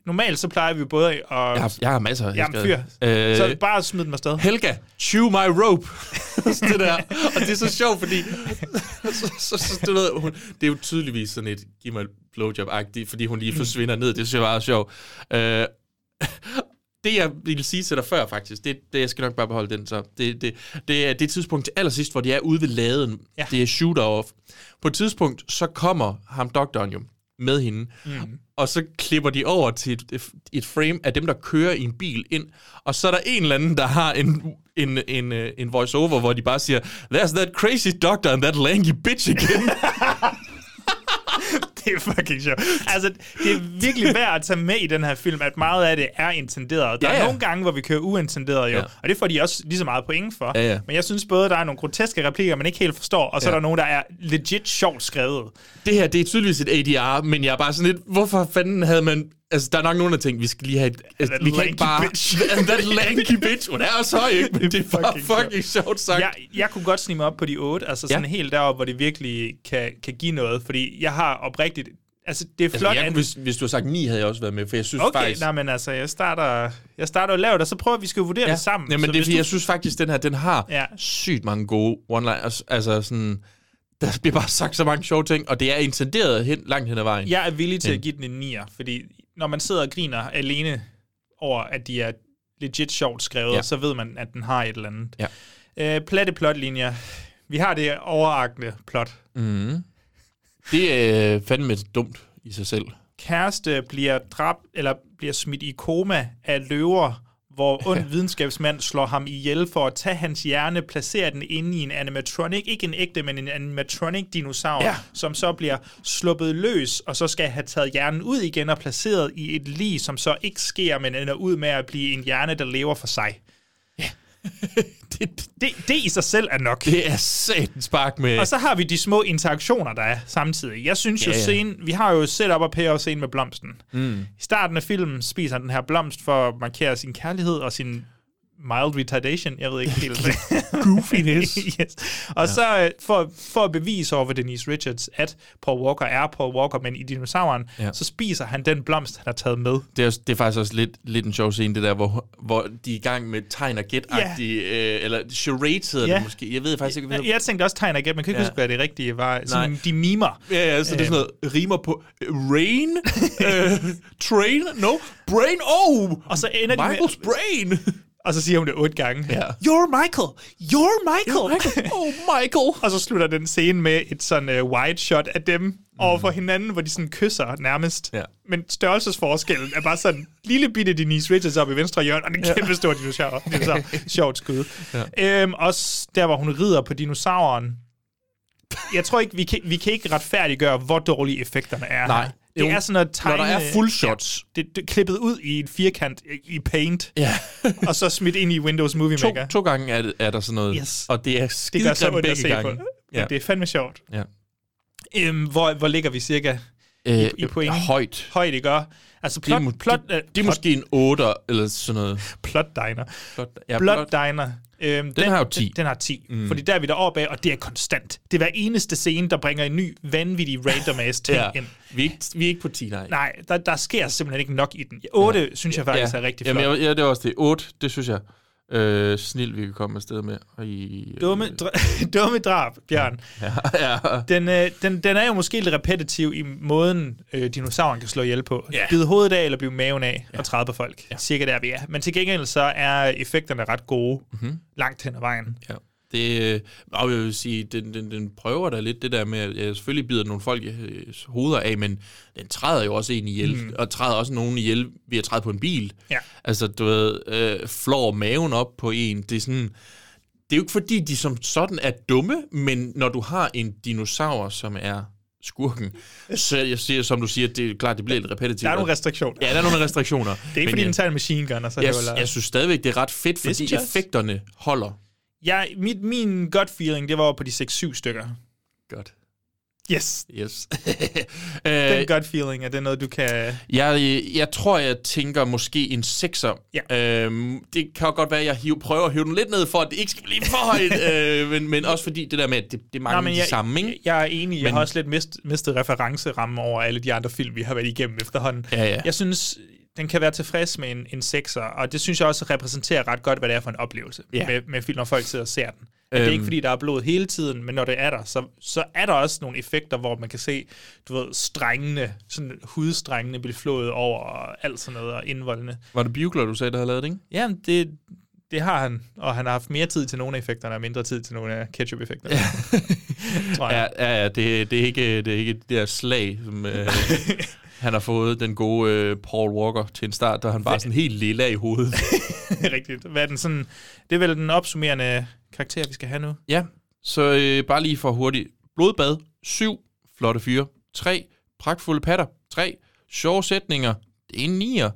[SPEAKER 2] normalt så plejer vi både at...
[SPEAKER 3] Jeg har, jeg har masser. jeg
[SPEAKER 2] jeg er en fyr.
[SPEAKER 3] skal-
[SPEAKER 2] Øh, så bare smid dem afsted.
[SPEAKER 3] Helga, chew my rope. det der. Og det er så sjovt, fordi... så, så, så, du ved, hun, det er jo tydeligvis sådan et giv mig et blowjob-agtigt, fordi hun lige forsvinder ned. Det synes jeg bare er sjovt. Øh, det, jeg ville sige til dig før, faktisk, det, det jeg skal nok bare beholde den så. Det, det, det er det tidspunkt til allersidst, hvor de er ude ved laden. Ja.
[SPEAKER 2] Ja.
[SPEAKER 3] Det er shoot-off. På et tidspunkt, så kommer ham doktoren jo med hende, mm. og så klipper de over til et, et frame af dem, der kører i en bil ind, og så er der en eller anden, der har en, en, en, øh, en voice-over, hvor de bare siger, there's that crazy doctor and that lanky bitch again.
[SPEAKER 2] Det er fucking sjovt. Altså, det er virkelig værd at tage med i den her film, at meget af det er intenderet. Der
[SPEAKER 3] Ja,
[SPEAKER 2] ja,
[SPEAKER 3] ja.
[SPEAKER 2] er nogle gange, hvor vi kører uintenderet jo,
[SPEAKER 3] Ja.
[SPEAKER 2] ja. og det får de også lige så meget point for.
[SPEAKER 3] Ja, ja.
[SPEAKER 2] Men jeg synes både, der er nogle groteske replikker, man ikke helt forstår, og så
[SPEAKER 3] Ja.
[SPEAKER 2] er der nogle, der er legit sjovt skrevet.
[SPEAKER 3] det her, det er tydeligvis et ADR, men jeg er bare sådan lidt, hvorfor fanden havde man... Altså, der er nok nogen, der tænkte, vi skal lige have et... Altså,
[SPEAKER 2] That
[SPEAKER 3] vi kan
[SPEAKER 2] lanky
[SPEAKER 3] ikke bare...
[SPEAKER 2] bitch.
[SPEAKER 3] And that lanky bitch. Hun er også høj, ikke? Men det er bare
[SPEAKER 2] fucking sjovt.
[SPEAKER 3] fucking sjovt sagt.
[SPEAKER 2] Jeg, jeg kunne godt snige mig op på de otte, altså sådan
[SPEAKER 3] Ja.
[SPEAKER 2] ja. helt deroppe, hvor det virkelig kan, kan give noget, fordi jeg har oprigtigt... Altså, det er flot...
[SPEAKER 3] altså, jeg, kunne-
[SPEAKER 2] an-
[SPEAKER 3] hvis, hvis du har sagt 9, havde jeg også været med, for jeg synes
[SPEAKER 2] Okay,
[SPEAKER 3] faktisk...
[SPEAKER 2] nej, men altså, jeg starter, jeg starter lavt, og så prøver vi skal vurdere ja. det sammen.
[SPEAKER 3] Ja,
[SPEAKER 2] Så
[SPEAKER 3] men det er,
[SPEAKER 2] hvis
[SPEAKER 3] fordi,
[SPEAKER 2] du-
[SPEAKER 3] jeg synes faktisk, den her, den har ja.
[SPEAKER 2] Ja.
[SPEAKER 3] sygt mange gode one-liners. Altså sådan... Der bliver bare sagt så mange sjove ting, og det er intenderet hen, langt hen ad vejen.
[SPEAKER 2] Jeg er villig til
[SPEAKER 3] Men-
[SPEAKER 2] at give den en 9'er, fordi når man sidder og griner alene over, at de er legit sjovt skrevet,
[SPEAKER 3] Ja.
[SPEAKER 2] ja. så ved man, at den har et eller andet.
[SPEAKER 3] Ja.
[SPEAKER 2] Øh, platte plotlinjer. Vi har det overraggende plot.
[SPEAKER 3] Mm. Det er øh, fandme dumt i sig selv.
[SPEAKER 2] Kæreste bliver dræbt, eller bliver smidt i koma af løver, hvor ond videnskabsmand slår ham ihjel for at tage hans hjerne, placere den inde i en animatronic, ikke en ægte, men en animatronic-dinosaur, ja. som så bliver sluppet løs, og så skal have taget hjernen ud igen og placeret i et lig, som så ikke sker, men ender ud med at blive en hjerne, der lever for sig. Ja. det, det, det i sig selv er nok.
[SPEAKER 3] Det er satans spark med...
[SPEAKER 2] Og så har vi de små interaktioner, der er samtidig. Jeg synes jo,
[SPEAKER 3] Ja,
[SPEAKER 2] ja,
[SPEAKER 3] ja.
[SPEAKER 2] ja. Scenen, vi har jo setup og payoff scenen med blomsten.
[SPEAKER 3] Mm.
[SPEAKER 2] I starten af filmen spiser han den her blomst for at markere sin kærlighed og sin mild retardation. Jeg ved ikke helt. Goofiness. yes. Og ja. så øh, for, for at bevise over for Denise Richards, at Paul Walker er Paul Walker, men i dinosauren,
[SPEAKER 3] Ja.
[SPEAKER 2] ja. så spiser han den blomst, han har taget med.
[SPEAKER 3] Det er, også- det er faktisk også lidt, lidt en sjov scene, det der, hvor, hvor de er i gang med tegn og gæt yeah. øh, eller charades hedder yeah. det måske. Jeg ved faktisk ikke, hvad
[SPEAKER 2] jeg, jeg tænkte også tegn og gæt, man kan ikke
[SPEAKER 3] Ja.
[SPEAKER 2] ja. huske, hvad det rigtige var. Sådan,
[SPEAKER 3] Nej.
[SPEAKER 2] de mimer.
[SPEAKER 3] Ja, ja, så det er
[SPEAKER 2] Øhm.
[SPEAKER 3] sådan noget, rimer på øh, rain, øh, train, no, brain, oh,
[SPEAKER 2] og så ender de med-
[SPEAKER 3] Michael's brain.
[SPEAKER 2] Og så siger hun det otte gange.
[SPEAKER 3] Ja.
[SPEAKER 2] You're Michael! You're Michael!
[SPEAKER 3] You're Michael. Oh, Michael!
[SPEAKER 2] og så slutter den scene med et sådan uh, wide shot af dem mm. over for hinanden, hvor de sådan kysser nærmest.
[SPEAKER 3] Mhm. Ja.
[SPEAKER 2] Men størrelsesforskellen er bare sådan lille bitte Denise Richards op i venstre hjørne, og den
[SPEAKER 3] Ja.
[SPEAKER 2] kæmpe store dinosaur. dinosaur. Sjovt skud. Ja. Øhm, også der, hvor hun rider på dinosauren. Jeg tror ikke, vi kan, vi kan ikke retfærdiggøre, hvor dårlige effekterne er.
[SPEAKER 3] Nej.
[SPEAKER 2] Det
[SPEAKER 3] Jo.
[SPEAKER 2] er sådan noget
[SPEAKER 3] Når
[SPEAKER 2] tegne...
[SPEAKER 3] der er full shots.
[SPEAKER 2] Ja, det, det er klippet ud i et firkant i- i Paint,
[SPEAKER 3] Ja.
[SPEAKER 2] og så smidt ind i Windows Movie
[SPEAKER 3] To,
[SPEAKER 2] Maker.
[SPEAKER 3] to gange er, det- er der sådan noget,
[SPEAKER 2] Yes.
[SPEAKER 3] og det er
[SPEAKER 2] Det gør
[SPEAKER 3] skidegrimt
[SPEAKER 2] så ondt at
[SPEAKER 3] begge
[SPEAKER 2] se
[SPEAKER 3] gange.
[SPEAKER 2] på. Ja. Det er fandme sjovt.
[SPEAKER 3] Ja.
[SPEAKER 2] Øhm, hvor, hvor ligger vi cirka øh, i, i point?
[SPEAKER 3] Højt.
[SPEAKER 2] Højt, ikke? også? Altså
[SPEAKER 3] Det er,
[SPEAKER 2] plot,
[SPEAKER 3] må,
[SPEAKER 2] plot,
[SPEAKER 3] det, det er
[SPEAKER 2] plot-
[SPEAKER 3] måske en 8 eller sådan noget.
[SPEAKER 2] Plot diner.
[SPEAKER 3] Plot, ja,
[SPEAKER 2] Ja,
[SPEAKER 3] plot,
[SPEAKER 2] Blood Diner. Øhm, den,
[SPEAKER 3] har jo
[SPEAKER 2] den-
[SPEAKER 3] 10.
[SPEAKER 2] Den, har 10,
[SPEAKER 3] Mm.
[SPEAKER 2] mm. fordi der er vi deroppe af, og det er konstant. Det er hver eneste scene, der bringer en ny, vanvittig, random ass ting
[SPEAKER 3] Ja.
[SPEAKER 2] ind.
[SPEAKER 3] Vi er, ikke, vi er ikke på 10, nej.
[SPEAKER 2] Nej, der, der sker simpelthen ikke nok i den. 8 ja. synes jeg faktisk
[SPEAKER 3] ja.
[SPEAKER 2] ja. er rigtig flot.
[SPEAKER 3] Jamen, jeg, ja, det er også det. 8, det synes jeg. Øh, snil, vi kan komme afsted med. Og i,
[SPEAKER 2] Dumme, dra- dumme drab, Bjørn.
[SPEAKER 3] Ja, ja.
[SPEAKER 2] Den, øh, den, den er jo måske lidt repetitiv i måden, øh, dinosauren kan slå ihjel på.
[SPEAKER 3] Ja.
[SPEAKER 2] Yeah. Bide hovedet af, eller blive maven af, og træde på folk. Yeah. Cirka der, vi er. Men til gengæld så er effekterne ret gode,
[SPEAKER 3] Mhm.
[SPEAKER 2] mm-hmm. langt hen ad vejen.
[SPEAKER 3] Ja. Det, øh, og jeg vil sige, den, den, den prøver da lidt det der med, at jeg selvfølgelig bider nogle folk øh, hoveder af, men den træder jo også en ihjel, mm.
[SPEAKER 2] Mm.
[SPEAKER 3] og træder også nogen ihjel ved at træde på en bil.
[SPEAKER 2] Ja.
[SPEAKER 3] Altså, du ved, øh, flår maven op på en. Det er sådan... Det er jo ikke fordi, de som sådan er dumme, men når du har en dinosaur, som er skurken, så jeg siger, som du siger, det er klart, det bliver lidt repetitivt.
[SPEAKER 2] Der er nogle restriktioner.
[SPEAKER 3] Ja, der er nogle restriktioner.
[SPEAKER 2] Det er ikke, fordi den tager en machine gun, og så
[SPEAKER 3] jeg,
[SPEAKER 2] høvler-
[SPEAKER 3] jeg synes stadigvæk, det er ret fedt,
[SPEAKER 2] Det synes
[SPEAKER 3] fordi
[SPEAKER 2] jeg også.
[SPEAKER 3] effekterne holder.
[SPEAKER 2] Jeg, mit, min gut feeling, det var jo på de 6-7 stykker.
[SPEAKER 3] Godt.
[SPEAKER 2] Yes.
[SPEAKER 3] Yes. Øh,
[SPEAKER 2] Den gut feeling, er det noget, du kan...
[SPEAKER 3] Jeg, øh, jeg tror, jeg tænker måske en 6'er. Ja. Øhm, det kan jo godt være, at jeg hiv, prøver at hive den lidt ned, for at det ikke skal blive for højt. øh, men, men også fordi det der med, at det, det mangler
[SPEAKER 2] Nå, men
[SPEAKER 3] de
[SPEAKER 2] jeg-
[SPEAKER 3] samme, ikke?
[SPEAKER 2] Jeg er enig, men...
[SPEAKER 3] Men-
[SPEAKER 2] jeg har også lidt mist, mistet referencerammen over alle de andre film, vi har været igennem efterhånden.
[SPEAKER 3] Ja, ja.
[SPEAKER 2] Jeg synes, den kan være tilfreds med en, en sekser, og det synes jeg også repræsenterer ret godt, hvad det er for en oplevelse
[SPEAKER 3] Ja.
[SPEAKER 2] med, med film, når folk sidder og ser den. At Det er
[SPEAKER 3] Øhm.
[SPEAKER 2] ikke, fordi der er blod hele tiden, men når det er der, så, så er der også nogle effekter, hvor man kan se, du ved, strengene, sådan hudstrengene blive flået over og alt sådan noget, og indvoldene.
[SPEAKER 3] Var det Bugler, du sagde, der havde lavet det, ikke?
[SPEAKER 2] Ja, det, det har han, og han har haft mere tid til nogle af effekterne, og mindre tid til nogle af ketchup-effekterne. tror
[SPEAKER 3] Ja, ja, ja det, det, er ikke, det er ikke det der slag, som øh, han har fået den gode øh, Paul Walker til en start, der han bare sådan helt lilla i hovedet.
[SPEAKER 2] Rigtigt. Hvad er den sådan, det er vel den opsummerende karakter, vi skal have nu.
[SPEAKER 3] Ja, så øh, bare lige for hurtigt. Blodbad, 7. Flotte fyre, 3. Pragtfulde patter, 3. Sjove sætninger, det er en 9'er.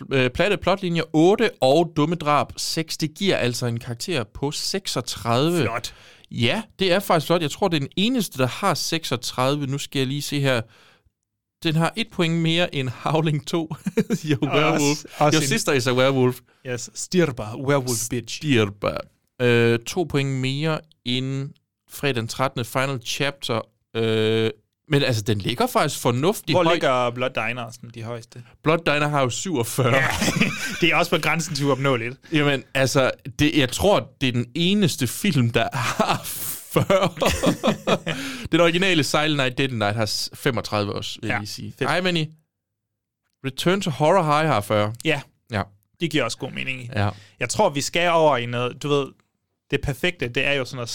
[SPEAKER 3] F- øh, Platte plotlinjer, 8. Og dumme drab, 6. Det giver altså en karakter på 36.
[SPEAKER 2] Flot.
[SPEAKER 3] Ja, det er faktisk flot. Jeg tror, det er den eneste, der har 36. Nu skal jeg lige se her. Den har et point mere end Howling 2. Your werewolf. Your
[SPEAKER 2] en-
[SPEAKER 3] sister is a werewolf.
[SPEAKER 2] Yes, Stirba, werewolf bitch.
[SPEAKER 3] Stirba. Øh, to point mere end fredag den 13. Final Chapter. Øh, men altså, den ligger faktisk fornuftigt
[SPEAKER 2] Hvor
[SPEAKER 3] højt.
[SPEAKER 2] ligger Blood Diner sådan de højeste?
[SPEAKER 3] Blood Diner har jo 47. Ja.
[SPEAKER 2] det er også på grænsen til uopnåeligt.
[SPEAKER 3] Jamen, altså, det, jeg tror, det er den eneste film, der har 40. den originale Silent Night, Deadly Night har s- 35 også, vil jeg
[SPEAKER 2] Ja,
[SPEAKER 3] lige sige.
[SPEAKER 2] fedt.
[SPEAKER 3] Hej, Manny. Return to Horror High har 40.
[SPEAKER 2] Ja.
[SPEAKER 3] Ja.
[SPEAKER 2] Det giver også god mening.
[SPEAKER 3] Ja.
[SPEAKER 2] Jeg tror, vi skal over i noget, du ved, det perfekte, det er jo sådan noget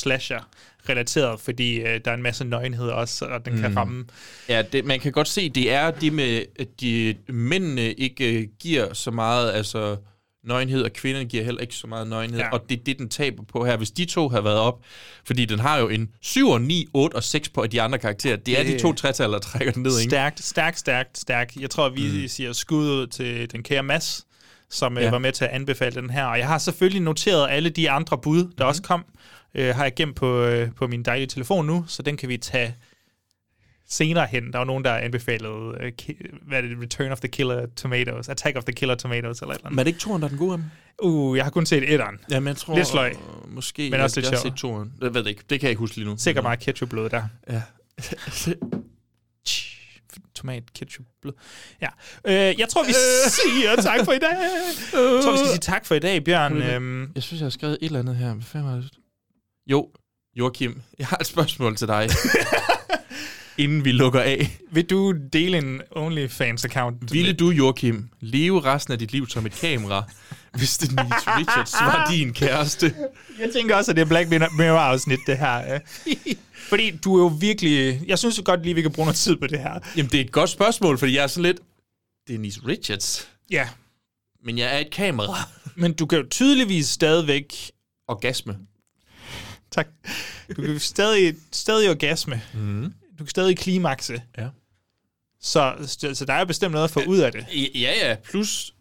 [SPEAKER 2] slasher-relateret, fordi øh, der er en masse nøgenhed også, og den mm. kan
[SPEAKER 3] Mm.
[SPEAKER 2] ramme.
[SPEAKER 3] Ja, det, man kan godt se, det er det med, at de, mændene ikke øh, giver så meget altså, nøgenhed, og kvinderne giver heller ikke så meget nøgenhed,
[SPEAKER 2] Ja.
[SPEAKER 3] ja. og det er det, den taber på her. Hvis de to havde været op, fordi den har jo en 7, og 9, 8 og 6 på af de andre karakterer. Det er
[SPEAKER 2] Det-
[SPEAKER 3] de to tretal, der trækker den ned, ikke?
[SPEAKER 2] Stærkt, stærkt, stærkt, stærkt. Jeg tror, vi mm. siger skud ud til den kære Mads, som ja.
[SPEAKER 3] Ja.
[SPEAKER 2] var med til at anbefale den her. Og jeg har selvfølgelig noteret alle de andre bud, der mm. også kom, øh, har jeg gemt på, øh, på min dejlige telefon nu, så den kan vi tage senere hen. Der var nogen, der anbefalede øh, ki- hvad er det, Return of the Killer Tomatoes, Attack of the Killer Tomatoes eller et eller andet.
[SPEAKER 3] Men er det ikke toren, der er den gode? Emma?
[SPEAKER 2] Uh, jeg har kun set etteren.
[SPEAKER 3] Jamen, jeg tror,
[SPEAKER 2] Lidt sløj.
[SPEAKER 3] øh, Måske,
[SPEAKER 2] Men også lidt
[SPEAKER 3] jeg, jeg har
[SPEAKER 2] sjov.
[SPEAKER 3] set toren. Jeg ved det ikke. Det kan jeg ikke huske lige nu.
[SPEAKER 2] Sikkert meget ketchupblod der.
[SPEAKER 3] Ja.
[SPEAKER 2] Tomat, ketchup, blød. Ja. Øh, jeg tror, vi siger tak for i dag. Jeg tror, vi skal sige tak for i dag, Bjørn.
[SPEAKER 3] Kan du-
[SPEAKER 2] Øhm,
[SPEAKER 3] Jeg synes, jeg har skrevet et eller andet her. Hvad fanden var det? Jo, Joachim, jeg har et spørgsmål til dig. Inden vi lukker af.
[SPEAKER 2] Vil du dele en OnlyFans-account?
[SPEAKER 3] Ville du, Joachim, leve resten af dit liv som et kamera, hvis det Denise Richards var din kæreste?
[SPEAKER 2] Jeg tænker også, at det er Black Mirror-afsnit, det her. øh. Fordi du er jo virkelig... Jeg synes jo godt lige, vi kan bruge noget tid på det her.
[SPEAKER 3] Jamen, det er et godt spørgsmål, fordi jeg er sådan lidt... Denise Richards.
[SPEAKER 2] Ja,
[SPEAKER 3] Men jeg er et kamera.
[SPEAKER 2] men du kan jo tydeligvis stadigvæk...
[SPEAKER 3] Orgasme.
[SPEAKER 2] Tak. Du kan jo stadig, stadig orgasme.
[SPEAKER 3] Mhm.
[SPEAKER 2] Du kan stadig klimakse.
[SPEAKER 3] Ja.
[SPEAKER 2] Så, så- så der er bestemt noget at få ud af det.
[SPEAKER 3] Ja, ja. Plus,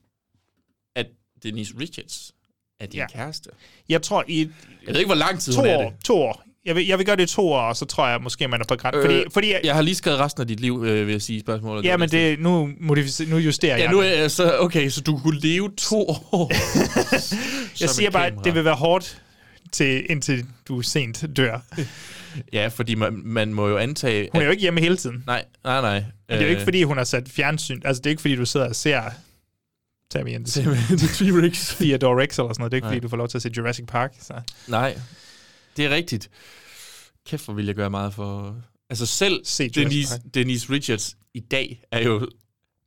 [SPEAKER 3] at Denise Richards er din
[SPEAKER 2] Ja.
[SPEAKER 3] ja. kæreste.
[SPEAKER 2] Jeg tror i...
[SPEAKER 3] Jeg ved ikke, hvor lang tid
[SPEAKER 2] to
[SPEAKER 3] hun er
[SPEAKER 2] år,
[SPEAKER 3] det.
[SPEAKER 2] To år. Jeg vil, jeg vil gøre det i to år, og så tror jeg måske, man er på græn. Øh, fordi, fordi
[SPEAKER 3] jeg har lige skrevet resten af dit liv, øh, vil jeg sige, spørgsmålet.
[SPEAKER 2] ja, men det, nu, modificer, nu justerer
[SPEAKER 3] Ja,
[SPEAKER 2] jeg
[SPEAKER 3] nu
[SPEAKER 2] den.
[SPEAKER 3] er jeg så, okay, så du kunne leve to år.
[SPEAKER 2] Jeg
[SPEAKER 3] som
[SPEAKER 2] siger
[SPEAKER 3] et
[SPEAKER 2] bare, at
[SPEAKER 3] kamera.
[SPEAKER 2] det vil være hårdt, til, indtil du sent dør.
[SPEAKER 3] ja, fordi man, man må jo antage...
[SPEAKER 2] Hun er jo ikke hjemme hele tiden.
[SPEAKER 3] Nej, nej, nej. Øh, Men
[SPEAKER 2] Men det er jo ikke, fordi hun har sat fjernsyn. Altså, det er ikke, fordi du sidder og ser Tammy and the T-Rex. Theodore Rex eller sådan noget. Det er ikke,
[SPEAKER 3] Nej.
[SPEAKER 2] fordi du får lov til at se Jurassic Park. Så.
[SPEAKER 3] Nej, det er rigtigt. Kæft, hvor vil jeg gøre meget for... Altså selv
[SPEAKER 2] Se Jurassic
[SPEAKER 3] Denise,
[SPEAKER 2] Park.
[SPEAKER 3] Denise Richards i dag er jo...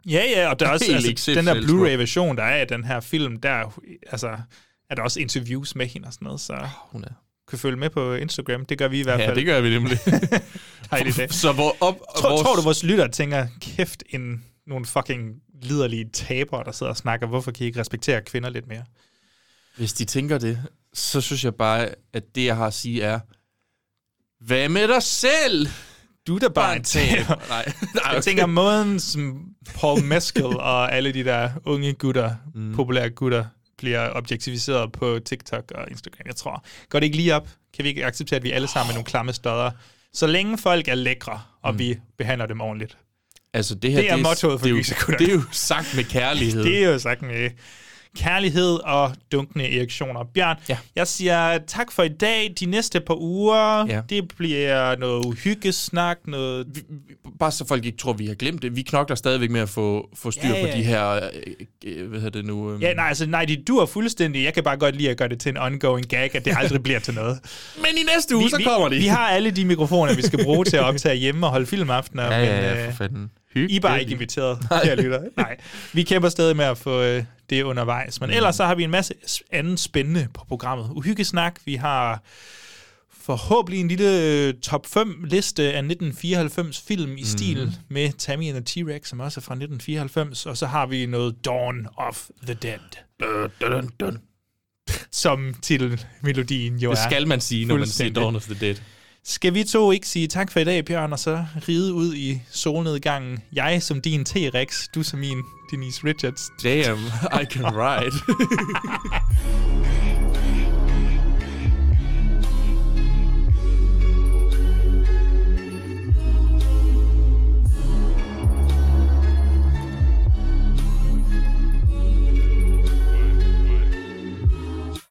[SPEAKER 2] Ja, ja, og der er også
[SPEAKER 3] Helt
[SPEAKER 2] altså, den
[SPEAKER 3] exceptionelt
[SPEAKER 2] der
[SPEAKER 3] smuk.
[SPEAKER 2] Blu-ray-version, der er af den her film, der er- altså, er der også interviews med hende og sådan noget, så
[SPEAKER 3] hun er.
[SPEAKER 2] kan følge med på Instagram. Det gør vi i hvert fald.
[SPEAKER 3] Ja, det gør vi nemlig.
[SPEAKER 2] Dejligt dag.
[SPEAKER 3] så hvor op...
[SPEAKER 2] Tror,
[SPEAKER 3] vores-
[SPEAKER 2] vores... tror du, vores lytter tænker, kæft, en, nogle fucking liderlige tabere, der sidder og snakker, hvorfor kan I ikke respektere kvinder lidt mere?
[SPEAKER 3] Hvis de tænker det, så synes jeg bare, at det, jeg har at sige, er... Hvad med dig selv?
[SPEAKER 2] Du er da bare
[SPEAKER 3] Bare
[SPEAKER 2] en
[SPEAKER 3] en
[SPEAKER 2] taber.
[SPEAKER 3] taber. Nej,
[SPEAKER 2] okay.
[SPEAKER 3] nej,
[SPEAKER 2] Jeg
[SPEAKER 3] Ah, okay.
[SPEAKER 2] tænker, måden som Paul Mescal og alle de der unge gutter, mm. populære gutter, bliver objektiviseret på TikTok og Instagram, jeg tror. Går det ikke lige op? Kan vi ikke acceptere, at vi alle sammen er nogle klamme stodder? Så længe folk er lækre, og mm. vi behandler dem ordentligt.
[SPEAKER 3] Altså, det her...
[SPEAKER 2] Det er mottoet for
[SPEAKER 3] det er jo-
[SPEAKER 2] Gysergutterne.
[SPEAKER 3] Det er jo sagt med kærlighed.
[SPEAKER 2] Det er jo sagt med kærlighed og dunkende erektioner. Bjørn, ja. jeg siger tak for i dag. De næste par uger, ja.
[SPEAKER 3] Ja.
[SPEAKER 2] det bliver noget uhyggesnak, noget...
[SPEAKER 3] bare så folk ikke tror, vi har glemt det. Vi knokler stadigvæk med at få, få styr
[SPEAKER 2] Ja,
[SPEAKER 3] ja, ja.
[SPEAKER 2] ja,
[SPEAKER 3] på de her, øh, øh, hvad hedder det nu? Øh,
[SPEAKER 2] Ja, nej, altså, nej, de dur fuldstændig. Jeg kan bare godt lide at gøre det til en ongoing gag, at det aldrig bliver til noget.
[SPEAKER 3] Men i næste uge, så kommer de.
[SPEAKER 2] Vi har alle de mikrofoner, vi skal bruge til at optage hjemme og holde filmaftener.
[SPEAKER 3] Ja, ja,
[SPEAKER 2] men,
[SPEAKER 3] ja,
[SPEAKER 2] øh,
[SPEAKER 3] for fanden.
[SPEAKER 2] I er bare ikke inviteret, kære lytter. Nej, vi kæmper stadig med at få øh, det undervejs.
[SPEAKER 3] Mm.
[SPEAKER 2] Men ellers så har vi en masse s- andet spændende på programmet. Uhyggesnak, vi har forhåbentlig en lille øh, top 5 liste af 1994 film i
[SPEAKER 3] Mm.
[SPEAKER 2] stil med Tammy and the T-Rex, som også er fra 1994. Og så har vi noget Dawn of the Dead.
[SPEAKER 3] Dun, dun.
[SPEAKER 2] Som titelmelodien jo
[SPEAKER 3] Det
[SPEAKER 2] er.
[SPEAKER 3] skal man sige, når man siger
[SPEAKER 2] Fuldstændig.
[SPEAKER 3] Dawn of the Dead.
[SPEAKER 2] Skal vi to ikke sige tak for i dag, Bjørn, og så ride ud i solnedgangen? Jeg som din T-Rex, du som min Denise Richards.
[SPEAKER 3] Damn, I can ride.